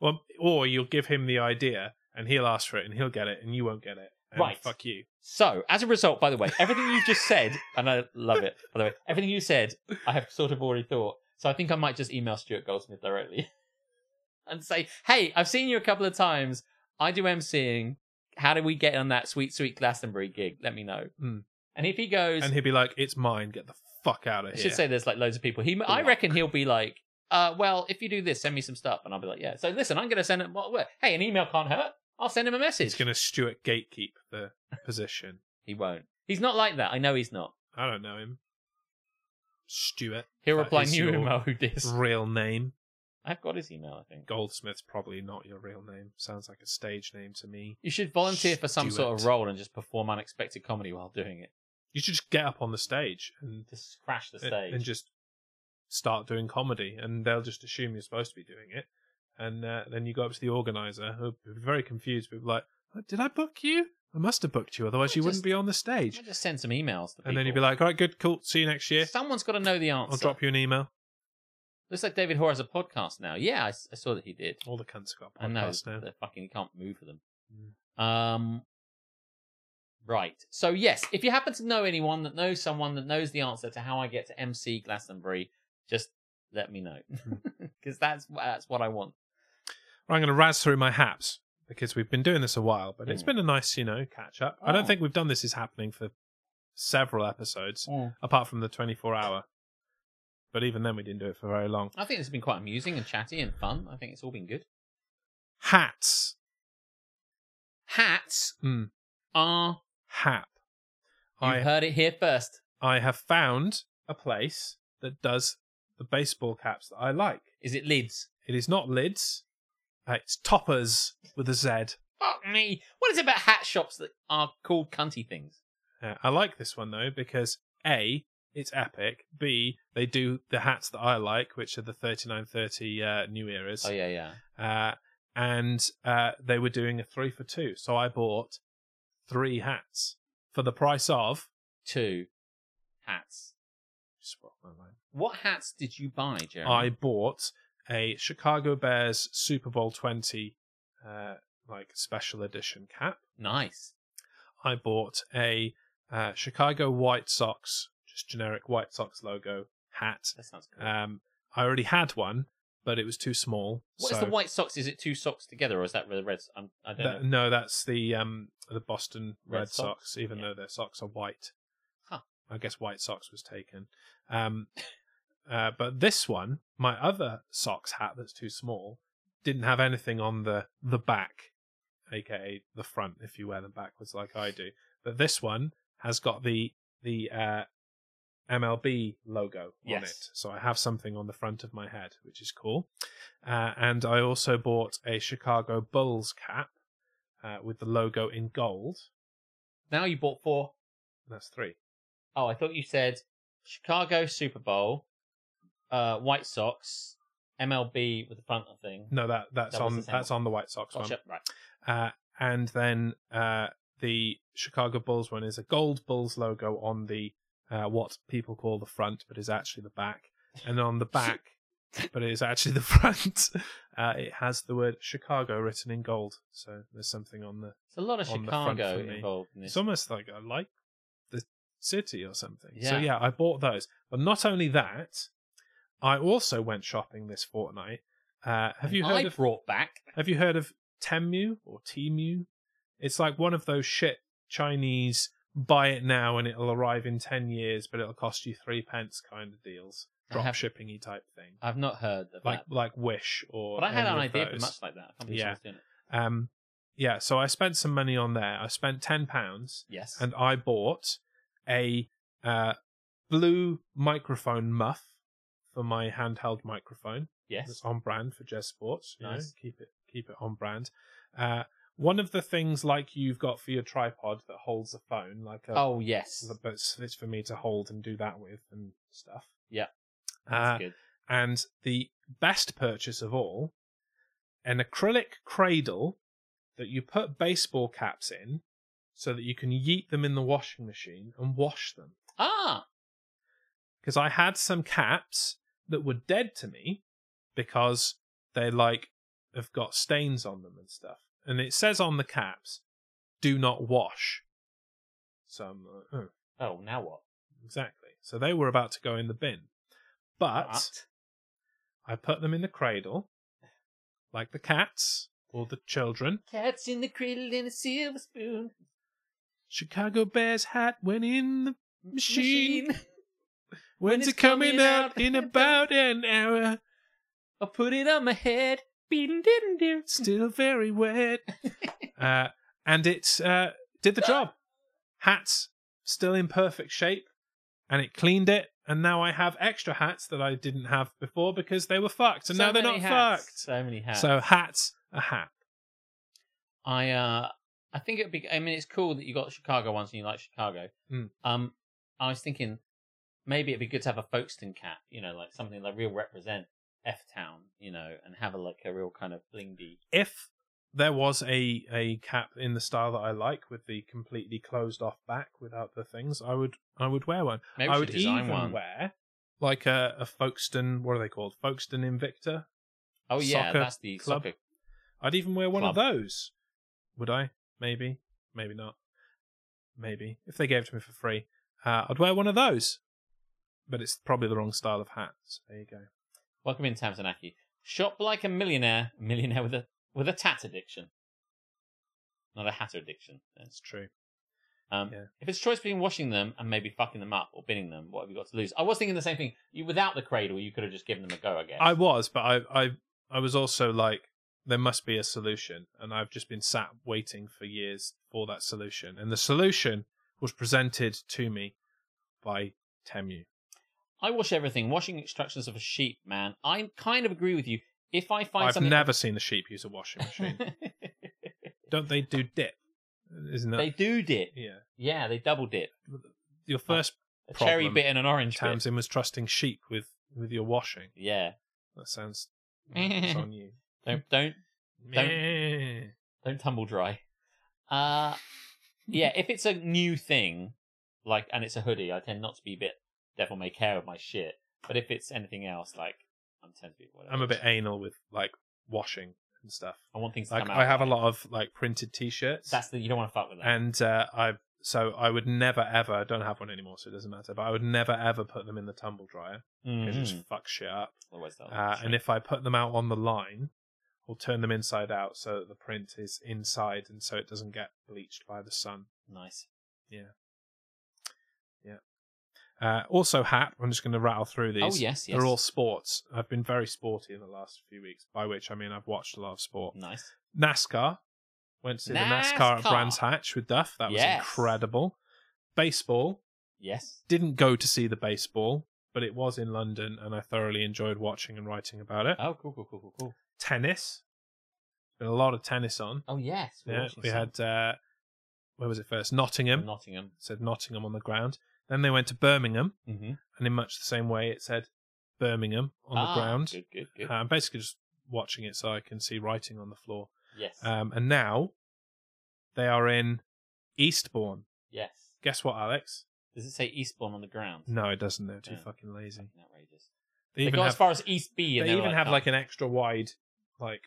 Speaker 1: Or, or you'll give him the idea and he'll ask for it and he'll get it and you won't get it. And
Speaker 2: Right.
Speaker 1: Fuck you.
Speaker 2: So, as a result, by the way, everything you've just said, and I love it, by the way, everything you said, I have sort of already thought. So I think I might just email Stuart Goldsmith directly [LAUGHS] and say, hey, I've seen you a couple of times. I do emceeing. How do we get on that sweet, sweet Glastonbury gig? Let me know.
Speaker 1: Hmm.
Speaker 2: And if he goes,
Speaker 1: And he'll be like, it's mine. Get the fuck out of
Speaker 2: I
Speaker 1: here.
Speaker 2: should say there's like loads of people. He, I reckon he'll be like, uh, well, if you do this, send me some stuff. And I'll be like, yeah. So listen, I'm going to send him, what, what- hey, an email can't hurt. I'll send him a
Speaker 1: He's
Speaker 2: message.
Speaker 1: going to Stuart gatekeep
Speaker 2: [LAUGHS]
Speaker 1: the position.
Speaker 2: He won't. He's not like that. I know he's not.
Speaker 1: I don't know him. Stuart.
Speaker 2: He'll
Speaker 1: That
Speaker 2: reply
Speaker 1: is
Speaker 2: new
Speaker 1: your-
Speaker 2: email who dis.
Speaker 1: Real name.
Speaker 2: I've got his email, I think.
Speaker 1: Goldsmith's probably not your real name. Sounds like a stage name to me.
Speaker 2: You should volunteer for some sort of
Speaker 1: Stuart.
Speaker 2: role and just perform unexpected comedy while doing it.
Speaker 1: You should just get up on the stage and
Speaker 2: Just crash the
Speaker 1: and-
Speaker 2: stage.
Speaker 1: and just start doing comedy, and they'll just assume you're supposed to be doing it. And uh, then you go up to the organizer, who'll be very confused, but be like, "What, "Did I book you? I must have booked you, otherwise you
Speaker 2: just-
Speaker 1: wouldn't be on the
Speaker 2: I
Speaker 1: stage."
Speaker 2: might just send some emails to people.
Speaker 1: And then you'd be like, "All right, good, cool. See you next year.
Speaker 2: someone's got to know the answer.
Speaker 1: I'll drop you an email."
Speaker 2: Looks like David Hoare has a podcast now. Yeah, I, s- I saw that he did.
Speaker 1: All the cunts have got
Speaker 2: I know.
Speaker 1: podcasts now.
Speaker 2: They fucking you can't move for them. Um, right. So yes, if you happen to know anyone that knows someone that knows the answer to how I get to MC Glastonbury, just let me know [LAUGHS] because that's that's what I want.
Speaker 1: Right, I'm going to razz through my haps because we've been doing this a while, but it's
Speaker 2: Mm.
Speaker 1: been a nice, you know, catch up. I
Speaker 2: Oh.
Speaker 1: don't think we've done this is happening for several episodes, apart from the 24 hour. But even then, we didn't do it for very long.
Speaker 2: I think it's been quite amusing and chatty and fun. I think it's all been good.
Speaker 1: Hats.
Speaker 2: Hats
Speaker 1: Mm.
Speaker 2: are.
Speaker 1: Hap.
Speaker 2: You
Speaker 1: I
Speaker 2: heard it here first.
Speaker 1: I have found a place that does the baseball caps that I like.
Speaker 2: Is it lids?
Speaker 1: It is not lids. Uh, it's toppers with a Z.
Speaker 2: Fuck me. What is it about hat shops that are called cunty things?
Speaker 1: Uh, I like this one though because A, it's epic. B, they do the hats that I like, which are the 3930 uh, New Eras.
Speaker 2: Oh yeah, yeah.
Speaker 1: Uh, and uh, they were doing a three for two. So I bought three hats for the price of.
Speaker 2: Two hats.
Speaker 1: Spot my line.
Speaker 2: What hats did you buy, Jeremy?
Speaker 1: I bought a Chicago Bears Super Bowl 20 uh, like special edition cap.
Speaker 2: nice.
Speaker 1: I bought a uh, Chicago White Sox just generic White Sox logo hat.
Speaker 2: That sounds cool.
Speaker 1: Um, I already had one, but it was too small.
Speaker 2: What is
Speaker 1: so
Speaker 2: the White Sox? Is it two socks together, or is that the Reds? I'm, I don't
Speaker 1: that-
Speaker 2: know.
Speaker 1: no, that's the um, the Boston
Speaker 2: Red
Speaker 1: Red,
Speaker 2: Sox?
Speaker 1: Sox, even
Speaker 2: Yeah.
Speaker 1: though their socks are white.
Speaker 2: Huh.
Speaker 1: I guess White Sox was taken. Um, [LAUGHS] uh, but this one, my other socks hat that's too small, didn't have anything on the the back, aka the front, if you wear them backwards like I do. But this one has got the the uh, MLB logo on
Speaker 2: Yes.
Speaker 1: it, so I have something on the front of my head, which is cool. Uh, and I also bought a Chicago Bulls cap uh, with the logo in gold.
Speaker 2: Now you bought four.
Speaker 1: That's three.
Speaker 2: Oh, I thought you said Chicago Super Bowl, uh, White Sox, MLB with the front of thing.
Speaker 1: No, that that's
Speaker 2: That was the
Speaker 1: on
Speaker 2: same
Speaker 1: that's on the White Sox one.
Speaker 2: Gotcha. Right.
Speaker 1: Uh, and then uh, the Chicago Bulls one is a gold Bulls logo on the uh, what people call the front, but is actually the back. And on
Speaker 2: [LAUGHS]
Speaker 1: the back, but it is actually the front. [LAUGHS] Uh, it has the word Chicago written in gold. So there's something on the.
Speaker 2: It's a lot of
Speaker 1: On the front
Speaker 2: Chicago
Speaker 1: for me.
Speaker 2: involved in this.
Speaker 1: It's almost like I like the city or something. So
Speaker 2: Yeah.
Speaker 1: yeah, I bought those. But not only that, I also went shopping this fortnight. Uh, have you
Speaker 2: And
Speaker 1: heard
Speaker 2: I
Speaker 1: of
Speaker 2: brought back?
Speaker 1: Have you heard of Temu or Temu? It's like one of those shit Chinese buy it now and it'll arrive in 10 years, but it'll cost you three pence kind of deals.
Speaker 2: I have-
Speaker 1: Drop shipping y type thing.
Speaker 2: I've not heard of
Speaker 1: Like
Speaker 2: that.
Speaker 1: like Wish or.
Speaker 2: But I had
Speaker 1: any
Speaker 2: an
Speaker 1: of
Speaker 2: idea for
Speaker 1: those.
Speaker 2: much like that. I can't believe
Speaker 1: Yeah.
Speaker 2: someone's doing it.
Speaker 1: Um, yeah, so I spent some money on there. I spent £10
Speaker 2: Yes.
Speaker 1: and I bought a uh, blue microphone muff for my handheld microphone.
Speaker 2: yes.
Speaker 1: It's on brand for Jez Sports. You
Speaker 2: Nice.
Speaker 1: know, keep it keep it on brand. Uh, one of the things like you've got for your tripod that holds a phone, like a
Speaker 2: Oh yes.
Speaker 1: but it's, it's for me to hold and do that with and stuff.
Speaker 2: Yeah. That's
Speaker 1: Uh,
Speaker 2: good.
Speaker 1: and the best purchase of all, an acrylic cradle that you put baseball caps in, so that you can yeet them in the washing machine and wash them.
Speaker 2: Ah.
Speaker 1: because I had some caps that were dead to me because they like have got stains on them and stuff. and it says on the caps, "Do not wash." So I'm like, oh,
Speaker 2: Oh, now what?
Speaker 1: exactly. So they were about to go in the bin, but
Speaker 2: But-
Speaker 1: I put them in the cradle, like the cats or the children.
Speaker 2: Cats in the cradle and a silver spoon
Speaker 1: Chicago Bears hat went in the machine.
Speaker 2: machine.
Speaker 1: When's
Speaker 2: it's
Speaker 1: it coming,
Speaker 2: coming
Speaker 1: out?
Speaker 2: out?
Speaker 1: [LAUGHS] In about an hour.
Speaker 2: I put it on my head. Beatin' didn't do.
Speaker 1: Still very
Speaker 2: [LAUGHS]
Speaker 1: wet. uh, and it uh, did the job. Hats still in perfect shape, and it cleaned it. And now I have extra hats that I didn't have before because they were fucked, and now they're not fucked.
Speaker 2: So many hats.
Speaker 1: So hats a hat.
Speaker 2: I uh I think it'd be I mean it's cool that you got Chicago ones and you like Chicago.
Speaker 1: Mm.
Speaker 2: Um I was thinking maybe it'd be good to have a Folkestone cap, you know, like something that real represent F Town, you know, and have a like a real kind of blingy
Speaker 1: If there was a a cap in the style that I like with the completely closed off back without the things, I would I would wear one.
Speaker 2: maybe we
Speaker 1: I
Speaker 2: should
Speaker 1: would
Speaker 2: design
Speaker 1: even
Speaker 2: one.
Speaker 1: wear like a, a Folkestone. What are they called? Folkestone Invicta.
Speaker 2: oh yeah,
Speaker 1: soccer
Speaker 2: that's the
Speaker 1: club.
Speaker 2: soccer
Speaker 1: I'd even wear one of
Speaker 2: Club.
Speaker 1: those. Would I? Maybe. Maybe not. Maybe if they gave it to me for free, uh, I'd wear one of those. But it's probably the wrong style of hat. So there you go.
Speaker 2: Welcome in Tamsanaki. Shop like a millionaire, millionaire with a with a tat addiction. Not a hat addiction.
Speaker 1: It's true.
Speaker 2: Um,
Speaker 1: Yeah.
Speaker 2: If it's a choice between washing them and maybe fucking them up or binning them, what have you got to lose? I was thinking the same thing. You without the cradle, you could have just given them a go. I guess.
Speaker 1: I was, but I, I, I was also like, there must be a solution, and I've just been sat waiting for years for that solution. And the solution was presented to me by Temu.
Speaker 2: I wash everything. Washing extractions of a sheep, man. I kind of agree with you. If I find
Speaker 1: I've
Speaker 2: something, [LAUGHS]
Speaker 1: never seen a sheep use a washing machine. Don't they do dip? Isn't that?
Speaker 2: they do dip.
Speaker 1: Yeah.
Speaker 2: Yeah, they double dip.
Speaker 1: Your first
Speaker 2: A cherry
Speaker 1: Problem.
Speaker 2: bit and an orange bit.
Speaker 1: Tamsin was trusting sheep with with your washing.
Speaker 2: Yeah. [LAUGHS]
Speaker 1: That sounds it's on you.
Speaker 2: Don't
Speaker 1: [LAUGHS]
Speaker 2: don't Don't-
Speaker 1: Meh.
Speaker 2: Don't tumble dry. Uh yeah, if it's a new thing, like and it's a hoodie, I tend not to be a bit devil may care of my shit. But if it's anything else, like I'm tend to be whatever.
Speaker 1: I'm a bit anal with like washing and stuff.
Speaker 2: I want things to
Speaker 1: Like
Speaker 2: come out.
Speaker 1: I have a lot of like printed t-shirts,
Speaker 2: That's the you don't want to fuck with that.
Speaker 1: and uh, I so I would never ever. I don't have one anymore, so it doesn't matter. But I would never ever put them in the tumble dryer.
Speaker 2: Mhm.
Speaker 1: It just fucks shit up.
Speaker 2: Otherwise they'll
Speaker 1: Uh,
Speaker 2: shrink.
Speaker 1: and if I put them out on the line, or turn them inside out so that the print is inside and so it doesn't get bleached by the sun.
Speaker 2: nice.
Speaker 1: Uh, also, hat. I'm just going to rattle through these.
Speaker 2: Oh yes, yes.
Speaker 1: They're all sports. I've been very sporty in the last few weeks, by which I mean I've watched a lot of sport.
Speaker 2: nice.
Speaker 1: NASCAR. Went to see the NASCAR at
Speaker 2: NASCAR.
Speaker 1: Brands Hatch with Duff. That was
Speaker 2: Yes.
Speaker 1: incredible. Baseball.
Speaker 2: Yes.
Speaker 1: Didn't go to see the baseball, but it was in London and I thoroughly enjoyed watching and writing about it.
Speaker 2: Oh cool, cool, cool, cool, cool.
Speaker 1: Tennis. Been a lot of tennis on.
Speaker 2: Oh yes. we're
Speaker 1: yeah,
Speaker 2: watching
Speaker 1: we
Speaker 2: some
Speaker 1: had, uh, where was it first?
Speaker 2: from
Speaker 1: Nottingham.
Speaker 2: Nottingham.
Speaker 1: said Nottingham on the ground. Then they went to Birmingham,
Speaker 2: Mm-hmm.
Speaker 1: and in much the same way, it said Birmingham on
Speaker 2: ah,
Speaker 1: the ground. Uh,
Speaker 2: Good, good, good.
Speaker 1: I'm Um, basically just watching it so I can see writing on the floor.
Speaker 2: yes.
Speaker 1: Um, and now they are in Eastbourne.
Speaker 2: yes.
Speaker 1: Guess what, Alex?
Speaker 2: Does it say Eastbourne on the ground?
Speaker 1: No, it doesn't. They're too
Speaker 2: Yeah.
Speaker 1: fucking lazy.
Speaker 2: Fucking outrageous.
Speaker 1: They,
Speaker 2: They
Speaker 1: even
Speaker 2: got as
Speaker 1: have,
Speaker 2: far as East B,
Speaker 1: they
Speaker 2: and
Speaker 1: even
Speaker 2: were like,
Speaker 1: have
Speaker 2: "Oh,
Speaker 1: like an extra wide, like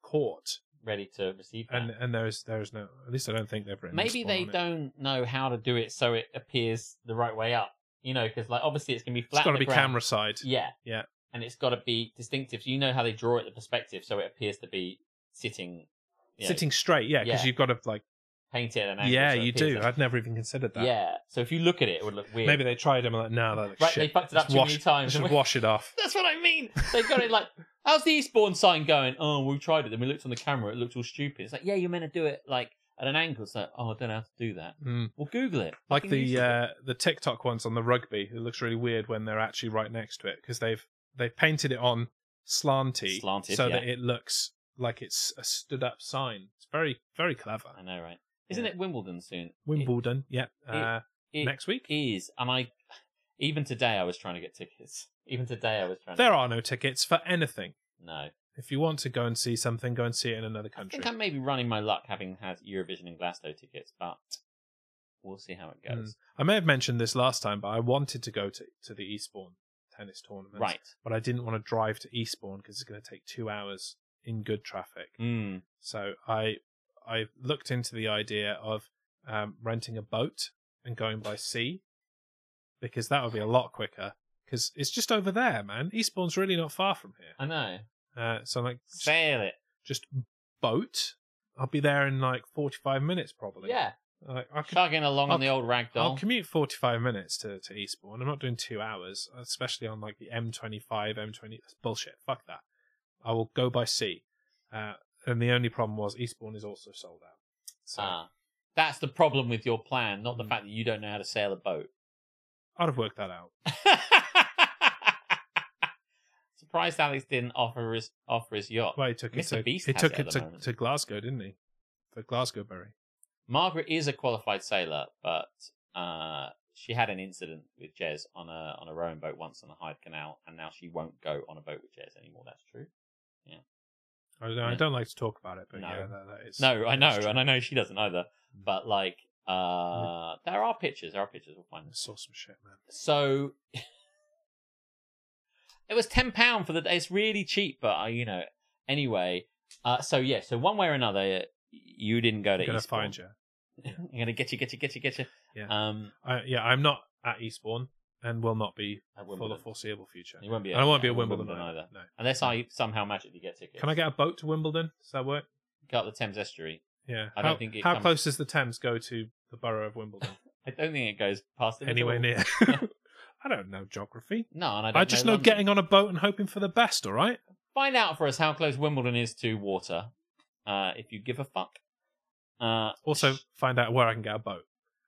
Speaker 1: court,
Speaker 2: ready to receive that.
Speaker 1: and and there's there's no. At least I don't think they've written.
Speaker 2: Maybe
Speaker 1: Eastbourne
Speaker 2: they
Speaker 1: on it.
Speaker 2: don't know how to do it so it appears the right way up. You know, because like obviously it's gonna be flat.
Speaker 1: It's got
Speaker 2: on
Speaker 1: to
Speaker 2: the
Speaker 1: be
Speaker 2: ground.
Speaker 1: camera side.
Speaker 2: Yeah,
Speaker 1: Yeah.
Speaker 2: and it's got to be distinctive. So you know how they draw it the perspective, so it appears to be sitting, you know,
Speaker 1: Sitting straight, yeah, because
Speaker 2: Yeah.
Speaker 1: you've got to like,
Speaker 2: painted at an angle.
Speaker 1: yeah,
Speaker 2: so it
Speaker 1: you
Speaker 2: appears
Speaker 1: do.
Speaker 2: that-
Speaker 1: I'd never even considered that.
Speaker 2: yeah, so if you look at it, it would look weird.
Speaker 1: Maybe they tried them and like, nah, that looks
Speaker 2: Right,
Speaker 1: shit.
Speaker 2: they fucked it up
Speaker 1: Just
Speaker 2: too
Speaker 1: wash,
Speaker 2: many times. [LAUGHS]
Speaker 1: Just wash it off.
Speaker 2: That's what I mean. They got it like, how's the Eastbourne sign going? Oh, we tried it. Then we looked on the camera. It looked all stupid. It's like, yeah, you're meant to do it like at an angle. It's like, oh, I don't know how to do that.
Speaker 1: Mm.
Speaker 2: Well, Google it.
Speaker 1: like
Speaker 2: Fucking
Speaker 1: the
Speaker 2: Eastbourne.
Speaker 1: uh, the TikTok ones on the rugby. It looks really weird when they're actually right next to it because they've they've painted it on slanty,
Speaker 2: Slanted,
Speaker 1: so
Speaker 2: yeah.
Speaker 1: that it looks like it's a stood up sign. It's very very clever.
Speaker 2: I know, right? Isn't
Speaker 1: Yeah.
Speaker 2: it Wimbledon soon?
Speaker 1: Wimbledon, yeah, uh,
Speaker 2: It- it
Speaker 1: next week.
Speaker 2: is, and I even today I was trying to get tickets. [LAUGHS] Even today I was trying.
Speaker 1: there
Speaker 2: to...
Speaker 1: are no tickets for anything.
Speaker 2: no.
Speaker 1: If you want to go and see something, go and see it in another
Speaker 2: I
Speaker 1: country.
Speaker 2: think I may be running my luck having had Eurovision and Glasgow tickets, but we'll see how
Speaker 1: Hmm,
Speaker 2: it goes.
Speaker 1: I may have mentioned this last time, but I wanted to go to, to the Eastbourne tennis tournament,
Speaker 2: Right.
Speaker 1: But I didn't want to drive to Eastbourne because it's going to take two hours in good traffic.
Speaker 2: Mm.
Speaker 1: So I I looked into the idea of um, renting a boat and going by sea because that would be a lot quicker. Because it's just over there, man. Eastbourne's really not far from here.
Speaker 2: I know.
Speaker 1: Uh, so I'm like,
Speaker 2: Sail it.
Speaker 1: just boat. I'll be there in like 45 minutes probably.
Speaker 2: Yeah.
Speaker 1: Like, I could,
Speaker 2: Chugging along on
Speaker 1: I'll-
Speaker 2: the old
Speaker 1: I'll
Speaker 2: ragdoll.
Speaker 1: commute 45 minutes to, to Eastbourne. I'm not doing two hours, especially on like the M25, M20. That's bullshit. Fuck that. I will go by sea. Uh, and the only problem was Eastbourne is also sold out. So
Speaker 2: Ah. That's the problem with your plan, not the
Speaker 1: Mm.
Speaker 2: fact that you don't know how to sail a boat. [LAUGHS]
Speaker 1: [LAUGHS] I'd have worked that out.
Speaker 2: Surprised Alex didn't offer his offer his yacht.
Speaker 1: Well, he took it
Speaker 2: Mr.
Speaker 1: to,
Speaker 2: Beast
Speaker 1: he
Speaker 2: has
Speaker 1: took
Speaker 2: it
Speaker 1: it
Speaker 2: at the
Speaker 1: to,
Speaker 2: moment.
Speaker 1: to Glasgow, didn't he? For Glasgowbury.
Speaker 2: Margaret is a qualified sailor, but uh, she had an incident with Jez on a on a rowing boat once on the Hyde Canal, and now she won't go on a boat with Jez anymore. That's true.
Speaker 1: I don't, I
Speaker 2: Yeah.
Speaker 1: don't like to talk about it, but
Speaker 2: No.
Speaker 1: yeah, that, that is.
Speaker 2: No, I know,
Speaker 1: that's true. Mm.
Speaker 2: and I know she doesn't either. But like, uh, there are pictures. There are pictures. We'll find
Speaker 1: I
Speaker 2: them.
Speaker 1: saw some shit, man.
Speaker 2: So [LAUGHS] it was ten pound for the day. It's really cheap, but I, you know, anyway. Uh, so yeah, so one way or another, you didn't go to.
Speaker 1: I'm going to
Speaker 2: Eastbourne. [LAUGHS]
Speaker 1: find you.
Speaker 2: I'm gonna get you, get you, get you, get you.
Speaker 1: Yeah.
Speaker 2: Um,
Speaker 1: I, yeah, I'm not at Eastbourne and will not be
Speaker 2: I
Speaker 1: for
Speaker 2: wouldn't.
Speaker 1: the foreseeable future.
Speaker 2: You won't be.
Speaker 1: And I won't be at Wimbledon,
Speaker 2: either.
Speaker 1: either. No.
Speaker 2: Unless I somehow magically get tickets.
Speaker 1: Can I get a boat to Wimbledon? Does that work?
Speaker 2: Go up the Thames Estuary?
Speaker 1: Yeah.
Speaker 2: I don't
Speaker 1: how,
Speaker 2: think it
Speaker 1: How
Speaker 2: comes-
Speaker 1: close does the Thames go to the borough
Speaker 2: [LAUGHS]
Speaker 1: of Wimbledon?
Speaker 2: I don't think it goes past it at
Speaker 1: Anywhere
Speaker 2: all.
Speaker 1: near?
Speaker 2: [LAUGHS]
Speaker 1: [LAUGHS] I don't know geography.
Speaker 2: No, and I
Speaker 1: I,
Speaker 2: don't
Speaker 1: just know,
Speaker 2: know, London.
Speaker 1: getting on a boat and hoping for the best. All right.
Speaker 2: Find out for us how close Wimbledon is to water, uh, if you give a fuck. Uh,
Speaker 1: Also, find out where I can get a boat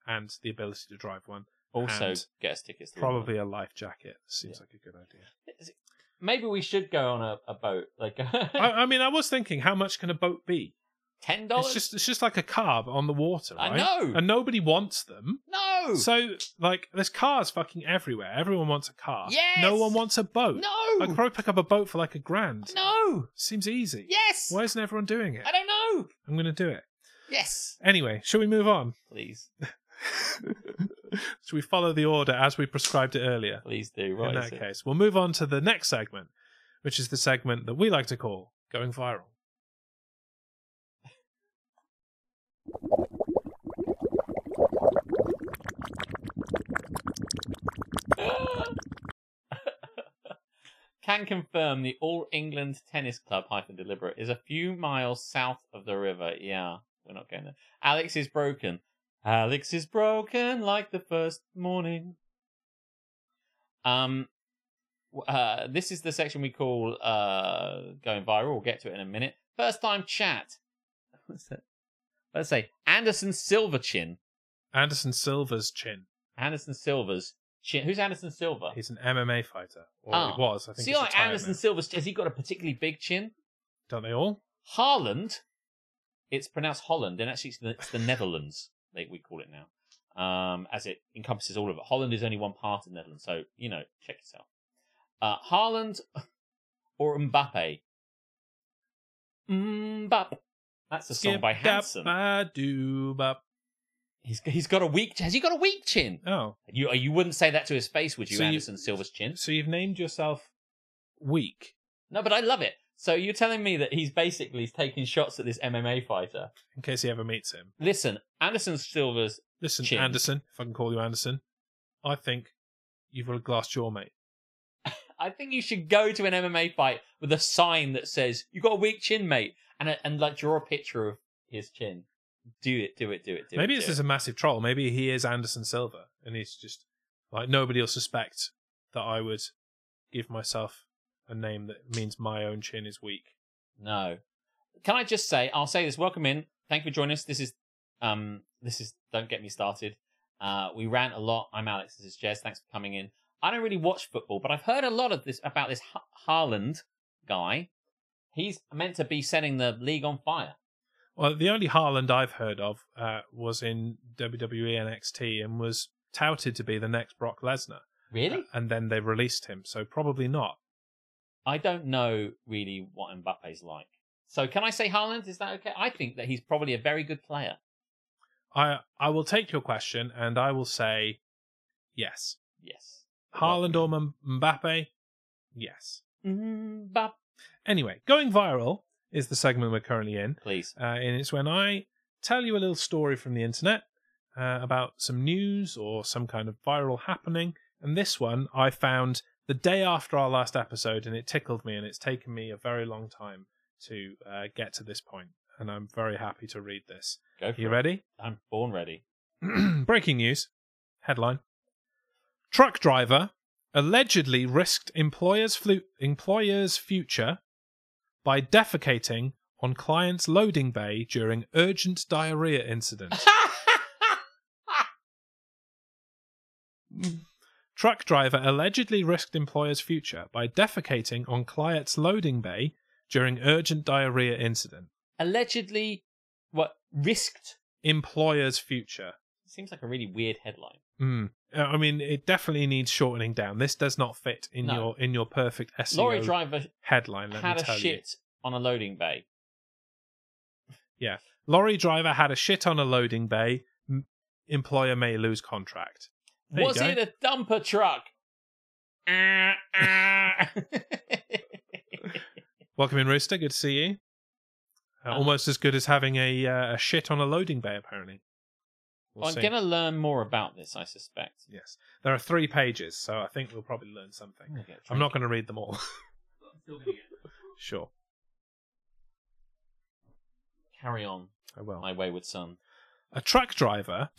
Speaker 1: and the ability to drive one.
Speaker 2: also
Speaker 1: and
Speaker 2: get us tickets. To Wimbledon.
Speaker 1: probably a life jacket. Seems like a
Speaker 2: [LAUGHS]
Speaker 1: good idea.
Speaker 2: Maybe we should go on a, a boat, like [LAUGHS]
Speaker 1: I, I mean, I was thinking, how much can a boat be?
Speaker 2: ten
Speaker 1: It's
Speaker 2: dollars.
Speaker 1: just it's just like a car but on the water,
Speaker 2: I
Speaker 1: right?
Speaker 2: know.
Speaker 1: And nobody wants them.
Speaker 2: No,
Speaker 1: So like, there's cars fucking everywhere. Everyone wants a car.
Speaker 2: Yes!
Speaker 1: No one wants a boat. I
Speaker 2: no,
Speaker 1: could probably pick up a boat for like a grand.
Speaker 2: no.
Speaker 1: Seems easy.
Speaker 2: Yes,
Speaker 1: Why isn't everyone doing it?
Speaker 2: I don't know.
Speaker 1: I'm going to do it.
Speaker 2: Yes,
Speaker 1: Anyway, shall we move on?
Speaker 2: please,
Speaker 1: Shall we follow the order as we prescribed it earlier?
Speaker 2: please do. Right,
Speaker 1: In
Speaker 2: is
Speaker 1: that
Speaker 2: it?
Speaker 1: case, we'll move on to the next segment, which is the segment that we like to call Going Viral.
Speaker 2: [LAUGHS] Can confirm the All England Tennis Club hyphen deliberate is a few miles south of the river. Yeah, we're not going there. Alex is broken. Alex is broken like the first morning. Um, w- uh, this is the section we call uh going viral. We'll get to it in a minute. First time chat. [LAUGHS] What's that? Let's say Anderson Silverchin.
Speaker 1: Anderson Silva's chin.
Speaker 2: Anderson Silver's chin. Who's Anderson Silver?
Speaker 1: He's an MMA fighter. Or
Speaker 2: Ah.
Speaker 1: he was, I think.
Speaker 2: See,
Speaker 1: he's
Speaker 2: like
Speaker 1: retired
Speaker 2: Anderson
Speaker 1: now.
Speaker 2: Silver's, has he got a particularly big chin?
Speaker 1: Don't they all?
Speaker 2: Haaland, it's pronounced Holland, and actually it's the, it's the Netherlands, [LAUGHS] they, we call it now, um, as it encompasses all of it. Holland is only one part of Netherlands, so, you know, check yourself. Uh, Haaland [LAUGHS] or Mbappe? Mbappe. That's a song by Hanson.
Speaker 1: Skip-da-ba-doo-bop.
Speaker 2: He's, he's got a weak, has he got a weak chin?
Speaker 1: Oh,
Speaker 2: You, you wouldn't say that to his face, would you,
Speaker 1: So you-
Speaker 2: Anderson Silver's chin?
Speaker 1: so you've named yourself Weak.
Speaker 2: No, but I love it. So you're telling me that he's basically taking shots at this MMA fighter.
Speaker 1: in case he ever meets him.
Speaker 2: Listen, Anderson Silva's
Speaker 1: Listen,
Speaker 2: Chin.
Speaker 1: Anderson, if I can call you Anderson, I think you've got a glass jaw, mate.
Speaker 2: I think you should go to an MMA fight with a sign that says "You got a weak chin, mate," and and like draw a picture of his chin. Do it, do it, do it, do
Speaker 1: Maybe
Speaker 2: it.
Speaker 1: this
Speaker 2: do
Speaker 1: is
Speaker 2: it.
Speaker 1: a massive troll. Maybe he is Anderson Silva, and he's just like nobody will suspect that I would give myself a name that means my own chin is weak.
Speaker 2: no. Can I just say? I'll say this. Welcome in. Thank you for joining us. This is um. This is don't get me started. Uh, we rant a lot. I'm Alex. This is Jez. Thanks for coming in. I don't really watch football, but I've heard a lot of this about this ha- Haaland guy. He's meant to be setting the league on fire.
Speaker 1: Well, the only Haaland I've heard of uh, was in E WWE NXT and was touted to be the next Brock Lesnar, Uh,
Speaker 2: Really?
Speaker 1: and then they released him. So probably not.
Speaker 2: Uh, I don't know really what Mbappe's like. So can I say Haaland? Is that okay? I think that he's probably a very good player.
Speaker 1: I I will take your question, and I will say yes.
Speaker 2: Yes.
Speaker 1: Haaland or M- Mbappe? Yes.
Speaker 2: Mbappe.
Speaker 1: Mm-hmm. Anyway, going viral is the segment we're currently in,
Speaker 2: Please.
Speaker 1: uh, and it's when I tell you a little story from the internet uh, about some news or some kind of viral happening. And this one I found the day after our last episode, and it tickled me, and it's taken me a very long time to uh, get to this point, and I'm very happy to read this.
Speaker 2: Go for
Speaker 1: You
Speaker 2: it.
Speaker 1: ready?
Speaker 2: I'm born
Speaker 1: [LAUGHS]
Speaker 2: ready.
Speaker 1: [CLEARS THROAT] Breaking news headline: Truck driver allegedly risked employer's flu- employer's future by defecating on client's loading bay during urgent diarrhea incident. Truck driver allegedly risked employer's future by defecating on client's loading bay during urgent diarrhea incident.
Speaker 2: Allegedly, what risked?
Speaker 1: Employer's future.
Speaker 2: Seems like a really weird headline.
Speaker 1: Mm. Uh, I mean, it definitely needs shortening down. This does not fit in
Speaker 2: No.
Speaker 1: your in your perfect SEO
Speaker 2: Lorry driver
Speaker 1: headline. Let
Speaker 2: had
Speaker 1: me
Speaker 2: a
Speaker 1: tell you.
Speaker 2: shit on a loading bay.
Speaker 1: Lorry driver had a shit on a loading bay. M- employer may lose contract. There you
Speaker 2: Was
Speaker 1: go.
Speaker 2: it a dumper
Speaker 1: [LAUGHS]
Speaker 2: truck? Ah, ah.
Speaker 1: Welcome in, Rooster. Good to see you. Uh,
Speaker 2: Uh-huh.
Speaker 1: almost as good as having a uh, a shit on a loading bay, apparently. We'll
Speaker 2: I'm
Speaker 1: see.
Speaker 2: going to learn more about this, I suspect.
Speaker 1: Yes, there are three pages, so I think we'll probably learn something. I'm not going to read them all. [LAUGHS] sure,
Speaker 2: carry on,
Speaker 1: I will.
Speaker 2: my wayward son.
Speaker 1: A truck driver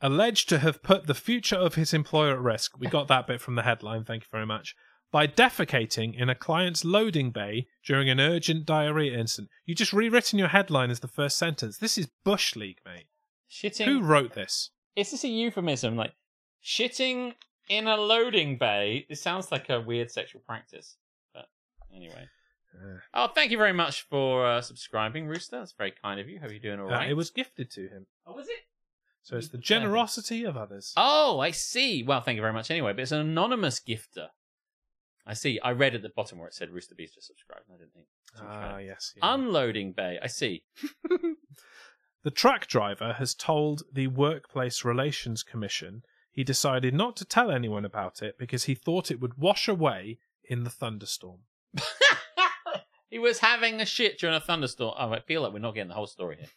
Speaker 1: alleged to have put the future of his employer at risk. We got that bit from the headline, thank you very much. By defecating in a client's loading bay during an urgent diarrhea incident. You just rewritten your headline as the first sentence. This is Bush League, mate.
Speaker 2: Shitting.
Speaker 1: Who wrote this?
Speaker 2: Is this a euphemism? Like, shitting in a loading bay? This sounds like a weird sexual practice. But anyway.
Speaker 1: Uh.
Speaker 2: Oh, thank you very much for uh, subscribing, Rooster. That's very kind of you. Hope you're doing all
Speaker 1: Uh,
Speaker 2: right.
Speaker 1: it was gifted to him.
Speaker 2: Oh, was it?
Speaker 1: So it's the
Speaker 2: Thank you.
Speaker 1: generosity of others.
Speaker 2: Oh, I see. Well, thank you very much anyway, but it's an anonymous gifter. I see. I read at the bottom where it said Rooster Bees just subscribed. and I didn't think.
Speaker 1: Ah, yes. yeah.
Speaker 2: Unloading bay. I see. [LAUGHS]
Speaker 1: The truck driver has told the Workplace Relations Commission he decided not to tell anyone about it because he thought it would wash away in the thunderstorm.
Speaker 2: he was having a shit during a thunderstorm. Oh, I feel like we're not getting the whole story here.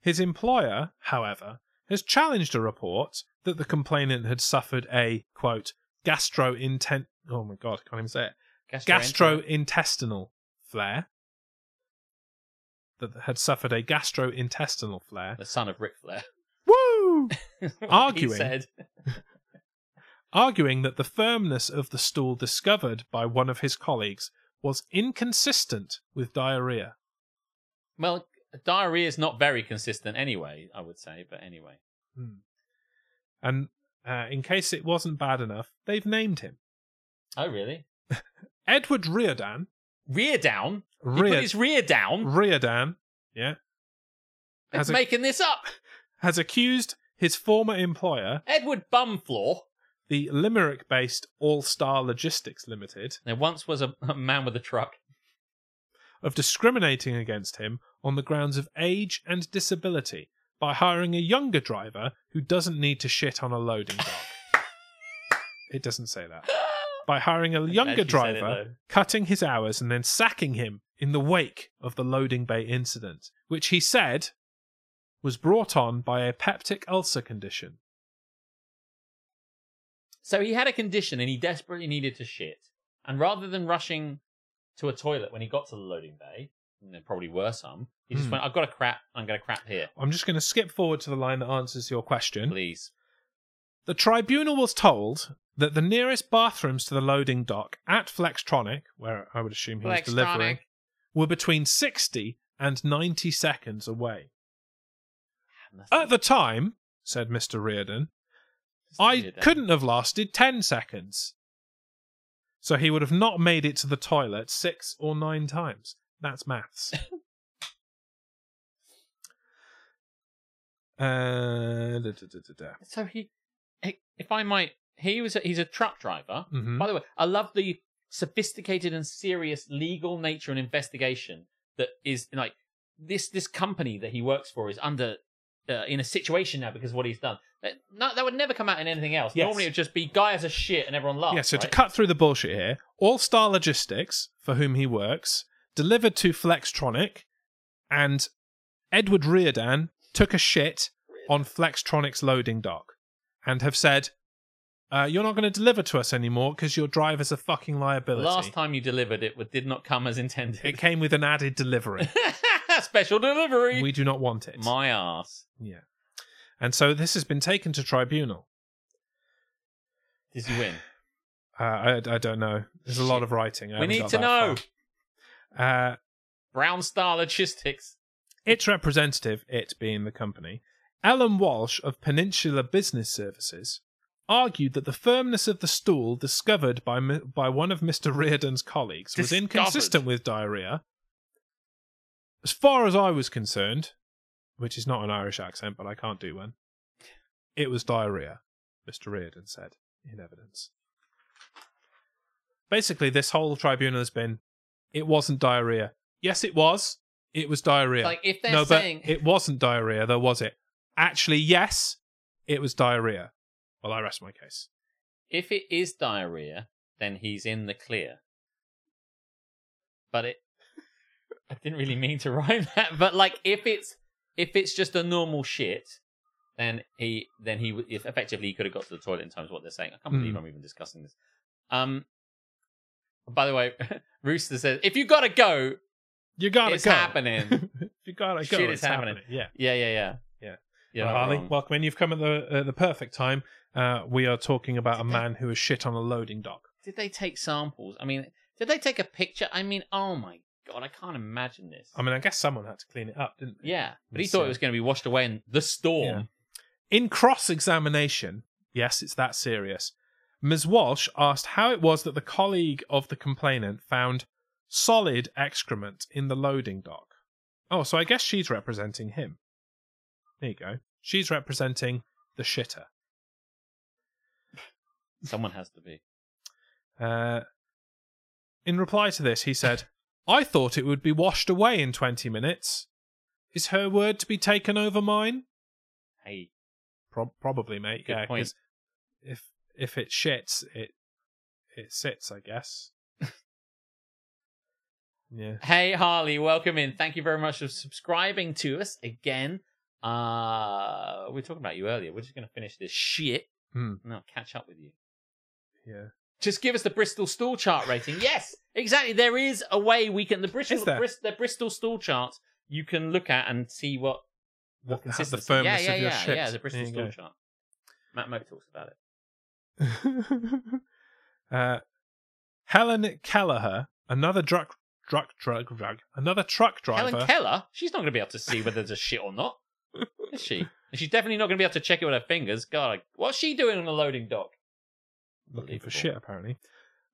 Speaker 1: His employer, however, has challenged a report that the complainant had suffered a quote gastrointent oh my god, I can't even say it.
Speaker 2: Gastroenteritis.
Speaker 1: gastrointestinal flare. That had suffered a gastrointestinal flare.
Speaker 2: The son of Ric Flair. [LAUGHS]
Speaker 1: Woo!
Speaker 2: He
Speaker 1: Arguing.
Speaker 2: said,
Speaker 1: arguing that the firmness of the stool discovered by one of his colleagues was inconsistent with diarrhea.
Speaker 2: well, diarrhea is not very consistent anyway, I would say, but anyway.
Speaker 1: Hmm. And uh, in case it wasn't bad enough, they've named him
Speaker 2: Oh, really?
Speaker 1: Edward Riordan.
Speaker 2: Rear down? He put
Speaker 1: Rior-
Speaker 2: his rear down?
Speaker 1: Riordan, yeah,
Speaker 2: It's
Speaker 1: has, ac-
Speaker 2: making this up.
Speaker 1: has accused his former employer,
Speaker 2: Edward Bumflaw.
Speaker 1: the Limerick based All Star Logistics Limited,
Speaker 2: There once was a, a man with a truck.
Speaker 1: of discriminating against him on the grounds of age and disability by hiring a younger driver who doesn't need to shit on a loading dock.
Speaker 2: [LAUGHS]
Speaker 1: it doesn't say that. By hiring a
Speaker 2: glad
Speaker 1: younger
Speaker 2: you said it,
Speaker 1: driver,
Speaker 2: though.
Speaker 1: cutting his hours and then sacking him in the wake of the loading bay incident, which he said was brought on by a peptic ulcer condition.
Speaker 2: So he had a condition and he desperately needed to shit. And rather than rushing to a toilet when he got to the loading bay, and there probably were some, he just
Speaker 1: Hmm.
Speaker 2: went, I've got to crap, I'm going to crap here.
Speaker 1: I'm just going to skip forward to the line that answers your question.
Speaker 2: Please.
Speaker 1: The tribunal was told that the nearest bathrooms to the loading dock at Flextronic, where I would assume he was delivering, were between 60 and 90 seconds away. At Uh, the time, said Mr. Reardon, I couldn't have lasted 10 seconds. So he would have not made it to the toilet six or nine times. That's maths. uh, da, da, da, da, da.
Speaker 2: So he, he- if I might, he was a, he's a truck driver.
Speaker 1: Mhm.
Speaker 2: By the way, I love the sophisticated and serious legal nature and investigation that is like this. This company that he works for is under uh, in a situation now because of what he's done. That, no, that would never come out in anything else.
Speaker 1: Yes.
Speaker 2: Normally, it would just be guy has a shit and everyone laughs.
Speaker 1: Yeah, so to
Speaker 2: right?
Speaker 1: cut through the bullshit here, All Star Logistics, for whom he works, delivered to Flextronic and Edward Reardon took a shit on Flextronics loading dock and have said, uh, "You're not going to deliver to us anymore because your driver's a fucking liability."
Speaker 2: Last time you delivered it, did not come as intended.
Speaker 1: it came with an added delivery.
Speaker 2: [LAUGHS] Special delivery.
Speaker 1: we do not want it.
Speaker 2: My ass.
Speaker 1: yeah, and so this has been taken to tribunal.
Speaker 2: Did you
Speaker 1: [LAUGHS]
Speaker 2: win?
Speaker 1: Uh, I, I don't know. There's a lot of writing.
Speaker 2: we
Speaker 1: I haven't
Speaker 2: need
Speaker 1: got
Speaker 2: to
Speaker 1: that
Speaker 2: know.
Speaker 1: far. Uh,
Speaker 2: Brown Star Logistics.
Speaker 1: Its representative, it being the company, Alan Walsh of Peninsula Business Services, argued that the firmness of the stool discovered by, mi- by one of Mr. Reardon's colleagues was
Speaker 2: Discovered.
Speaker 1: inconsistent with diarrhea. As far as I was concerned, which is not an Irish accent, but I can't do one, it was diarrhea, Mr. Reardon said in evidence. Basically, this whole tribunal has been it wasn't diarrhea. Yes, it was. It was diarrhea
Speaker 2: Like if they're
Speaker 1: no,
Speaker 2: saying
Speaker 1: but it wasn't diarrhea, though, was it? Actually, yes, it was diarrhea. Well, I rest my case.
Speaker 2: if it is diarrhea, then he's in the clear. But it, I didn't really mean to [LAUGHS] rhyme that. But like, if it's if it's just a normal shit, then he then he would- if effectively he could have got to the toilet in time. Is what they're saying. I can't believe
Speaker 1: Mm.
Speaker 2: I'm even discussing this. Um. By the way, [LAUGHS] Rooster says if you gotta go,
Speaker 1: You gotta
Speaker 2: It's
Speaker 1: go.
Speaker 2: happening.
Speaker 1: [LAUGHS] you gotta
Speaker 2: Shit
Speaker 1: go.
Speaker 2: is
Speaker 1: it's happening. Yeah.
Speaker 2: yeah, yeah, yeah,
Speaker 1: Yeah.
Speaker 2: yeah.
Speaker 1: Well, Harley, welcome in. You've come at the uh, the perfect time. Uh, we are talking about a man who has shit on a loading dock.
Speaker 2: did they take samples? I mean, did they take a picture? I mean, oh my god, I can't imagine this.
Speaker 1: I mean, I guess someone had to clean it up, didn't they?
Speaker 2: Yeah, but he
Speaker 1: It's,
Speaker 2: thought
Speaker 1: uh,
Speaker 2: it was going to be washed away in the storm.
Speaker 1: In cross examination, yes, it's that serious. Ms. Walsh asked how it was that the colleague of the complainant found solid excrement in the loading dock. Oh, so I guess she's representing him. There you go. She's representing the shitter.
Speaker 2: Someone has to be.
Speaker 1: Uh, in reply to this, he said, I thought it would be washed away in 20 minutes. Is her word to be taken over mine?
Speaker 2: Hey,
Speaker 1: Prob probably, mate.
Speaker 2: Good
Speaker 1: yeah,
Speaker 2: point.
Speaker 1: 'cause If if it shits, it it sits,
Speaker 2: [LAUGHS]
Speaker 1: I guess. yeah.
Speaker 2: hey, Harley, welcome in. Thank you very much for subscribing to us again. Uh, we were talking about you earlier. We're just going to finish this shit,
Speaker 1: Hmm.
Speaker 2: and I'll catch up with you.
Speaker 1: Yeah.
Speaker 2: Just give us the Bristol stool chart rating. Yes, exactly. There is a way we can the Bristol
Speaker 1: Is there?
Speaker 2: Brist, the Bristol stool charts you can look at and see what
Speaker 1: The,
Speaker 2: what
Speaker 1: the
Speaker 2: consistency.
Speaker 1: firmness
Speaker 2: yeah, yeah,
Speaker 1: of your
Speaker 2: yeah,
Speaker 1: shit.
Speaker 2: yeah. The
Speaker 1: There
Speaker 2: Bristol
Speaker 1: you
Speaker 2: stool
Speaker 1: go.
Speaker 2: chart. Matt Moat talks about it.
Speaker 1: uh, Helen Kelleher, another drug drug drug drug, another truck driver.
Speaker 2: Helen Keller, she's not going to be able to see whether there's a shit or
Speaker 1: [LAUGHS]
Speaker 2: not, is she? And she's definitely not going to be able to check it with her fingers. God, like, what's she doing on the loading dock?
Speaker 1: looking for
Speaker 2: Unbelievable.
Speaker 1: shit apparently.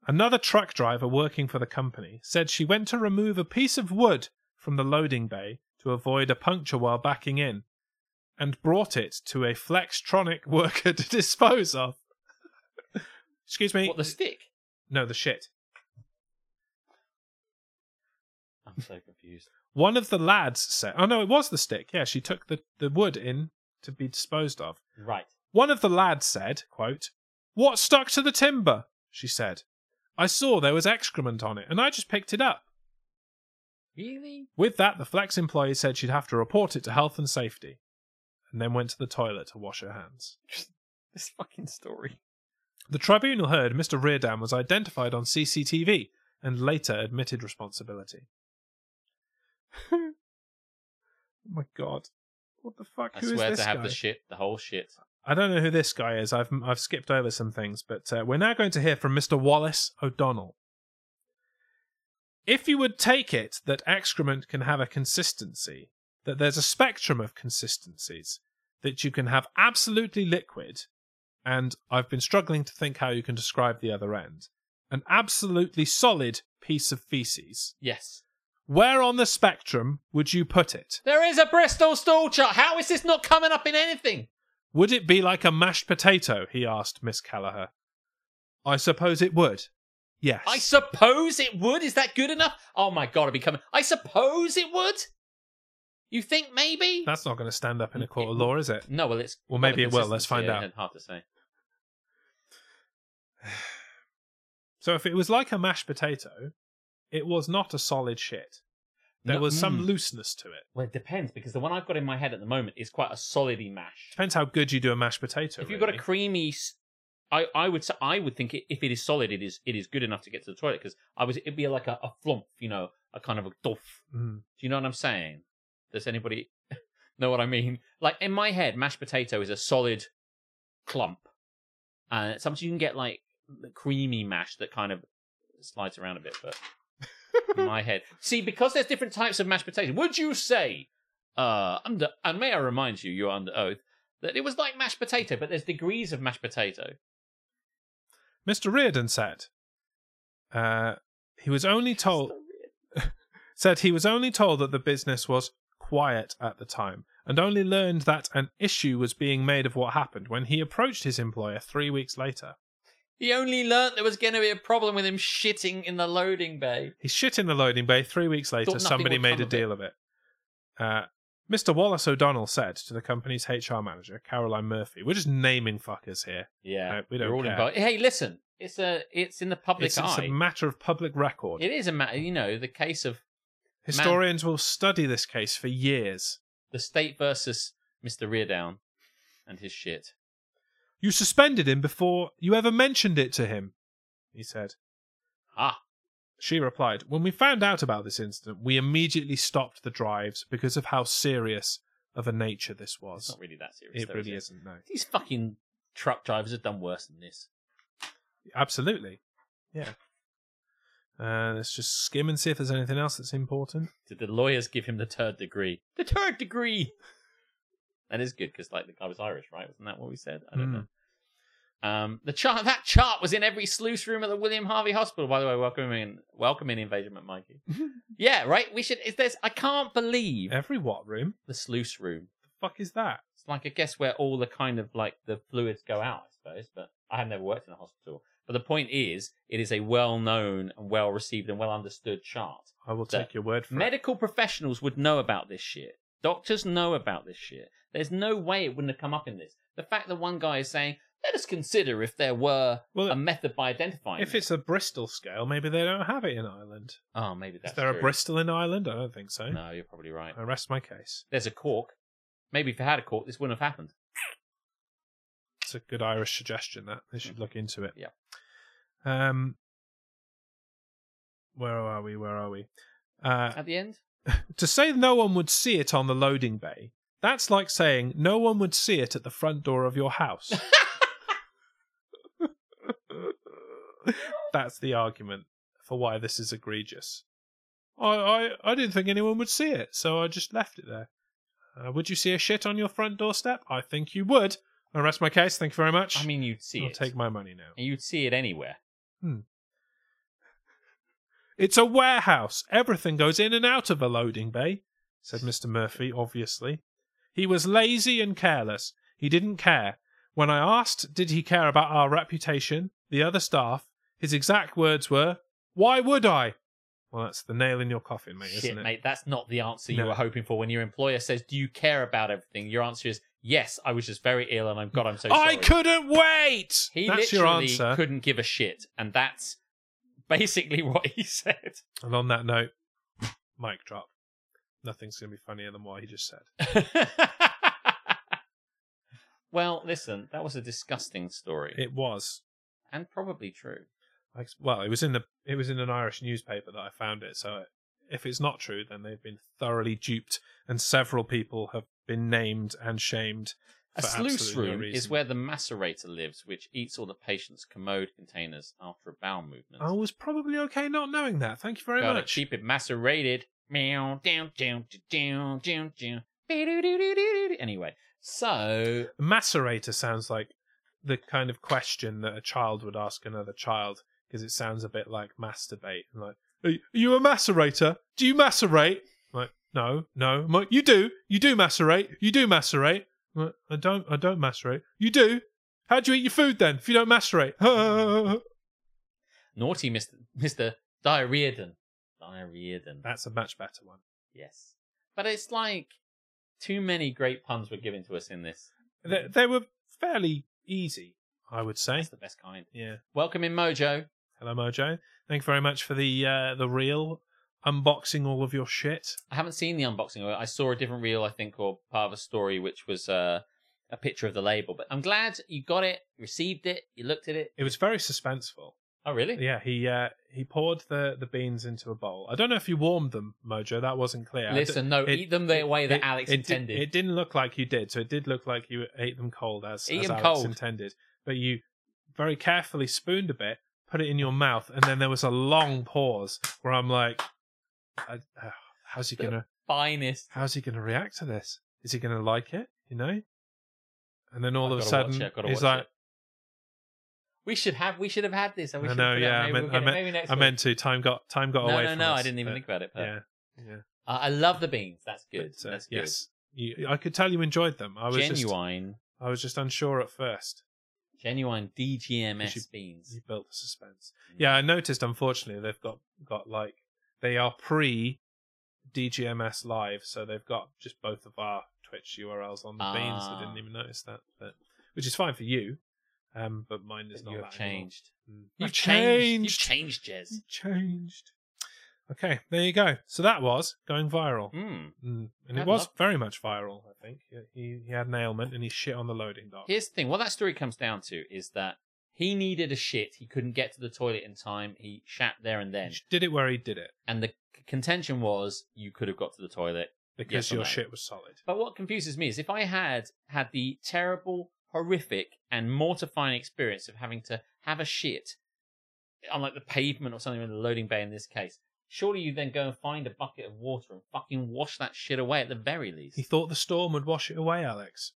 Speaker 1: Another truck driver working for the company said she went to remove a piece of wood from the loading bay to avoid a puncture while backing in and brought it to a Flextronic [LAUGHS] worker to dispose of. Excuse me.
Speaker 2: What the stick?
Speaker 1: no, the shit.
Speaker 2: I'm so confused.
Speaker 1: One of the lads said, oh no, it was the stick. Yeah, she took the, the wood in to be disposed of.
Speaker 2: Right.
Speaker 1: One of the lads said, quote, What stuck to the timber? She said. I saw there was excrement on it and I just picked it up.
Speaker 2: Really?
Speaker 1: With that, the Flex employee said she'd have to report it to health and safety, and then went to the toilet to wash her hands.
Speaker 2: This fucking story.
Speaker 1: The tribunal heard Mr. Reardon was identified on CCTV and later admitted responsibility. [LAUGHS] oh my god. What the fuck?
Speaker 2: I
Speaker 1: Who is
Speaker 2: swear
Speaker 1: this
Speaker 2: to have
Speaker 1: guy?
Speaker 2: the shit, the whole shit.
Speaker 1: I don't know who this guy is. I've I've skipped over some things, but uh, we're now going to hear from Mr. Wallace O'Donnell. If you would take it that excrement can have a consistency, that there's a spectrum of consistencies, that you can have absolutely liquid, and I've been struggling to think how you can describe the other end, an absolutely solid piece of feces.
Speaker 2: Yes.
Speaker 1: Where on the spectrum would you put it?
Speaker 2: There is a Bristol stool chart. How is this not coming up in anything?
Speaker 1: Would it be like a mashed potato? he asked Miss Callagher. I suppose it would. Yes.
Speaker 2: I suppose it would. Is that good enough? Oh my god, it'd be coming. I suppose it would. You think maybe?
Speaker 1: That's not going to stand up in a court of
Speaker 2: It-
Speaker 1: law, is it?
Speaker 2: No, well, it's
Speaker 1: Well, maybe it will. Let's find
Speaker 2: consistency,
Speaker 1: out.
Speaker 2: uh, Hard to say.
Speaker 1: So if it was like a mashed potato, it was not a solid shit. There
Speaker 2: No-
Speaker 1: was some
Speaker 2: mm.
Speaker 1: looseness to it.
Speaker 2: Well, it depends because the one I've got in my head at the moment is quite a solidy mash.
Speaker 1: Depends how good you do a mashed potato.
Speaker 2: if you've got a
Speaker 1: really.
Speaker 2: creamy, s- I, I would say I would think it, if it is solid, it is it is good enough to get to the toilet because I was it'd be like a, a flump, you know, a kind of a doff.
Speaker 1: Mm.
Speaker 2: Do you know what I'm saying? Does anybody [LAUGHS] know what I mean? Like in my head, mashed potato is a solid clump, and sometimes you can get like creamy mash that kind of slides around a bit. But in my head, see, because there's different types of mashed potato. Would you say, uh, under and may I remind you, you're under oath that it was like mashed potato, but there's degrees of mashed potato.
Speaker 1: Mr. Reardon said, uh, he was only told [LAUGHS] said he was only told that the business was quiet at the time and only learned that an issue was being made of what happened when he approached his employer three weeks later.
Speaker 2: He only learnt there was going to be a problem with him shitting in the loading bay.
Speaker 1: He shit in the loading bay three weeks later.
Speaker 2: nothing
Speaker 1: Somebody
Speaker 2: would
Speaker 1: made
Speaker 2: come
Speaker 1: a
Speaker 2: of it.
Speaker 1: deal of it. Uh, Mr. Wallace O'Donnell said to the company's HR manager, Caroline Murphy, we're just naming fuckers here.
Speaker 2: Yeah,
Speaker 1: No, Uh, we don't
Speaker 2: We're all
Speaker 1: care.
Speaker 2: involved. Hey, listen, it's a it's in the public
Speaker 1: It's, it's
Speaker 2: eye.
Speaker 1: a matter of public record.
Speaker 2: it is a matter, you know, the case of
Speaker 1: Historians will study this case for years.
Speaker 2: the state versus Mr. Reardown and his shit.
Speaker 1: You suspended him before you ever mentioned it to him, he said.
Speaker 2: Ah,
Speaker 1: She replied, When we found out about this incident, we immediately stopped the drives because of how serious of a nature this
Speaker 2: it's
Speaker 1: was.
Speaker 2: not really that serious.
Speaker 1: It
Speaker 2: though,
Speaker 1: really
Speaker 2: is
Speaker 1: isn't, no.
Speaker 2: These fucking truck drivers have done worse than this.
Speaker 1: Absolutely. Yeah. Uh, let's just skim and see if there's anything else that's important.
Speaker 2: Did the lawyers give him the third degree? The third degree. That is good because, like, the guy was Irish, right? Wasn't that what we said? I don't
Speaker 1: Hmm.
Speaker 2: know. Um, the chart that chart was in every sluice room at the William Harvey Hospital. By the way, welcome in, welcome in, Invasion Mikey. yeah, right. We should. Is this? I can't believe
Speaker 1: Every what room?
Speaker 2: the sluice room.
Speaker 1: The fuck is that?
Speaker 2: It's like I guess where all the kind of like the fluids go out, I suppose. But I have never worked in a hospital. But the point is, it is a well-known and well-received and well-understood chart.
Speaker 1: I will
Speaker 2: The
Speaker 1: take your word for it.
Speaker 2: Medical professionals would know about this shit. Doctors know about this shit. There's no way it wouldn't have come up in this. The fact that one guy is saying, let us consider if there were
Speaker 1: Well,
Speaker 2: a method by identifying.
Speaker 1: If it's a Bristol scale, maybe they don't have it in Ireland.
Speaker 2: oh, maybe that's
Speaker 1: is there
Speaker 2: true.
Speaker 1: a Uh, Bristol in Ireland? I don't think so.
Speaker 2: No, you're probably right.
Speaker 1: I rest my case.
Speaker 2: There's a cork. Maybe if it had a cork, this wouldn't have happened.
Speaker 1: It's a good Irish suggestion that they should look into it.
Speaker 2: Mm-hmm. Yeah.
Speaker 1: Um. Where are we? Where are we? Uh,
Speaker 2: At the end,
Speaker 1: to say no one would see it on the loading bay, that's like saying no one would see it at the front door of
Speaker 2: [LAUGHS]
Speaker 1: your house. that's the argument for why this is egregious. I, I, I didn't think anyone would see it, so I just left it there. Uh, would you see a shit on your front doorstep? I think you would. I rest my case. Thank you very much.
Speaker 2: I mean, you'd see
Speaker 1: I'll
Speaker 2: it.
Speaker 1: take my money now.
Speaker 2: And you'd see it anywhere.
Speaker 1: It's a warehouse. Everything goes in and out of a loading bay, said Mr. Murphy, obviously. He was lazy and careless. He didn't care. When I asked, did he care about our reputation, the other staff, his exact words were, Why would I? Well, that's the nail in your coffin, mate,
Speaker 2: Shit,
Speaker 1: isn't it?
Speaker 2: mate, that's not the answer you
Speaker 1: No.
Speaker 2: were hoping for when your employer says, "Do you care about everything?" Your answer is, "Yes, I was just very ill, and I'm God, I'm so sorry."
Speaker 1: I couldn't wait!
Speaker 2: He
Speaker 1: that's your
Speaker 2: literally
Speaker 1: answer.
Speaker 2: couldn't give a shit, and that's basically [LAUGHS] what he said.
Speaker 1: And on that note, mic drop. Nothing's going to be funnier than what he just said.
Speaker 2: well, listen, that was a disgusting story,
Speaker 1: It was.
Speaker 2: and probably true.
Speaker 1: I ex- well, it was in the it was in an Irish newspaper that I found it. So if it's not true, then they've been thoroughly duped, and several people have been named and shamed.
Speaker 2: A
Speaker 1: for
Speaker 2: sluice
Speaker 1: absolutely no
Speaker 2: room is
Speaker 1: reason.
Speaker 2: where the macerator lives, which eats all the patient's commode containers after a bowel movement.
Speaker 1: I was probably okay not knowing that. Thank you Oh, very
Speaker 2: Gotta
Speaker 1: much.
Speaker 2: keep it macerated. Meow, down, down, down, down, down. Be-do-do-do-do-do-do. Anyway, so
Speaker 1: Macerator sounds like the kind of question that a child would ask another child because it sounds a bit like masturbate. and Like, are you- are you a macerator? Do you macerate? I'm like, no, no. I'm like, you do. You do macerate. You do macerate. I'm like, I don't. I don't macerate. You do. How do you eat your food then if you don't macerate? [LAUGHS]
Speaker 2: naughty Mr. Mr. Diarrheadan. Diarrheadan.
Speaker 1: That's a much better one.
Speaker 2: Yes. But it's like too many great puns were given to us in this.
Speaker 1: They, they were fairly easy, I would say.
Speaker 2: That's the best kind.
Speaker 1: Yeah.
Speaker 2: Welcome in Mojo.
Speaker 1: Hello, Mojo. Thank you very much for the uh, the reel. unboxing all of your shit.
Speaker 2: I haven't seen the unboxing. of it. I saw a different reel, I think, or part of a story, which was uh, a picture of the label. But I'm glad you got it, received it, you looked at it.
Speaker 1: It was very suspenseful.
Speaker 2: Oh, really?
Speaker 1: Yeah, he uh, he poured the, the beans into a bowl. I don't know if you warmed them, Mojo. That wasn't clear. I d-
Speaker 2: Listen, no,
Speaker 1: it-
Speaker 2: eat them the way that
Speaker 1: it-
Speaker 2: Alex
Speaker 1: it did-
Speaker 2: intended.
Speaker 1: it didn't look like you did, so it did look like you ate them cold as,
Speaker 2: Eat
Speaker 1: as
Speaker 2: them
Speaker 1: Alex
Speaker 2: cold.
Speaker 1: intended. But you very carefully spooned a bit, put it in your mouth, and then there was a long pause where I'm like, I, oh, "How's he
Speaker 2: The-
Speaker 1: gonna?
Speaker 2: Finest.
Speaker 1: How's he gonna react to this? Is he gonna like it? You know?" And then all
Speaker 2: I've
Speaker 1: of a
Speaker 2: gotta watch
Speaker 1: sudden,
Speaker 2: it, I've gotta
Speaker 1: he's
Speaker 2: watch
Speaker 1: like,
Speaker 2: it. We should have. We should have had this. And we
Speaker 1: I
Speaker 2: should
Speaker 1: know,
Speaker 2: have put it out.
Speaker 1: yeah, I
Speaker 2: Maybe
Speaker 1: meant-
Speaker 2: we'll get
Speaker 1: I meant-
Speaker 2: it. Maybe next
Speaker 1: "I
Speaker 2: week.
Speaker 1: meant to." Time got time got
Speaker 2: no,
Speaker 1: away.
Speaker 2: no,
Speaker 1: from
Speaker 2: no.
Speaker 1: us, Uh,
Speaker 2: I didn't even
Speaker 1: but-
Speaker 2: think about it. But
Speaker 1: Yeah, yeah.
Speaker 2: I I love the beans. That's good.
Speaker 1: But, uh,
Speaker 2: That's good.
Speaker 1: yes. You, I could tell you enjoyed them. I was just,
Speaker 2: genuine,
Speaker 1: I was just unsure at first.
Speaker 2: genuine
Speaker 1: You
Speaker 2: DGMS
Speaker 1: should-
Speaker 2: beans.
Speaker 1: You built the suspense.
Speaker 2: Mm.
Speaker 1: Yeah, I noticed. Unfortunately, they've got got like they are pre DGMS live, so they've got just both of our Twitch URLs on the beans. I
Speaker 2: Ah.
Speaker 1: didn't even notice that, but which is fine for you. Um, but mine is not.
Speaker 2: You
Speaker 1: that
Speaker 2: have changed.
Speaker 1: anymore. Mm.
Speaker 2: You've
Speaker 1: I've changed.
Speaker 2: You've changed, Jez.
Speaker 1: You've changed. Okay, there you go. So that was going viral.
Speaker 2: Mm.
Speaker 1: Mm, and it
Speaker 2: I'd
Speaker 1: was
Speaker 2: love-
Speaker 1: very much viral, I think. He- He, he had an ailment and he shit on the loading dock.
Speaker 2: Here's the thing. What that story comes down to is that he needed a shit. He couldn't get to the toilet in time. He shat there and then.
Speaker 1: He did it where he did it
Speaker 2: And the c- contention was you could have got to the toilet.
Speaker 1: because
Speaker 2: Yes or
Speaker 1: your
Speaker 2: no?
Speaker 1: shit was solid.
Speaker 2: But what confuses me is if I had had the terrible, horrific, and mortifying experience of having to have a shit on like the pavement or something in the loading bay in this case, surely you then go and find a bucket of water and fucking wash that shit away at the very least.
Speaker 1: He thought the storm would wash it away, Alex.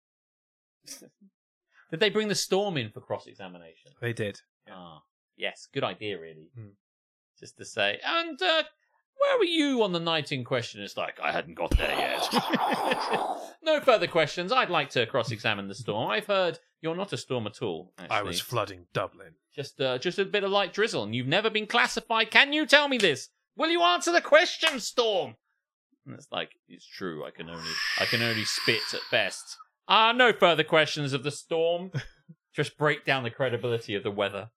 Speaker 2: Did they bring the storm in for cross examination?
Speaker 1: They did. Yeah.
Speaker 2: Ah, yes, good idea, really.
Speaker 1: Hmm.
Speaker 2: Just to say, and uh, where were you on the night in question? It's like I hadn't got there yet. [LAUGHS] no further questions. I'd like to cross-examine the storm. I've heard you're not a storm at all. Actually.
Speaker 1: I was flooding Dublin.
Speaker 2: just uh, just a bit of light drizzle, and you've never been classified. Can you tell me this? Will you answer the question, storm? And it's like it's true. I can only I can only spit at best. Ah, no further questions of the
Speaker 1: [LAUGHS]
Speaker 2: storm. just break down the credibility of the weather.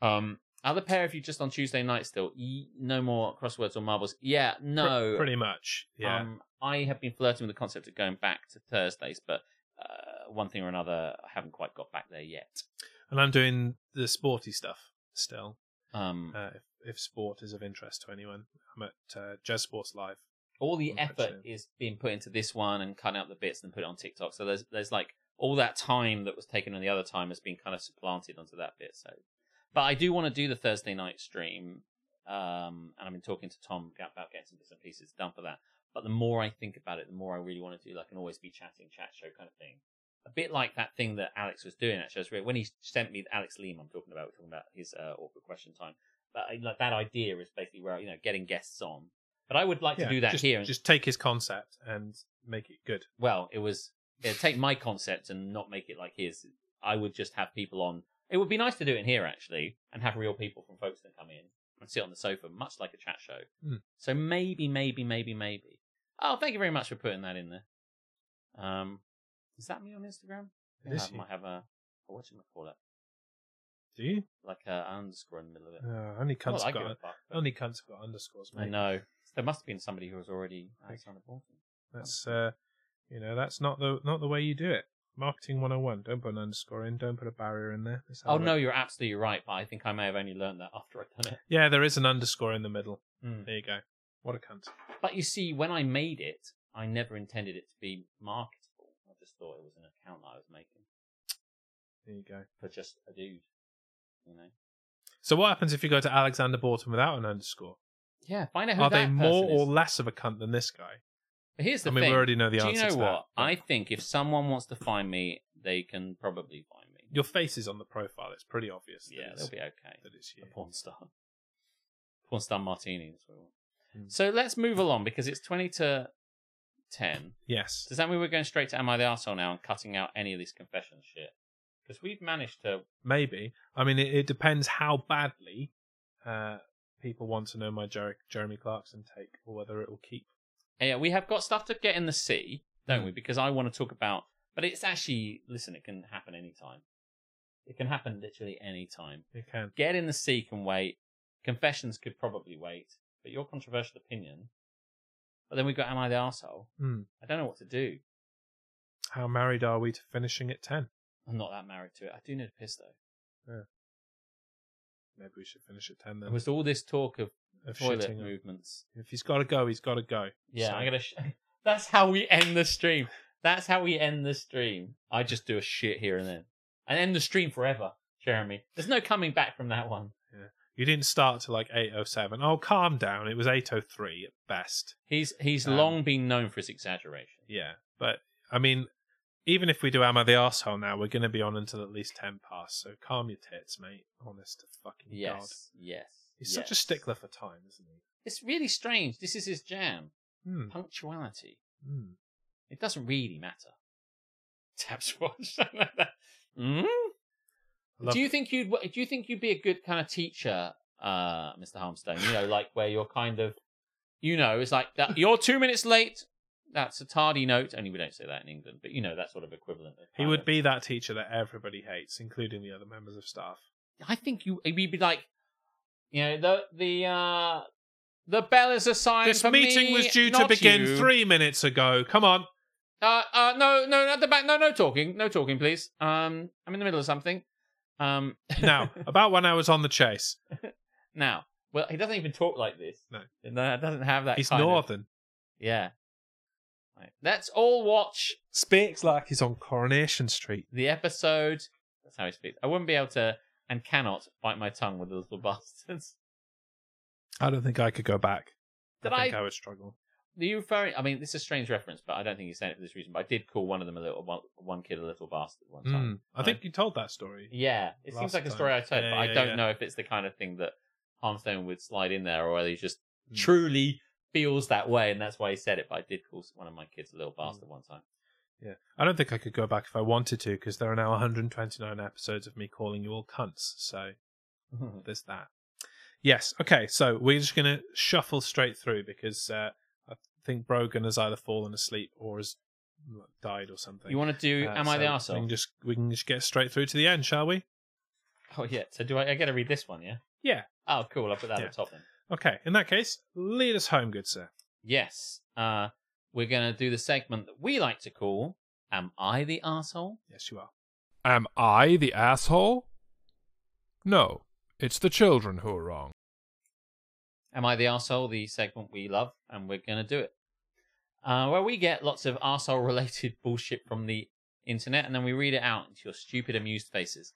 Speaker 2: Um, other pair of you just on Tuesday night still. E- no more crosswords or marbles. Yeah,
Speaker 1: Pr-
Speaker 2: no.
Speaker 1: pretty much. Yeah.
Speaker 2: Um, I have been flirting with the concept of going back to Thursdays, but uh, one thing or another, I haven't quite got back there yet.
Speaker 1: and I'm doing the sporty stuff still.
Speaker 2: Um,
Speaker 1: Uh, if, if sport is of interest to anyone, I'm at uh, Jazz Sports Live.
Speaker 2: all the
Speaker 1: Mm,
Speaker 2: effort
Speaker 1: actually.
Speaker 2: is being put into this one and cutting out the bits and put it on TikTok. So there's there's like all that time that was taken on the other time has been kind of supplanted onto that bit. So, but I do want to do the Thursday night stream, um, and I've been talking to Tom about getting some bits and pieces done for that. But the more I think about it, the more I really want to do like an always be chatting chat show kind of thing. A bit like that thing that Alex was doing actually. I was re- When he sent me Alex Leem, I'm talking about talking about his uh, awkward question time. But I, like that idea is basically where you know getting guests on. But I would like
Speaker 1: Yeah,
Speaker 2: to do that
Speaker 1: just,
Speaker 2: here and
Speaker 1: Just take his concept and make it good.
Speaker 2: well, it was yeah, take my concept and not make it like his. I would just have people on. It would be nice to do it in here actually, and have real people from folks that come in and sit on the sofa, much like a chat show.
Speaker 1: Hmm.
Speaker 2: So maybe, maybe, maybe, maybe. Oh, thank you very much for putting that in there. Um, is that me on Instagram?
Speaker 1: It is
Speaker 2: I might have a. I what should I call it?
Speaker 1: Do you?
Speaker 2: Like a underscore in the middle of it.
Speaker 1: Uh, only
Speaker 2: Not
Speaker 1: cunts
Speaker 2: that I
Speaker 1: have
Speaker 2: give a
Speaker 1: got
Speaker 2: fuck.
Speaker 1: only cunts have got underscores.
Speaker 2: I
Speaker 1: Mate.
Speaker 2: know. There must have been somebody who was already Alexander Bolton.
Speaker 1: That's uh, you know, that's not the not the way you do it. Marketing 101. Don't put an underscore in. Don't put a barrier in there. That's how
Speaker 2: Oh
Speaker 1: it
Speaker 2: no,
Speaker 1: works.
Speaker 2: you're absolutely right. But I think I may have only learned that after I'd done it.
Speaker 1: Yeah, there is an underscore in the middle.
Speaker 2: Hmm.
Speaker 1: There you go. What a cunt.
Speaker 2: But you see, when I made it, I never intended it to be marketable. I just thought it was an account that I was making
Speaker 1: There you go.
Speaker 2: for just a dude, you know.
Speaker 1: So what happens if you go to Alexander Borton without an underscore?
Speaker 2: Yeah, find out who
Speaker 1: Are
Speaker 2: that
Speaker 1: they more
Speaker 2: person
Speaker 1: or
Speaker 2: is.
Speaker 1: less of a cunt than this guy?
Speaker 2: But here's the
Speaker 1: I mean,
Speaker 2: thing.
Speaker 1: we already know the
Speaker 2: Do
Speaker 1: answer
Speaker 2: you know
Speaker 1: to that.
Speaker 2: what?
Speaker 1: but
Speaker 2: I think if someone wants to find me, they can probably find me.
Speaker 1: Your face is on the profile. It's pretty obvious. That
Speaker 2: yeah,
Speaker 1: it's,
Speaker 2: they'll be okay.
Speaker 1: that it's you.
Speaker 2: A porn star. [LAUGHS] Porn star martini. That's what we want.
Speaker 1: Hmm.
Speaker 2: So let's move along because it's twenty to ten.
Speaker 1: Yes.
Speaker 2: Does that mean we're going straight to Am I the Arsehole now and cutting out any of this confession shit? Because we've managed to
Speaker 1: Maybe. I mean, it, it depends how badly uh, people want to know my Jer- Jeremy Clarkson take or whether it will keep.
Speaker 2: Yeah, we have got stuff to get in the sea, don't
Speaker 1: Hmm.
Speaker 2: we? Because I want to talk about, but it's actually listen, it can happen anytime. It can happen literally any time.
Speaker 1: It can.
Speaker 2: Get in the sea can wait. Confessions could probably wait. but your controversial opinion. But then we got Am I the Arsehole?
Speaker 1: Hmm.
Speaker 2: I don't know what to do.
Speaker 1: How married are we to finishing at 10?
Speaker 2: I'm not that married to it. I do need a piss though.
Speaker 1: Maybe we should finish at 10
Speaker 2: There
Speaker 1: then.
Speaker 2: was all this talk of
Speaker 1: Of
Speaker 2: toilet
Speaker 1: shitting.
Speaker 2: movements.
Speaker 1: If he's got to go, he's got to go.
Speaker 2: Yeah,
Speaker 1: So-
Speaker 2: I'm gonna. Sh- [LAUGHS] That's how we end the stream. That's how we end the stream. I just do a shit here and then, and end the stream forever, Jeremy. There's no coming back from that one.
Speaker 1: You didn't start till like 8.07. Oh, calm down. It was 8.03 at best.
Speaker 2: He's he's
Speaker 1: Um,
Speaker 2: long been known for his exaggeration.
Speaker 1: Yeah. But, I mean, even if we do Am I the Arsehole now, we're going to be on until at least 10 past. So calm your tits, mate. Honest to fucking
Speaker 2: Yes,
Speaker 1: God.
Speaker 2: yes.
Speaker 1: He's such a
Speaker 2: yes.
Speaker 1: stickler for time, isn't he?
Speaker 2: It's really strange. This is his jam.
Speaker 1: Hmm.
Speaker 2: Punctuality.
Speaker 1: Hmm.
Speaker 2: It doesn't really matter. Taps watch. [LAUGHS]
Speaker 1: Hmm?
Speaker 2: mm?
Speaker 1: I love
Speaker 2: Do you think you'd do you think you'd be a good kind of teacher, uh, Mr. Harmstone? You know, like where you're kind of, you know, it's like
Speaker 1: [LAUGHS]
Speaker 2: that. You're two minutes late. That's a tardy note. Only we don't say that in England, but you know that sort of equivalent. of
Speaker 1: He
Speaker 2: kind
Speaker 1: would
Speaker 2: of-
Speaker 1: be that teacher that everybody hates, including the other members of staff.
Speaker 2: I think you. We'd be like, you know, the the uh, the bell is a sign.
Speaker 1: This
Speaker 2: for
Speaker 1: meeting
Speaker 2: me,
Speaker 1: was due to
Speaker 2: not
Speaker 1: begin
Speaker 2: you.
Speaker 1: three minutes ago. Come on.
Speaker 2: Uh, uh, no, no, at the back. No, no talking. No talking, please. Um, I'm in the middle of something. Um, [LAUGHS]
Speaker 1: Now, about when I was on the chase,
Speaker 2: now, well, he doesn't even talk like this.
Speaker 1: No.
Speaker 2: no, it doesn't have that.
Speaker 1: he's
Speaker 2: kind of-
Speaker 1: northern.
Speaker 2: Yeah. Right. Let's all watch
Speaker 1: Speaks like he's on Coronation Street.
Speaker 2: the episode. That's how he speaks. I wouldn't be able to and cannot bite my tongue with the little [LAUGHS] bastards.
Speaker 1: I don't think I could go back.
Speaker 2: Did
Speaker 1: I think
Speaker 2: I-
Speaker 1: I would struggle.
Speaker 2: Are you referring? I mean, this is a strange reference, but I don't think he's saying it for this reason. But I did call one of them a little one, one kid a little bastard one time.
Speaker 1: Mm. I think you told that story.
Speaker 2: Yeah, it
Speaker 1: Hmm. Last
Speaker 2: seems like a story I
Speaker 1: time.
Speaker 2: told,
Speaker 1: Yeah,
Speaker 2: but I
Speaker 1: yeah,
Speaker 2: don't
Speaker 1: yeah.
Speaker 2: know if it's the kind of thing that Harmstone would slide in there, or whether he just
Speaker 1: Mm.
Speaker 2: truly feels that way, and that's why he said it. But I did call one of my kids a little
Speaker 1: Hmm.
Speaker 2: bastard one time.
Speaker 1: I don't think I could go back if I wanted to because there are now 129 episodes of me calling you all cunts. So [LAUGHS] there's that. Yes. Okay. So we're just going to shuffle straight through because uh, I think Brogan has either fallen asleep or has died or something.
Speaker 2: you want to do?
Speaker 1: Uh,
Speaker 2: Am I the
Speaker 1: so We
Speaker 2: arsehole?
Speaker 1: can, just, we can just get straight through to the end, shall we?
Speaker 2: Oh yeah. So do I? I get to read this one, yeah?
Speaker 1: Yeah.
Speaker 2: Oh, cool. I'll put that
Speaker 1: Yeah.
Speaker 2: at the top then.
Speaker 1: Okay. In that case, lead us home, good sir.
Speaker 2: Yes. Uh, we're gonna do the segment that we like to call "Am I the asshole?"
Speaker 1: Yes, you are.
Speaker 4: Am I the asshole? No, it's the children who are wrong.
Speaker 2: Am I the Arsehole, the segment we love, and we're going to do it. Uh, where we get lots of arsehole related [LAUGHS] bullshit from the internet, and then we read it out into your stupid, amused faces.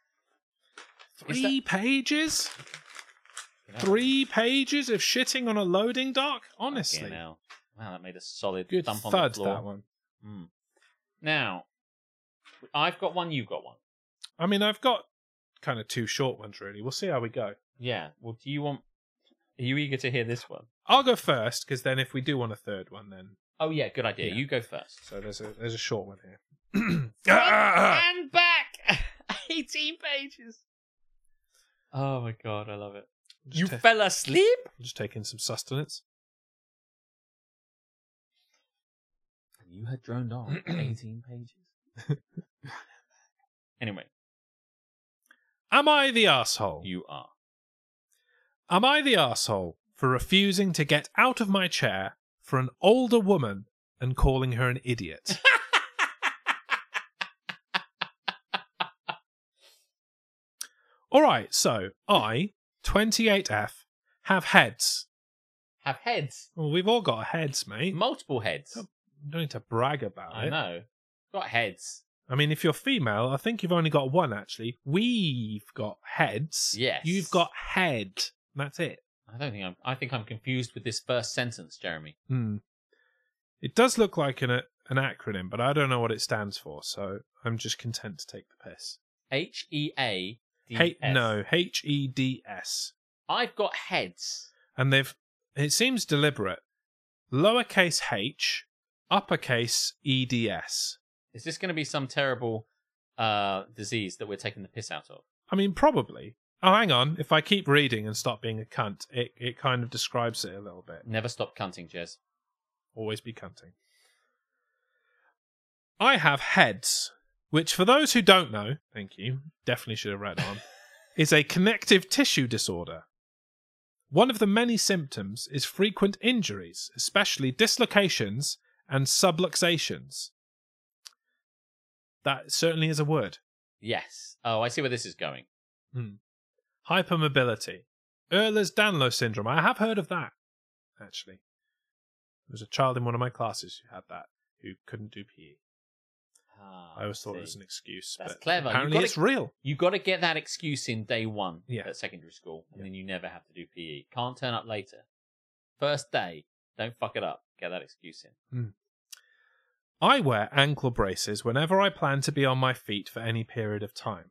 Speaker 2: Is
Speaker 1: Three pages? Three pages of shitting on a loading dock? Honestly.
Speaker 2: Now. Wow, that made a solid
Speaker 1: Good
Speaker 2: thump on
Speaker 1: thud,
Speaker 2: the floor.
Speaker 1: that one.
Speaker 2: Mm. Now, I've got one, you've got one.
Speaker 1: I mean, I've got kind of two short ones, really. We'll see how we go.
Speaker 2: Yeah. Well, do you want. Are you eager to hear this one?
Speaker 1: I'll go first because then if we do want a third one, then.
Speaker 2: Oh, yeah, good idea.
Speaker 1: Yeah.
Speaker 2: You go first.
Speaker 1: So there's a there's a short one here. [CLEARS THROAT] Ah, ah, ah.
Speaker 2: and back! [LAUGHS] 18 pages. Oh my god, I love it.
Speaker 1: Just
Speaker 2: You
Speaker 1: ta-
Speaker 2: fell asleep?
Speaker 1: just taking some sustenance.
Speaker 2: And you had droned [CLEARS THROAT] on 18 pages. [LAUGHS] anyway,
Speaker 1: Am I the asshole?
Speaker 2: you are.
Speaker 1: Am I the asshole for refusing to get out of my chair for an older woman and calling her an
Speaker 2: [LAUGHS]
Speaker 1: idiot? All right, so I, 28F, have heads.
Speaker 2: Have heads.
Speaker 1: Well, we've all got heads, mate.
Speaker 2: Multiple heads.
Speaker 1: Don't need to brag about
Speaker 2: I
Speaker 1: it.
Speaker 2: know. Got heads.
Speaker 1: I mean, if you're female, I think you've only got one actually. We've got heads.
Speaker 2: Yes.
Speaker 1: You've got head. That's it.
Speaker 2: I don't think I'm. I think I'm confused with this first sentence, Jeremy.
Speaker 1: Hmm. It does look like an an acronym, but I don't know what it stands for, so I'm just content to take the piss.
Speaker 2: H E A D S.
Speaker 1: Hey, no, H E D S,
Speaker 2: I've got heads.
Speaker 1: and they've. It seems deliberate. Lowercase h, uppercase e d s.
Speaker 2: Is this going to be some terrible uh, disease that we're taking the piss out of?
Speaker 1: I mean, probably. Oh, hang on. If I keep reading and stop being a cunt, it, it kind of describes it a little bit.
Speaker 2: Never stop cunting, Jez.
Speaker 1: always be cunting. I have heads, which for those who don't know, thank you, definitely should have read on, is a connective tissue disorder. One of the many symptoms is frequent injuries, especially dislocations and subluxations. That certainly is a word.
Speaker 2: Yes. Oh, I see where this is going.
Speaker 1: Hmm. Hypermobility. Ehlers Danlos syndrome. I have heard of that, actually. There was a child in one of my classes who had that, who couldn't do PE.
Speaker 2: Ah,
Speaker 1: I always thought
Speaker 2: see.
Speaker 1: it was an excuse.
Speaker 2: That's
Speaker 1: but
Speaker 2: clever. You
Speaker 1: Apparently
Speaker 2: gotta-
Speaker 1: it's real.
Speaker 2: You got to get that excuse in day one
Speaker 1: Yeah.
Speaker 2: at secondary school, and then you never have to do PE. Can't turn up later. First day, don't fuck it up. Get that excuse in.
Speaker 1: I wear ankle braces whenever I plan to be on my feet for any period of time.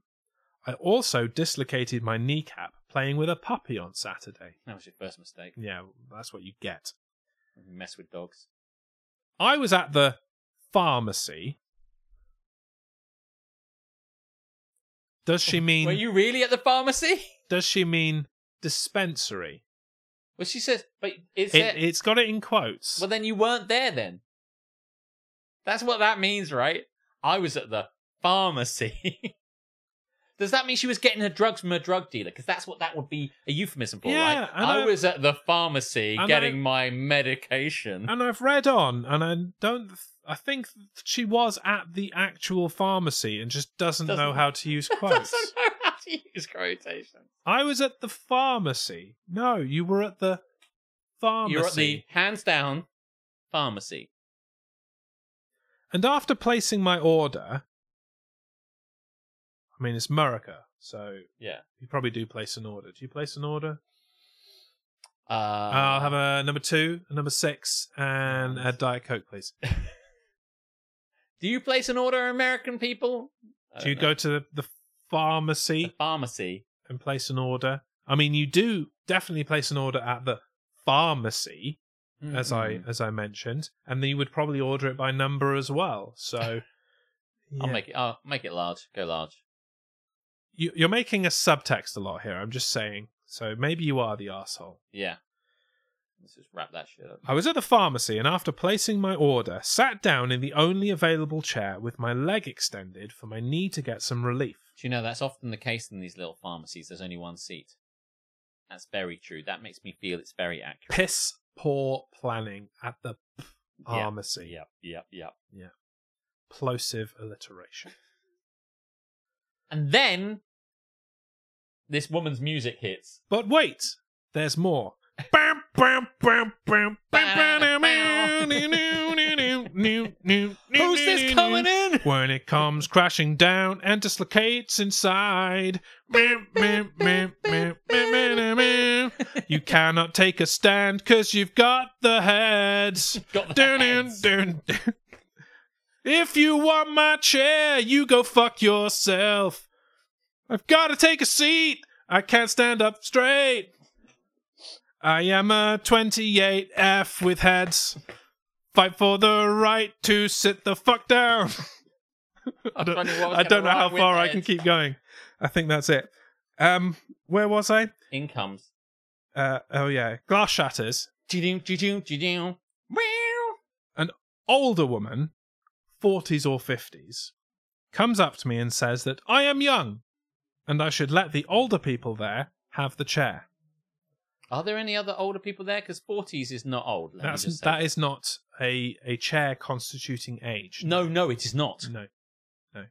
Speaker 1: I also dislocated my kneecap playing with a puppy on Saturday.
Speaker 2: That was your first mistake.
Speaker 1: Yeah, that's what you get. Mm.
Speaker 2: You mess with dogs.
Speaker 1: I was at the pharmacy. Does she mean
Speaker 2: Were you really at the pharmacy? [LAUGHS]
Speaker 1: does she mean dispensary?
Speaker 2: Well, she says, but it's
Speaker 1: It,
Speaker 2: it,
Speaker 1: it's got it in quotes.
Speaker 2: Well, then you weren't there then. That's what that means, right? I was at the pharmacy. [LAUGHS] Does that mean she was getting her drugs from a drug dealer? Because that's what that would be a euphemism for,
Speaker 1: Yeah,
Speaker 2: right?
Speaker 1: and
Speaker 2: I,
Speaker 1: I-
Speaker 2: was at the pharmacy
Speaker 1: and
Speaker 2: getting
Speaker 1: I-
Speaker 2: my medication. [LAUGHS]
Speaker 1: and I've read on, and I don't. th- I think she was at the actual pharmacy and just doesn't,
Speaker 2: Doesn't-
Speaker 1: know how to
Speaker 2: [LAUGHS]
Speaker 1: use quotes.
Speaker 2: Doesn't know how [LAUGHS] to use quotations.
Speaker 1: I was at the pharmacy. No, you were at the pharmacy.
Speaker 2: You're at the hands down pharmacy.
Speaker 1: And after placing my order, I mean, it's Murica, so
Speaker 2: Yeah.
Speaker 1: you probably do place an order. Do you place an order?
Speaker 2: Uh,
Speaker 1: I'll have a number two, a number six, and a Diet Coke, please.
Speaker 2: do you place an order, American people? I
Speaker 1: Do you
Speaker 2: don't know.
Speaker 1: go to the, the
Speaker 2: the [LAUGHS]
Speaker 1: pharmacy
Speaker 2: pharmacy?
Speaker 1: and place an order? I mean, you do definitely place an order at the pharmacy, as I
Speaker 2: Mm-mm.
Speaker 1: as I mentioned, and then you would probably order it by number as well. So
Speaker 2: [LAUGHS] I'll
Speaker 1: yeah.
Speaker 2: make it. I'll make it large. Go large.
Speaker 1: you, you're making a subtext a lot here. I'm just saying. So maybe you are the asshole.
Speaker 2: Yeah. Let's just wrap that shit up.
Speaker 1: I was at the pharmacy and after placing my order, sat down in the only available chair with my leg extended for my knee to get some relief.
Speaker 2: Do you know that's often the case in these little pharmacies? There's only one seat. That's very true. That makes me feel it's very accurate.
Speaker 1: Piss poor planning at the pharmacy.
Speaker 2: Yep, yep, yep.
Speaker 1: Plosive alliteration.
Speaker 2: And then this woman's music hits.
Speaker 1: But wait, there's more. Bam, bam, bam, bam, bam, bam, bam, doo, doo, doo, doo, doo, doo,
Speaker 2: Who's
Speaker 1: doo, doo,
Speaker 2: this
Speaker 1: doo.
Speaker 2: coming in?
Speaker 1: When it comes crashing down and dislocates inside. Bam, bam, bam, bam, bam, bam, bam. [LAUGHS] You cannot take a stand because you've got the heads.
Speaker 2: Got the
Speaker 1: Dun, dun,
Speaker 2: hands.
Speaker 1: dun, dun. If you want my chair, you go fuck yourself. I've got to take a seat. I can't stand up straight. I am a 28F with heads. Fight for the right to sit the fuck down.
Speaker 2: [LAUGHS]
Speaker 1: I don't,
Speaker 2: wondering what was
Speaker 1: I don't
Speaker 2: gonna
Speaker 1: know how
Speaker 2: rhyme with
Speaker 1: far I can
Speaker 2: heads.
Speaker 1: keep going. I think that's it. Um, where was I?
Speaker 2: In comes.
Speaker 1: Uh, oh yeah, glass shatters.
Speaker 2: Doo-doo, doo-doo, doo-doo. Meow.
Speaker 1: older woman, 40s or 50s, comes up to me and says that I am young and I should let the older people there have the chair.
Speaker 2: Are there any other older people there? Because forties is not old. Let me
Speaker 1: That's,
Speaker 2: just say
Speaker 1: that is not a, a chair constituting age.
Speaker 2: No, no, it is not.
Speaker 1: No. No.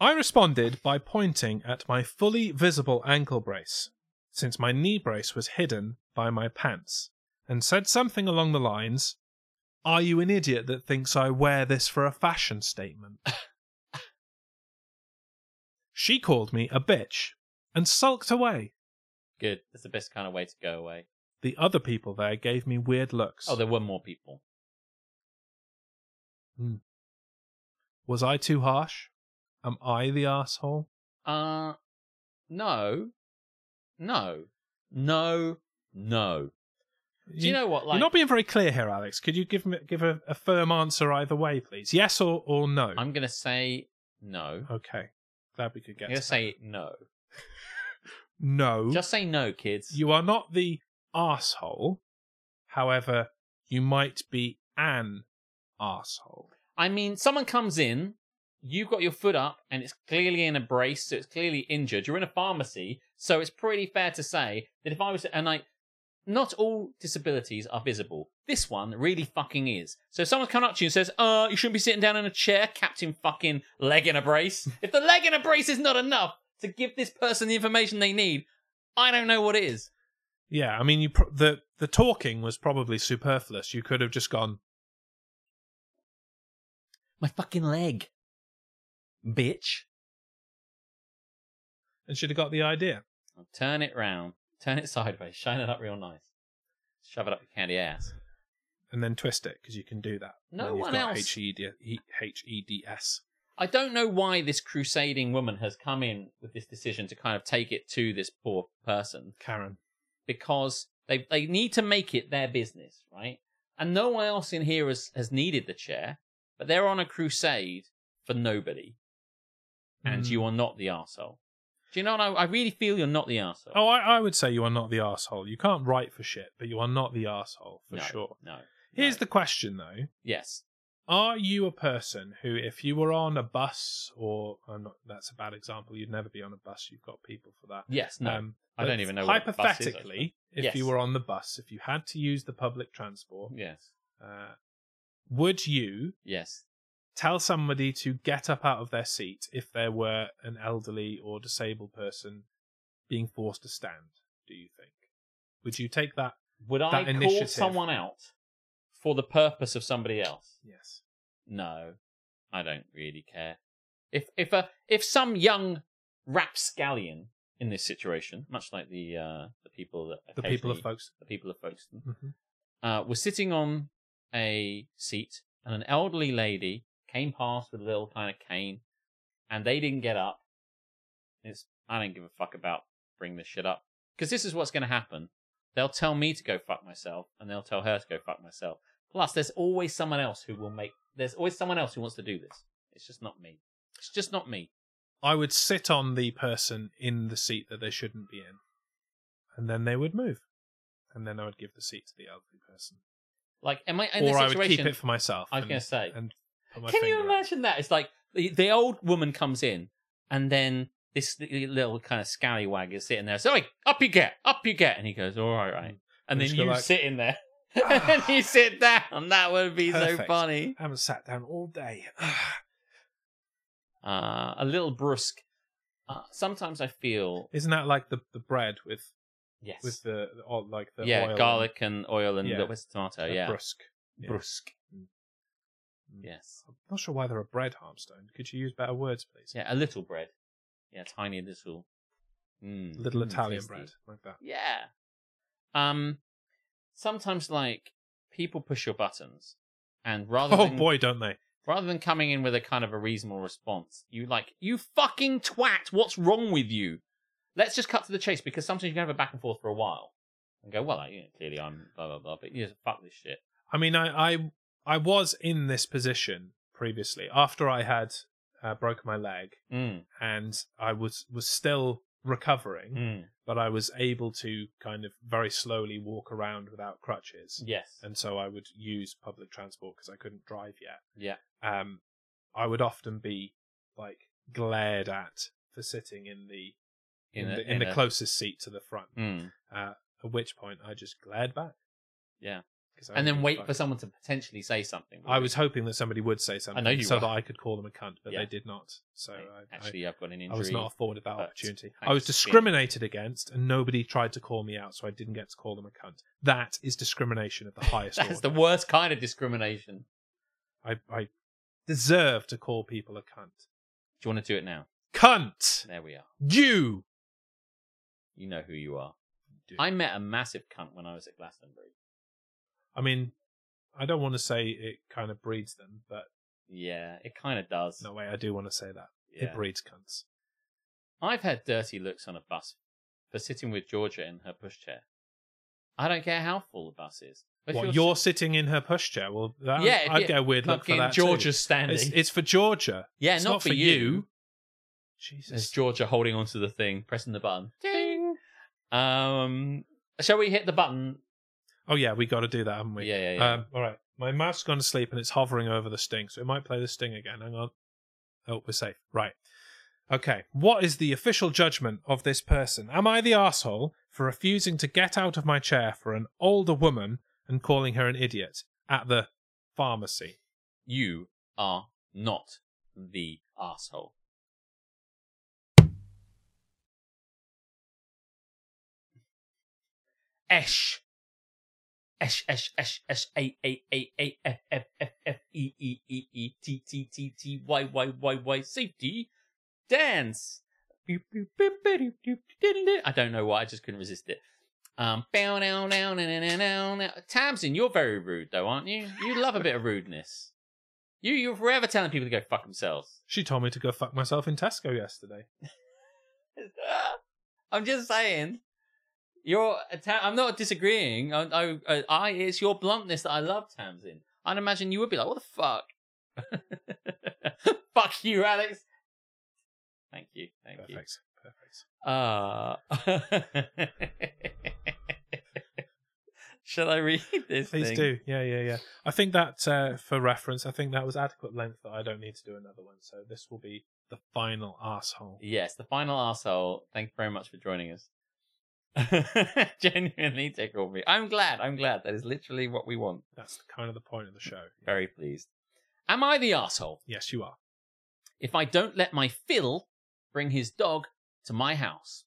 Speaker 1: I responded by pointing at my fully visible ankle brace, since my knee brace was hidden by my pants, and said something along the lines Are you an idiot that thinks I wear this for a
Speaker 2: [LAUGHS]
Speaker 1: fashion statement? she called me a bitch and sulked away.
Speaker 2: Good. That's the best kind of way to go away.
Speaker 1: The other people there gave me weird looks.
Speaker 2: Oh, there were more people.
Speaker 1: Was I too harsh? Am I the asshole?
Speaker 2: Uh, no, no, no, no. Do you know what? Like,
Speaker 1: You're not being very clear here, Alex. Could you give me, give a, a firm answer either way, please? Yes or, or no?
Speaker 2: I'm gonna say no.
Speaker 1: Okay. Glad we could
Speaker 2: I'm
Speaker 1: get
Speaker 2: gonna
Speaker 1: to
Speaker 2: say no.
Speaker 1: that. no.
Speaker 2: Just say no, kids.
Speaker 1: You are not the asshole. However, you might be an asshole.
Speaker 2: I mean, someone comes in, you've got your foot up and it's clearly in a brace, so it's clearly injured. You're in a pharmacy, so it's pretty fair to say that if I was and like not all disabilities are visible. This one really fucking is. So if someone comes up to you and says, uh, you shouldn't be sitting down in a chair, Captain fucking leg in a brace. if the leg in a brace is not enough to give this person the information they need, I don't know what is.
Speaker 1: Yeah, I mean, you pro- the the talking was probably superfluous. You could have just gone,
Speaker 2: My fucking leg. Bitch.
Speaker 1: and she'd have got the idea.
Speaker 2: I'll turn it round, turn it [LAUGHS] sideways, shine it up real nice, shove it up your candy ass.
Speaker 1: and then twist it because you can do that.
Speaker 2: No
Speaker 1: Then you've
Speaker 2: one
Speaker 1: got
Speaker 2: else.
Speaker 1: H-E-D- E- H-E-D-S.
Speaker 2: I don't know why this crusading woman has come in with this decision to kind of take it to this poor person
Speaker 1: Karen.
Speaker 2: because they they need to make it their business, right? And no one else in here has, has needed the chair, but they're on a crusade for nobody, and
Speaker 1: Mm.
Speaker 2: you are not the arsehole. Do you know what? I, I really feel you're not the arsehole.
Speaker 1: Oh, I, I would say you are not the asshole. You can't write for shit, but you are not the asshole for
Speaker 2: no,
Speaker 1: sure.
Speaker 2: No.
Speaker 1: Here's
Speaker 2: no.
Speaker 1: the question though:
Speaker 2: yes.
Speaker 1: Are you a person who, if you were on a bus, or I'm not, that's a bad example. You'd never be on a bus. You've got people for that.
Speaker 2: Yes. No.
Speaker 1: Um,
Speaker 2: I don't
Speaker 1: but
Speaker 2: even know what a bus is, actually.
Speaker 1: Hypothetically, if
Speaker 2: Yes.
Speaker 1: you were on the bus, if you had to use the public transport,
Speaker 2: yes.
Speaker 1: uh, would you
Speaker 2: Yes.
Speaker 1: tell somebody to get up out of their seat if there were an elderly or disabled person being forced to stand, do you think? Would you take that?
Speaker 2: Would
Speaker 1: that
Speaker 2: I call
Speaker 1: initiative.
Speaker 2: someone out for the purpose of somebody else?
Speaker 1: Yes.
Speaker 2: No, I don't really care. If if a if some young rapscallion in this situation, much like the uh, the people that
Speaker 1: The people of
Speaker 2: occasionally-
Speaker 1: folks.
Speaker 2: the people of Folkestone,
Speaker 1: hmm
Speaker 2: uh, was sitting on a seat, and an elderly lady came past with a little kind of cane, and they didn't get up. It's I don't give a fuck about bring this shit up because this is what's going to happen. They'll tell me to go fuck myself, and they'll tell her to go fuck myself. Plus, there's always someone else who will make. There's always someone else who wants to do this. It's just not me. It's just not me.
Speaker 1: I would sit on the person in the seat that they shouldn't be in, and then they would move. And then I would give the seat to the elderly person.
Speaker 2: Like, am I in
Speaker 1: or
Speaker 2: this
Speaker 1: I would
Speaker 2: situation?
Speaker 1: keep it for myself.
Speaker 2: I was
Speaker 1: and-
Speaker 2: gonna say.
Speaker 1: And put my
Speaker 2: Can you
Speaker 1: finger up.
Speaker 2: imagine that? It's like the, the old woman comes in, and then this li- little kind of scallywag is sitting there. So, like, up you get, up you get, and he goes, "All right, right." And,
Speaker 1: And
Speaker 2: then
Speaker 1: she'll
Speaker 2: you
Speaker 1: go like, Ah,
Speaker 2: sit in
Speaker 1: [LAUGHS]
Speaker 2: there, [LAUGHS] and then you sit down. That would be so
Speaker 1: Perfect.
Speaker 2: funny.
Speaker 1: I haven't sat down all day. [SIGHS]
Speaker 2: Uh, a little brusque. Uh, sometimes I feel
Speaker 1: Isn't that like the, the bread with
Speaker 2: yes,
Speaker 1: with the, the oh, like the oil
Speaker 2: yeah,
Speaker 1: and
Speaker 2: garlic and oil and
Speaker 1: uh, Yeah.
Speaker 2: little bits of tomato.
Speaker 1: the
Speaker 2: yeah,
Speaker 1: brusque? yeah.
Speaker 2: brusque.
Speaker 1: Mm. Mm.
Speaker 2: Yes,
Speaker 1: I'm not sure why they're a bread harmstone. Could you use better words, please?
Speaker 2: yeah, a little bread. Yeah, tiny little. Mm,
Speaker 1: Little
Speaker 2: mm,
Speaker 1: Italian
Speaker 2: tasty.
Speaker 1: bread, like that.
Speaker 2: Yeah. Um, sometimes like people push your buttons, and rather
Speaker 1: Oh
Speaker 2: than
Speaker 1: boy, don't they?
Speaker 2: rather than coming in with a kind of a reasonable response, you like you fucking twat. What's wrong with you? Let's just cut to the chase because sometimes you can have a back and forth for a while and go, well, I, you know, clearly I'm blah blah blah, but you just fuck this shit.
Speaker 1: I mean, I, I, I was in this position previously after I had uh, broken my leg,
Speaker 2: Mm,
Speaker 1: and I was was still recovering,
Speaker 2: mm,
Speaker 1: but I was able to kind of very slowly walk around without crutches.
Speaker 2: yes.
Speaker 1: and so I would use public transport because I couldn't drive yet.
Speaker 2: Yeah.
Speaker 1: Um, I would often be like glared at for sitting in the in,
Speaker 2: a-
Speaker 1: the, in the
Speaker 2: a-
Speaker 1: closest seat to the front.
Speaker 2: Mm,
Speaker 1: Uh, at which point, I just glared back.
Speaker 2: Yeah.
Speaker 1: 'Cause I
Speaker 2: and then
Speaker 1: didn't
Speaker 2: wait
Speaker 1: fuck-
Speaker 2: for someone to potentially say something.
Speaker 1: I was hoping that somebody would say something,
Speaker 2: you
Speaker 1: so
Speaker 2: were.
Speaker 1: that I could call them a cunt, but
Speaker 2: Yeah.
Speaker 1: they did not. So I, I,
Speaker 2: actually I've got an injury.
Speaker 1: I
Speaker 2: [LAUGHS]
Speaker 1: was not afforded that
Speaker 2: but
Speaker 1: opportunity.
Speaker 2: thanks
Speaker 1: I was
Speaker 2: for being-
Speaker 1: discriminated against, and nobody tried to call me out, so I didn't get to call them a cunt. That is
Speaker 2: [LAUGHS]
Speaker 1: discrimination of the highest
Speaker 2: That's
Speaker 1: order.
Speaker 2: the worst kind of discrimination.
Speaker 1: I, I deserve to call people a cunt.
Speaker 2: Do you want to do it now?
Speaker 1: Cunt!
Speaker 2: There we are.
Speaker 1: You!
Speaker 2: You know who you are.
Speaker 1: do.
Speaker 2: I met a massive cunt when I was at Glastonbury.
Speaker 1: I mean, I don't want to say it kind of breeds them, but
Speaker 2: Yeah, it kind of does.
Speaker 1: no, wait, I do want to say that.
Speaker 2: Yeah.
Speaker 1: It breeds cunts.
Speaker 2: I've had dirty looks on a bus for sitting with Georgia in her pushchair. I don't care how full the bus is. If
Speaker 1: What, you're, sitting in her pushchair? Well, that,
Speaker 2: Yeah, if
Speaker 1: I'd
Speaker 2: you-
Speaker 1: get a weird look for
Speaker 2: fucking
Speaker 1: that. too.
Speaker 2: Georgia's standing.
Speaker 1: It's, it's for Georgia.
Speaker 2: yeah,
Speaker 1: it's
Speaker 2: not, for you. There's
Speaker 1: Jesus.
Speaker 2: Georgia holding onto the thing, pressing the button. Ding. Um, shall we hit the button?
Speaker 1: Oh, yeah, we got to do that, haven't we?
Speaker 2: Yeah, yeah, yeah.
Speaker 1: Um, all right. My mouse has gone to sleep and it's hovering over the sting, so it might play the sting again. Hang on. Oh, we're safe. Right. Okay. What is the official judgment of this person? Am I the asshole for refusing to get out of my chair for an older woman and calling her an idiot at the pharmacy?
Speaker 2: You are not the asshole. Esh. Esh, esh, esh, esh, a, a, a, a, f, f, f, f, e, e, e, e, t, t, t, t, y, y, y, y, safety, dance. Boop, boop, boop, boop, boop, diddle-diddle. I don't know why, I just couldn't resist it. Um, bow, down, down, down, down, down, down. Tamsin, you're very rude though, aren't you? You love a bit of rudeness. You, you're forever telling people to go fuck themselves. [LAUGHS]
Speaker 1: She told me to go fuck myself in Tesco yesterday.
Speaker 2: I'm just saying. You're. a Ta- I'm not disagreeing. I, I, I- I. It's your bluntness that I love, Tamsin. I'd imagine you would be like, "What the fuck? [LAUGHS] fuck you, Alex." Thank you. Thank you.
Speaker 1: Perfect. Perfect.
Speaker 2: Uh, [LAUGHS] Shall I read this?
Speaker 1: Please
Speaker 2: thing?
Speaker 1: do. Yeah, yeah, yeah. I think that, uh, for reference, I think that was adequate length that I don't need to do another one. So this will be the final asshole.
Speaker 2: Yes, the final asshole. Thank you very much for joining us. [LAUGHS] Genuinely tickled me. I'm glad. I'm glad. That is literally what we want.
Speaker 1: That's kind of the point of the show.
Speaker 2: Very pleased. Am I the asshole
Speaker 1: Yes, you are.
Speaker 2: if I don't let my Phil bring his dog to my house?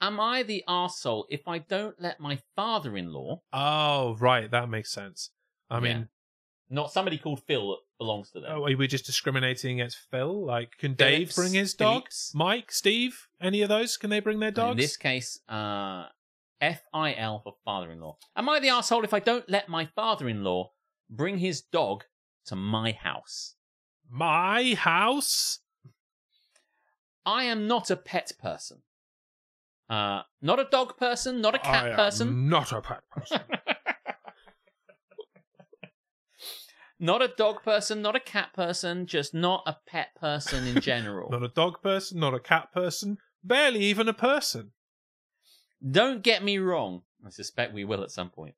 Speaker 2: Am I the asshole if I don't let my father-in-law,
Speaker 1: Oh, right. That makes sense. I mean,
Speaker 2: not somebody called Phil that belongs to them?
Speaker 1: Oh, are we just discriminating against Phil? Like, can
Speaker 2: Phillips,
Speaker 1: Dave bring his dog?
Speaker 2: Phillips.
Speaker 1: Mike, Steve, any of those? Can they bring their
Speaker 2: And
Speaker 1: dogs?
Speaker 2: In this case, uh, F-I-L for father-in-law. Am I the asshole if I don't let my father-in-law bring his dog to my house?
Speaker 1: My house?
Speaker 2: I am not a pet person. Uh, not a dog person, not a cat
Speaker 1: I am
Speaker 2: person,
Speaker 1: Not a pet person.
Speaker 2: not a dog person, not a cat person, just not a pet person
Speaker 1: [LAUGHS]
Speaker 2: in general.
Speaker 1: not a dog person, not a cat person, barely even a person.
Speaker 2: Don't get me wrong. I suspect we will at some point.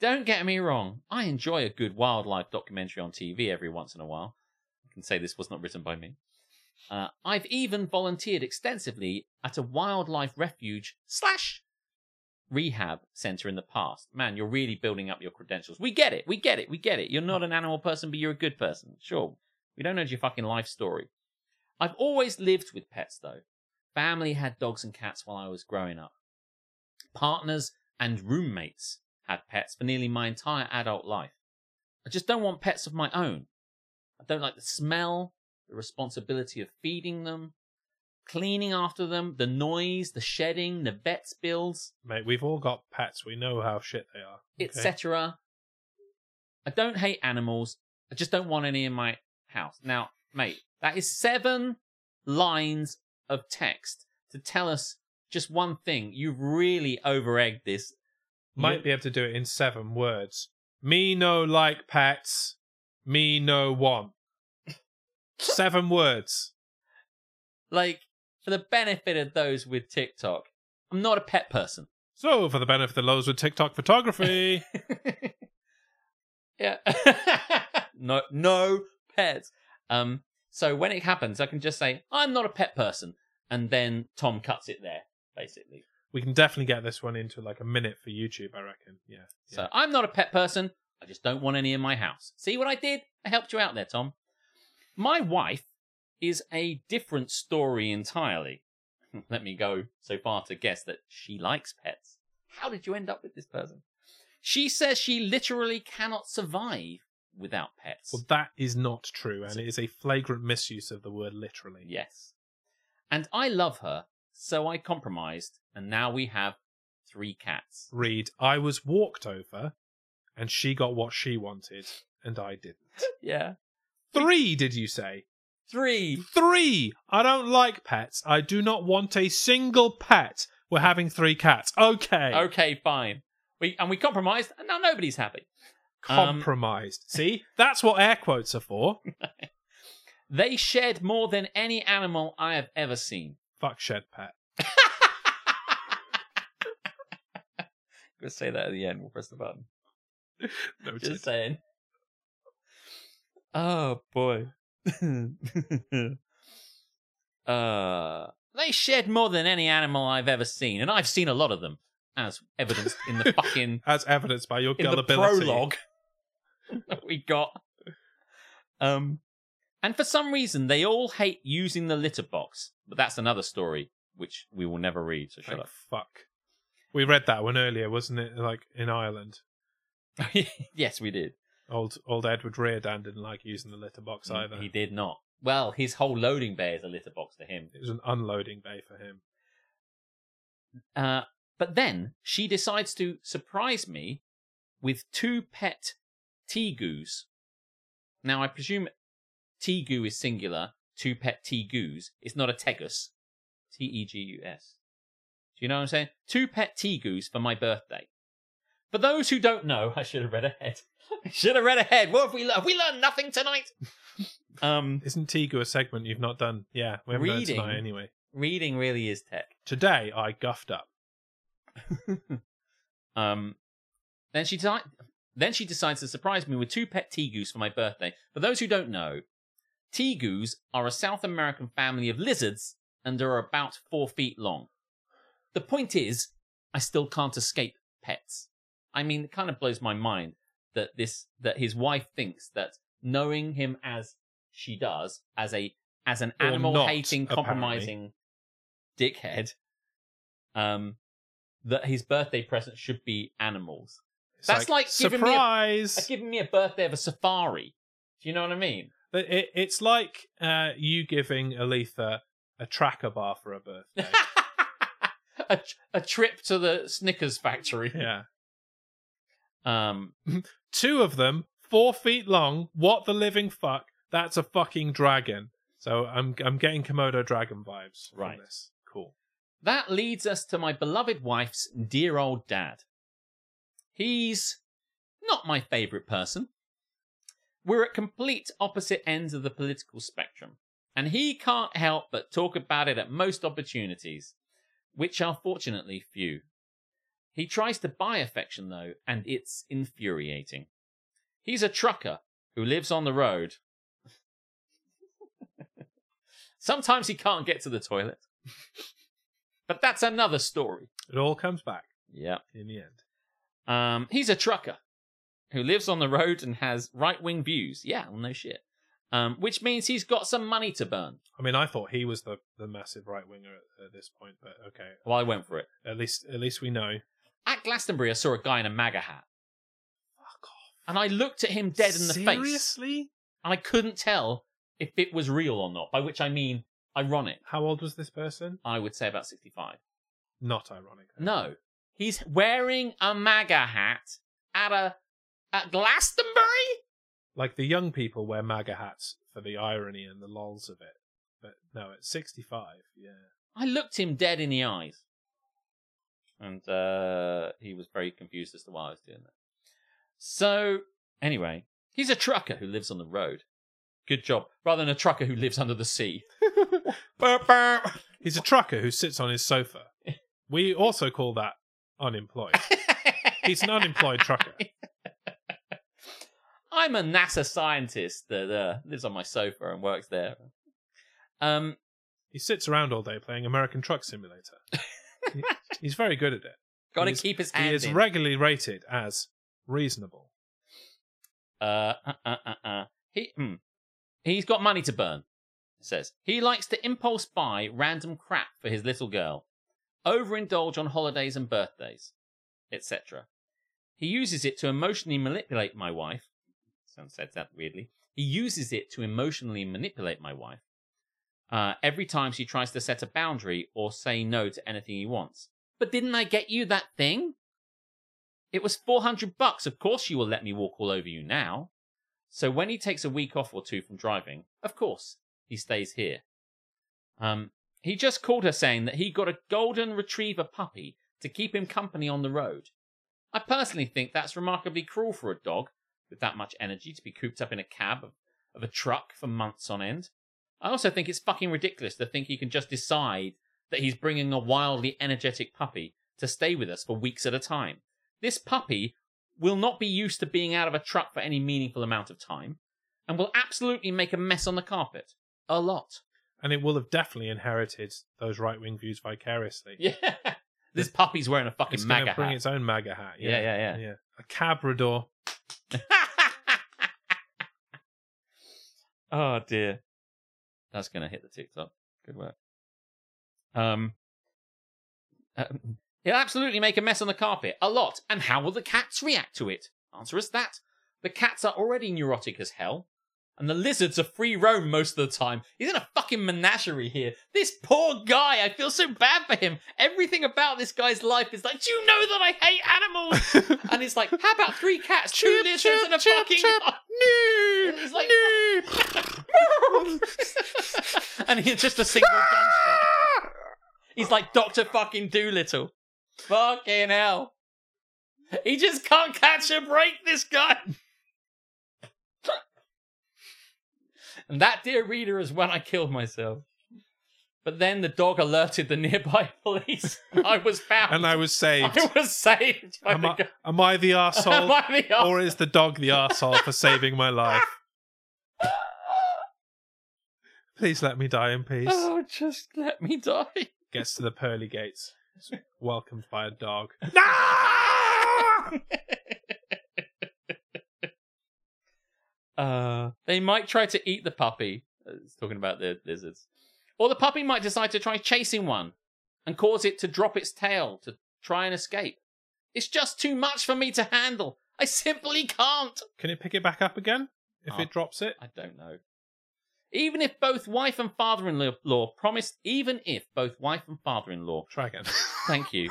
Speaker 2: Don't get me wrong. I enjoy a good wildlife documentary on TV every once in a while. I can say this was not written by me. Uh, I've even volunteered extensively at a wildlife refuge slash rehab center in the past. Man, you're really building up your credentials. We get it. We get it. We get it. You're not an animal person, but you're a good person. Sure. We don't know your fucking life story. I've always lived with pets though. Family had dogs and cats while I was growing up partners and roommates had pets for nearly my entire adult life. I just don't want pets of my own. I don't like the smell, the responsibility of feeding them, cleaning after them, the noise, the shedding, the vet's bills,
Speaker 1: Mate, we've all got pets. We know how shit they are. Okay?
Speaker 2: etc. I don't hate animals. I just don't want any in my house. Now, mate, that is seven lines of text to tell us just one thing. You've really over egged this
Speaker 1: Might be able to do it in seven words. Me no like pets. Me no want. seven words.
Speaker 2: like for the benefit of those with TikTok, I'm not a pet person.
Speaker 1: So, for the benefit of the lows with TikTok photography.
Speaker 2: yeah. [LAUGHS] no no pets. Um so when it happens, I can just say, I'm not a pet person and then Tom cuts it there, basically.
Speaker 1: we can definitely get this one into like a minute for YouTube, I reckon. Yeah.
Speaker 2: So
Speaker 1: yeah.
Speaker 2: I'm not a pet person. I just don't want any in my house. See what I did? I helped you out there, Tom. My wife is a different story entirely. [LAUGHS] Let me go so far to guess that she likes pets. How did you end up with this person? She says she literally cannot survive without pets.
Speaker 1: Well, that is not true, and it is a flagrant misuse of the word literally.
Speaker 2: Yes. And I love her, so I compromised, and now we have three cats. [LAUGHS]
Speaker 1: Read, I was walked over, and she got what she wanted, and I didn't.
Speaker 2: Yeah.
Speaker 1: Three, did you say?
Speaker 2: Three.
Speaker 1: Three! I don't like pets. I do not want a single pet. We're having three cats. Okay.
Speaker 2: Okay, fine. We and we compromised, and now nobody's happy. Um,
Speaker 1: Compromised. See? That's what air quotes
Speaker 2: [LAUGHS]
Speaker 1: are for.
Speaker 2: They shed more than any animal I have ever seen.
Speaker 1: Fuck shed pet.
Speaker 2: We'll say that at the end. We'll press the button.
Speaker 1: Noted.
Speaker 2: Just saying. Oh boy. [LAUGHS] Uh, they shed more than any animal I've ever seen, and I've seen a lot of them, as evidenced in the fucking
Speaker 1: as evidenced by your
Speaker 2: in the
Speaker 1: gullibility.
Speaker 2: prologue [LAUGHS] that we got. Um, and for some reason, they all hate using the litter box, but that's another story which we will never read. So shut
Speaker 1: Thank
Speaker 2: up.
Speaker 1: fuck. We read that one earlier, wasn't it? Like in Ireland,
Speaker 2: [LAUGHS] yes, we did.
Speaker 1: old old Edward Reardon didn't like using the litter box either.
Speaker 2: He did not. Well, his whole loading bay is a litter box to him.
Speaker 1: It was an unloading bay for him.
Speaker 2: Uh, but then she decides to surprise me with two pet tegus. Now, I presume tegu is singular, two pet tegus. It's not a tegus. T E G U S. Do you know what I'm saying? Two pet tegus for my birthday. For those who don't know, I should have read ahead. [LAUGHS] I should have read ahead. What have we learned? Have we learned nothing tonight? [LAUGHS] um,
Speaker 1: Isn't Tigu a segment you've not done? Yeah, we haven't done it
Speaker 2: Reading.
Speaker 1: tonight anyway.
Speaker 2: reading really is tech.
Speaker 1: Today I guffed up.
Speaker 2: Um, then she deci- then she decides to surprise me with two pet tegus for my birthday. For those who don't know, tegus are a South American family of lizards and are about four feet long. The point is, I still can't escape pets. I mean, it kind of blows my mind that this that his wife thinks that knowing him as she does as a as an
Speaker 1: Or
Speaker 2: animal hating,
Speaker 1: not,
Speaker 2: compromising dickhead, um, that his birthday present should be animals.
Speaker 1: It's
Speaker 2: That's like giving me a-
Speaker 1: surprise.
Speaker 2: That's giving me a birthday of a safari. Do you know what I mean?
Speaker 1: But it, it's like uh, you giving Aletha a tracker bar for her
Speaker 2: [LAUGHS]
Speaker 1: birthday.
Speaker 2: a, a trip to the Snickers factory.
Speaker 1: yeah.
Speaker 2: Um,
Speaker 1: Two of them, four feet long. What the living fuck? That's a fucking dragon. So I'm I'm getting Komodo dragon vibes from
Speaker 2: Right.
Speaker 1: this. Cool.
Speaker 2: That leads us to my beloved wife's dear old dad. He's not my favourite person. We're at complete opposite ends of the political spectrum, and he can't help but talk about it at most opportunities, which are fortunately few. He tries to buy affection, though, and it's infuriating. He's a trucker who lives on the road. [LAUGHS] Sometimes he can't get to the toilet. But that's another story.
Speaker 1: It all comes back
Speaker 2: Yeah.
Speaker 1: in the end.
Speaker 2: Um, he's a trucker who lives on the road and has right wing views. Yeah, well, no shit. Um, which means he's got some money to burn.
Speaker 1: I mean, I thought he was the, the massive right winger at, at this point, but okay.
Speaker 2: Well, I went for it.
Speaker 1: At least at least we know.
Speaker 2: At Glastonbury, I saw a guy in a MAGA hat. And I looked at him dead in the face.
Speaker 1: Seriously?
Speaker 2: And I couldn't tell if it was real or not, by which I mean ironic.
Speaker 1: How old was this person?
Speaker 2: I would say about 65.
Speaker 1: Not ironic.
Speaker 2: No, he's wearing a MAGA hat at a at Glastonbury.
Speaker 1: Like the young people wear MAGA hats for the irony and the lols of it. But no, at 65, yeah.
Speaker 2: I looked him dead in the eyes. And uh, he was very confused as to why I was doing that. So, anyway, he's a trucker who lives on the road. Good job. Rather than a trucker who lives under the sea. Burp, burp.
Speaker 1: He's a trucker who sits on his sofa. We also call that unemployed. He's an
Speaker 2: [LAUGHS]
Speaker 1: unemployed trucker.
Speaker 2: I'm a NASA scientist that uh, lives on my sofa and works there. Um,
Speaker 1: He sits around all day playing American
Speaker 2: [LAUGHS]
Speaker 1: Truck Simulator. He- He's very good at it.
Speaker 2: got to
Speaker 1: He is-
Speaker 2: keep his
Speaker 1: He
Speaker 2: hand
Speaker 1: is
Speaker 2: in.
Speaker 1: regularly rated as reasonable.
Speaker 2: uh, uh, uh, uh, uh. He, hmm. He's got money to burn, it says. He likes to impulse buy random crap for his little girl, overindulge on holidays and birthdays, etc. He uses it to emotionally manipulate my wife. Someone said that weirdly. He uses it to emotionally manipulate my wife uh, every time she tries to set a boundary or say no to anything he wants. But didn't I get you that thing? It was 400 bucks. Of course you will let me walk all over you now. So when he takes a week off or two from driving, of course, he stays here. Um, he just called her saying that he got a golden retriever puppy to keep him company on the road. I personally think that's remarkably cruel for a dog with that much energy to be cooped up in a cab of, of a truck for months on end. I also think it's fucking ridiculous to think he can just decide that he's bringing a wildly energetic puppy to stay with us for weeks at a time. This puppy will not be used to being out of a truck for any meaningful amount of time, and will absolutely make a mess on the carpet. A
Speaker 1: [LAUGHS]
Speaker 2: lot.
Speaker 1: and it will have definitely inherited those right wing views vicariously.
Speaker 2: Yeah. this puppy's wearing a fucking
Speaker 1: it's going
Speaker 2: MAGA
Speaker 1: to bring
Speaker 2: hat.
Speaker 1: its own MAGA hat.
Speaker 2: Yeah, yeah, yeah.
Speaker 1: A Cabrador.
Speaker 2: [LAUGHS] oh dear. That's gonna hit the TikTok. Good work. Um, um, it'll absolutely make a mess on the carpet. A lot. And how will the cats react to it? Answer is that. The cats are already neurotic as hell. And the lizards are free roam most of the time. He's in a fucking menagerie here. This poor guy, I feel so bad for him. Everything about this guy's life is like, do you know that I hate animals? and it's like, how about three cats, two
Speaker 4: Chirp,
Speaker 2: lizards,
Speaker 4: chirp,
Speaker 2: and a
Speaker 4: chirp,
Speaker 2: fucking
Speaker 4: chirp. No,
Speaker 2: And he's like-
Speaker 4: no.
Speaker 2: [LAUGHS] and he's just a single gunshot. He's like Doctor Fucking Doolittle. Fucking hell! He just can't catch a break. This guy. and that, dear reader, is when I killed myself. But then the dog alerted the nearby [LAUGHS] police. I was found.
Speaker 1: And I was saved.
Speaker 2: [LAUGHS] I was saved. by
Speaker 1: Am
Speaker 2: the
Speaker 1: I,
Speaker 2: gu-
Speaker 1: am I
Speaker 2: [LAUGHS]
Speaker 1: the
Speaker 2: Am
Speaker 1: arsehole?
Speaker 2: I the [LAUGHS] arsehole?
Speaker 1: or is the dog the arsehole for saving my life? Please let me die in peace.
Speaker 2: [LAUGHS] Oh, just let me die.
Speaker 1: Gets to the pearly gates. It's welcomed by a dog.
Speaker 2: No! [LAUGHS] uh, they might try to eat the puppy. Uh, It's talking about the lizards. Or the puppy might decide to try chasing one and cause it to drop its tail to try and escape. It's just too much for me to handle. I simply can't.
Speaker 1: Can it pick it back up again if
Speaker 2: Oh.
Speaker 1: it drops it?
Speaker 2: I don't know. Even if both wife and father in law promised, even if both wife and father in law
Speaker 1: Try again. [LAUGHS]
Speaker 2: Thank you.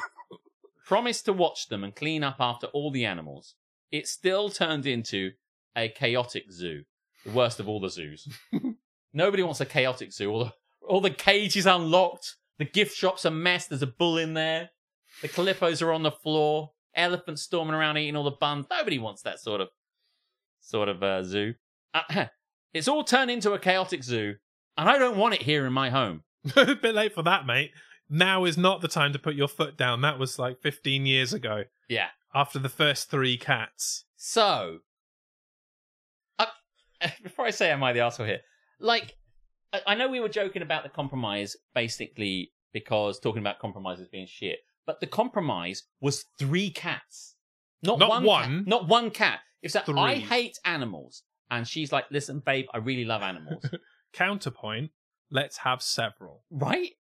Speaker 2: Promised to watch them and clean up after all the animals. It still turned into a chaotic zoo, the worst of all the zoos. Nobody wants a chaotic zoo. All the, all the cages unlocked. The gift shop's a mess. There's a bull in there. The calippos are on the floor. Elephants storming around eating all the buns. Nobody wants that sort of sort of uh, zoo. Uh, [CLEARS THROAT] it's all turned into a chaotic zoo, and I don't want it here in my home.
Speaker 1: a bit late for that, mate. Now is not the time to put your foot down. That was like 15 years ago.
Speaker 2: Yeah.
Speaker 1: After the first three cats.
Speaker 2: So, uh, [LAUGHS] before I say, am I the asshole here? Like, I, I know we were joking about the compromise, basically because talking about compromises being shit. But the compromise was three cats, not,
Speaker 1: Not
Speaker 2: one,
Speaker 1: one.
Speaker 2: cat, not one cat. It's that I
Speaker 1: Three.
Speaker 2: hate animals, and she's like, "Listen, babe, I really love
Speaker 1: [LAUGHS]
Speaker 2: animals,
Speaker 1: Counterpoint, let's have several.
Speaker 2: right?"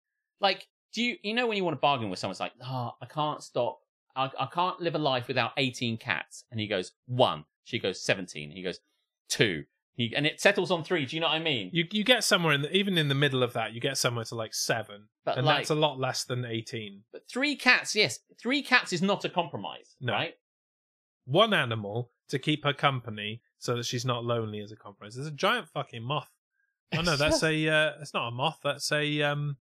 Speaker 2: Like, do you you know when you want to bargain with someone? It's like, "Ah, I can't stop. I, I can't live a life without 18 cats. And he goes, one. She goes, 17. He goes, two. He, and it settles on three. Do you know what I mean?
Speaker 1: You you get somewhere in the, even in the middle of that, you get somewhere to like seven.
Speaker 2: But
Speaker 1: and
Speaker 2: like-
Speaker 1: that's a lot less than eighteen.
Speaker 2: but three cats, yes. Three cats is not a compromise,
Speaker 1: No.
Speaker 2: right?
Speaker 1: One animal to keep her company so that she's not lonely as a compromise. There's a giant fucking moth. Oh no,
Speaker 2: [LAUGHS]
Speaker 1: that's a uh, it's not a moth, that's a um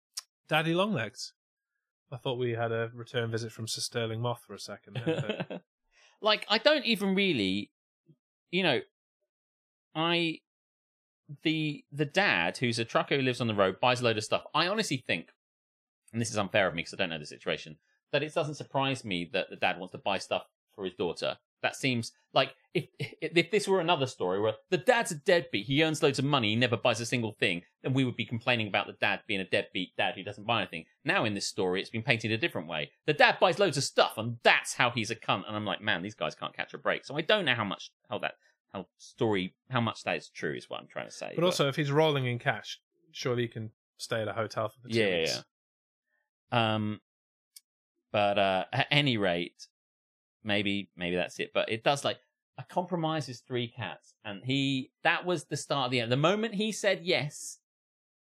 Speaker 1: daddy long legs. I thought we had a return visit from Sir Sterling Moth for a second there,
Speaker 2: [LAUGHS]
Speaker 1: but
Speaker 2: like, I don't even really, you know, I. The the dad who's a trucker who lives on the road buys a load of stuff. I honestly think, and this is unfair of me because I don't know the situation, that it doesn't surprise me that the dad wants to buy stuff for his daughter. That seems like if if this were another story where the dad's a deadbeat, he earns loads of money, he never buys a single thing, then we would be complaining about the dad being a deadbeat dad who doesn't buy anything. Now in this story, it's been painted a different way. The dad buys loads of stuff, and that's how he's a cunt. And I'm like, man, these guys can't catch a break. So I don't know how much how that how story how much that is true is what I'm trying to say.
Speaker 1: but also if he's rolling in cash, surely you can stay at a hotel for the two
Speaker 2: yeah, yeah,
Speaker 1: weeks.
Speaker 2: yeah. Um, but uh, at any rate, maybe maybe that's it. But it does like a compromise is three cats, and he that was the start of the end. The moment he said yes,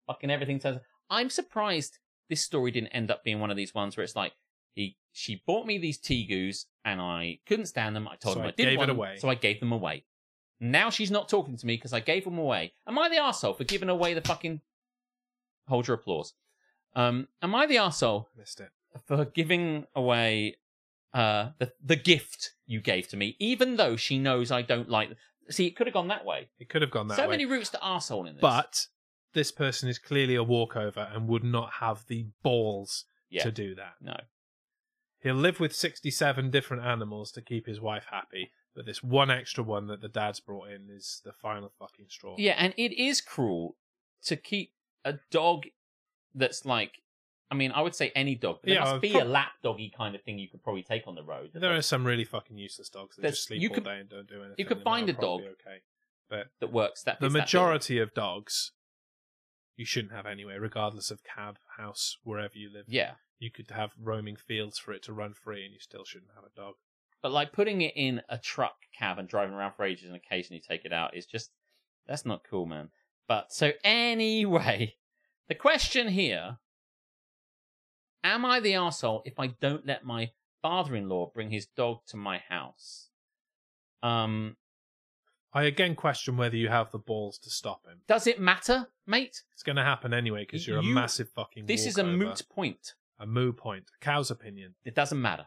Speaker 2: fucking everything turns. I'm surprised this story didn't end up being one of these ones where it's like he she bought me these tegus and I couldn't stand them. I told
Speaker 1: So
Speaker 2: him I,
Speaker 1: I
Speaker 2: didn't
Speaker 1: gave it
Speaker 2: want them,
Speaker 1: away.
Speaker 2: so I gave them away. Now she's not talking to me because I gave them away. Am I the asshole for giving away the fucking? Hold your applause. Um, am I the asshole
Speaker 1: Missed it.
Speaker 2: for giving away uh, the the gift you gave to me, even though she knows I don't like? See, it could have gone that way.
Speaker 1: It could have gone that
Speaker 2: so
Speaker 1: way.
Speaker 2: many routes to arsehole in this.
Speaker 1: But this person is clearly a walkover and would not have the balls
Speaker 2: yeah,
Speaker 1: to do that.
Speaker 2: no,
Speaker 1: He'll live with 67 different animals to keep his wife happy. But this one extra one that the dad's brought in is the final fucking straw.
Speaker 2: Yeah, and it is cruel to keep a dog that's like, I mean, I would say any dog. But there
Speaker 1: Yeah,
Speaker 2: must
Speaker 1: I'd
Speaker 2: be
Speaker 1: prob-
Speaker 2: a lap doggy kind of thing you could probably take on the road.
Speaker 1: There are some really fucking useless dogs that
Speaker 2: There's-
Speaker 1: just sleep
Speaker 2: you
Speaker 1: all
Speaker 2: could-
Speaker 1: day and don't do anything.
Speaker 2: could
Speaker 1: and they'll
Speaker 2: find a
Speaker 1: probably
Speaker 2: dog.
Speaker 1: be Okay.
Speaker 2: that works. That
Speaker 1: The
Speaker 2: fits that bill.
Speaker 1: majority of dogs you shouldn't have anyway, regardless of cab, house, wherever you live.
Speaker 2: Yeah,
Speaker 1: You could have roaming fields for it to run free and you still shouldn't have a dog.
Speaker 2: but like putting it in a truck cab and driving around for ages and occasionally take it out is just that's not cool, man. But so anyway, [LAUGHS] the question here: Am I the asshole if I don't let my father-in-law bring his dog to my house? Um,
Speaker 1: I again question whether you have the balls to stop him.
Speaker 2: does it matter, mate?
Speaker 1: It's going to happen anyway because you're a
Speaker 2: You-
Speaker 1: massive fucking.
Speaker 2: This is a
Speaker 1: walkover.
Speaker 2: moot point.
Speaker 1: A moo point. A cow's opinion.
Speaker 2: It doesn't matter.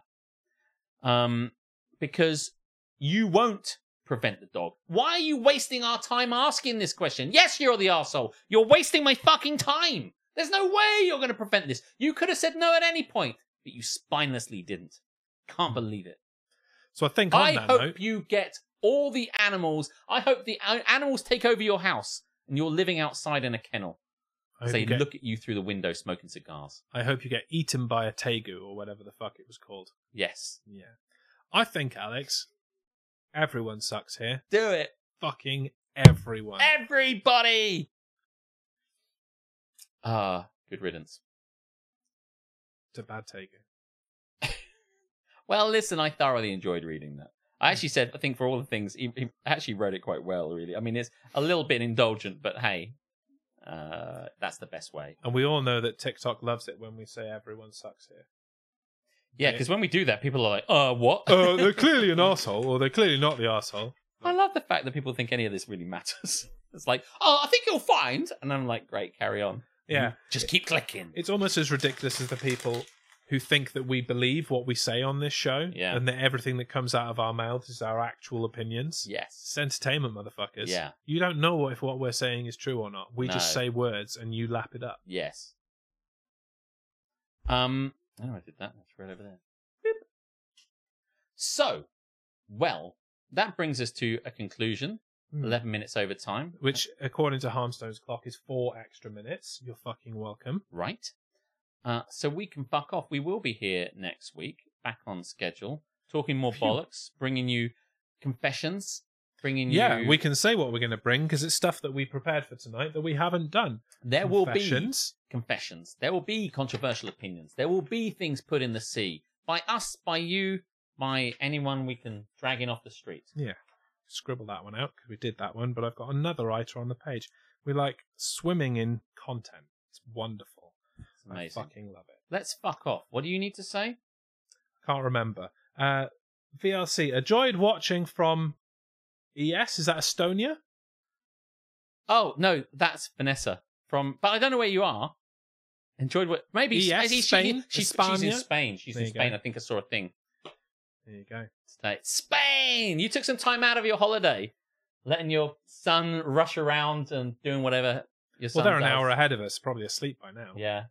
Speaker 2: Um, because you won't prevent the dog. Why are you wasting our time asking this question? Yes, you're the arsehole. You're wasting my fucking time. There's no way you're going to prevent this. You could have said no at any point, but you spinelessly didn't. Can't believe it.
Speaker 1: So I think Mm. on
Speaker 2: I
Speaker 1: that
Speaker 2: hope
Speaker 1: note,
Speaker 2: you get all the animals. I hope the a- animals take over your house and you're living outside in a kennel.
Speaker 1: I
Speaker 2: So
Speaker 1: hope,
Speaker 2: they
Speaker 1: you get,
Speaker 2: look at you through the window smoking cigars.
Speaker 1: I hope you get eaten by a tegu or whatever the fuck it was called.
Speaker 2: Yes.
Speaker 1: Yeah. I think, Alex, everyone sucks here.
Speaker 2: Do it.
Speaker 1: Fucking everyone.
Speaker 2: Everybody! Ah, good riddance.
Speaker 1: It's a bad tegu.
Speaker 2: Well, listen, I thoroughly enjoyed reading that. I actually said, I think for all the things, he, he actually wrote it quite well, really. I mean, it's a little bit indulgent, but hey, uh, that's the best way.
Speaker 1: And we all know that TikTok loves it when we say everyone sucks here. [LAUGHS]
Speaker 2: Yeah,
Speaker 1: Yeah.
Speaker 2: because when we do that, people are like, [LAUGHS] uh, what?
Speaker 1: Oh, they're clearly an asshole, or they're clearly not the asshole.
Speaker 2: I love the fact that people think any of this really matters. [LAUGHS] It's like, oh, I think you'll find. And I'm like, great, carry on.
Speaker 1: Yeah.
Speaker 2: Just keep clicking.
Speaker 1: It's almost as ridiculous as the people who think that we believe what we say on this show
Speaker 2: Yeah.
Speaker 1: and that everything that comes out of our mouths is our actual opinions.
Speaker 2: Yes.
Speaker 1: It's entertainment, motherfuckers.
Speaker 2: Yeah.
Speaker 1: You don't know if what we're saying is true or not. We just
Speaker 2: No.
Speaker 1: say words and you lap it up.
Speaker 2: Yes. Um. Oh, I did that. That's right over there. Boop. So, well, that brings us to a conclusion.
Speaker 1: Hmm.
Speaker 2: Eleven minutes over time,
Speaker 1: Which, according to Harmstone's clock, is four extra minutes. You're fucking welcome.
Speaker 2: right? Uh, so we can fuck off. We will be here next week, back on schedule, talking more
Speaker 1: Phew.
Speaker 2: bollocks, bringing you confessions, bringing
Speaker 1: Yeah,
Speaker 2: you.
Speaker 1: we can say what we're going to bring because it's stuff that we prepared for tonight that we haven't done.
Speaker 2: There will be
Speaker 1: Confessions.
Speaker 2: confessions. There will be controversial opinions. There will be things put in the sea by us, by you, by anyone we can drag in off the street.
Speaker 1: scribble that one out because we did that one, but I've got another writer on the page. We like swimming in content. It's wonderful.
Speaker 2: It's amazing.
Speaker 1: I fucking love it.
Speaker 2: Let's fuck off. What do you need to say?
Speaker 1: Can't remember. Uh, VRC, enjoyed watching from ES. Is that Estonia?
Speaker 2: Oh no, that's Vanessa from. But I don't know where you are. Enjoyed what? Maybe
Speaker 1: Yes,
Speaker 2: maybe she-
Speaker 1: E Spain,
Speaker 2: she's, she's in
Speaker 1: España.
Speaker 2: Spain. She's
Speaker 1: There
Speaker 2: in
Speaker 1: you go.
Speaker 2: Spain. I think I saw a thing
Speaker 1: There you go.
Speaker 2: today. Spain. You took some time out of your holiday, letting your son rush around and doing whatever your son.
Speaker 1: Well, they're an
Speaker 2: does.
Speaker 1: hour ahead of us. Probably asleep by now.
Speaker 2: Yeah.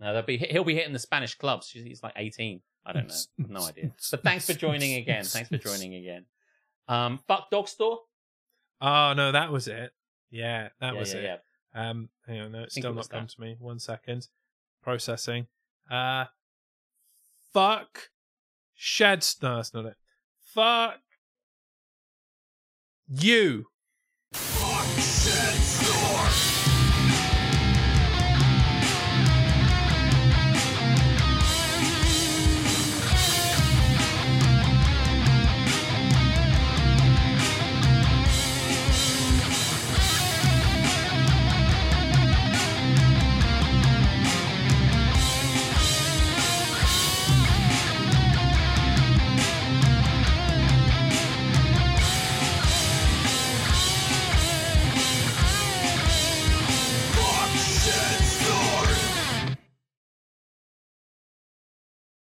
Speaker 2: No, they'll be. He'll be hitting the Spanish clubs. He's- He's like eighteen. I don't know. No idea. But thanks for joining again. Thanks for joining again. Um, fuck dog store.
Speaker 1: Oh no, that was it. Yeah, that
Speaker 2: Yeah,
Speaker 1: was
Speaker 2: yeah,
Speaker 1: it.
Speaker 2: yeah.
Speaker 1: Um, hang on, no, it's
Speaker 2: think
Speaker 1: still
Speaker 2: it was
Speaker 1: not come
Speaker 2: that.
Speaker 1: to me. One second. Processing. Uh, fuck. Sheds. No, that's not it. Fuck. You.
Speaker 5: Fuck shit, so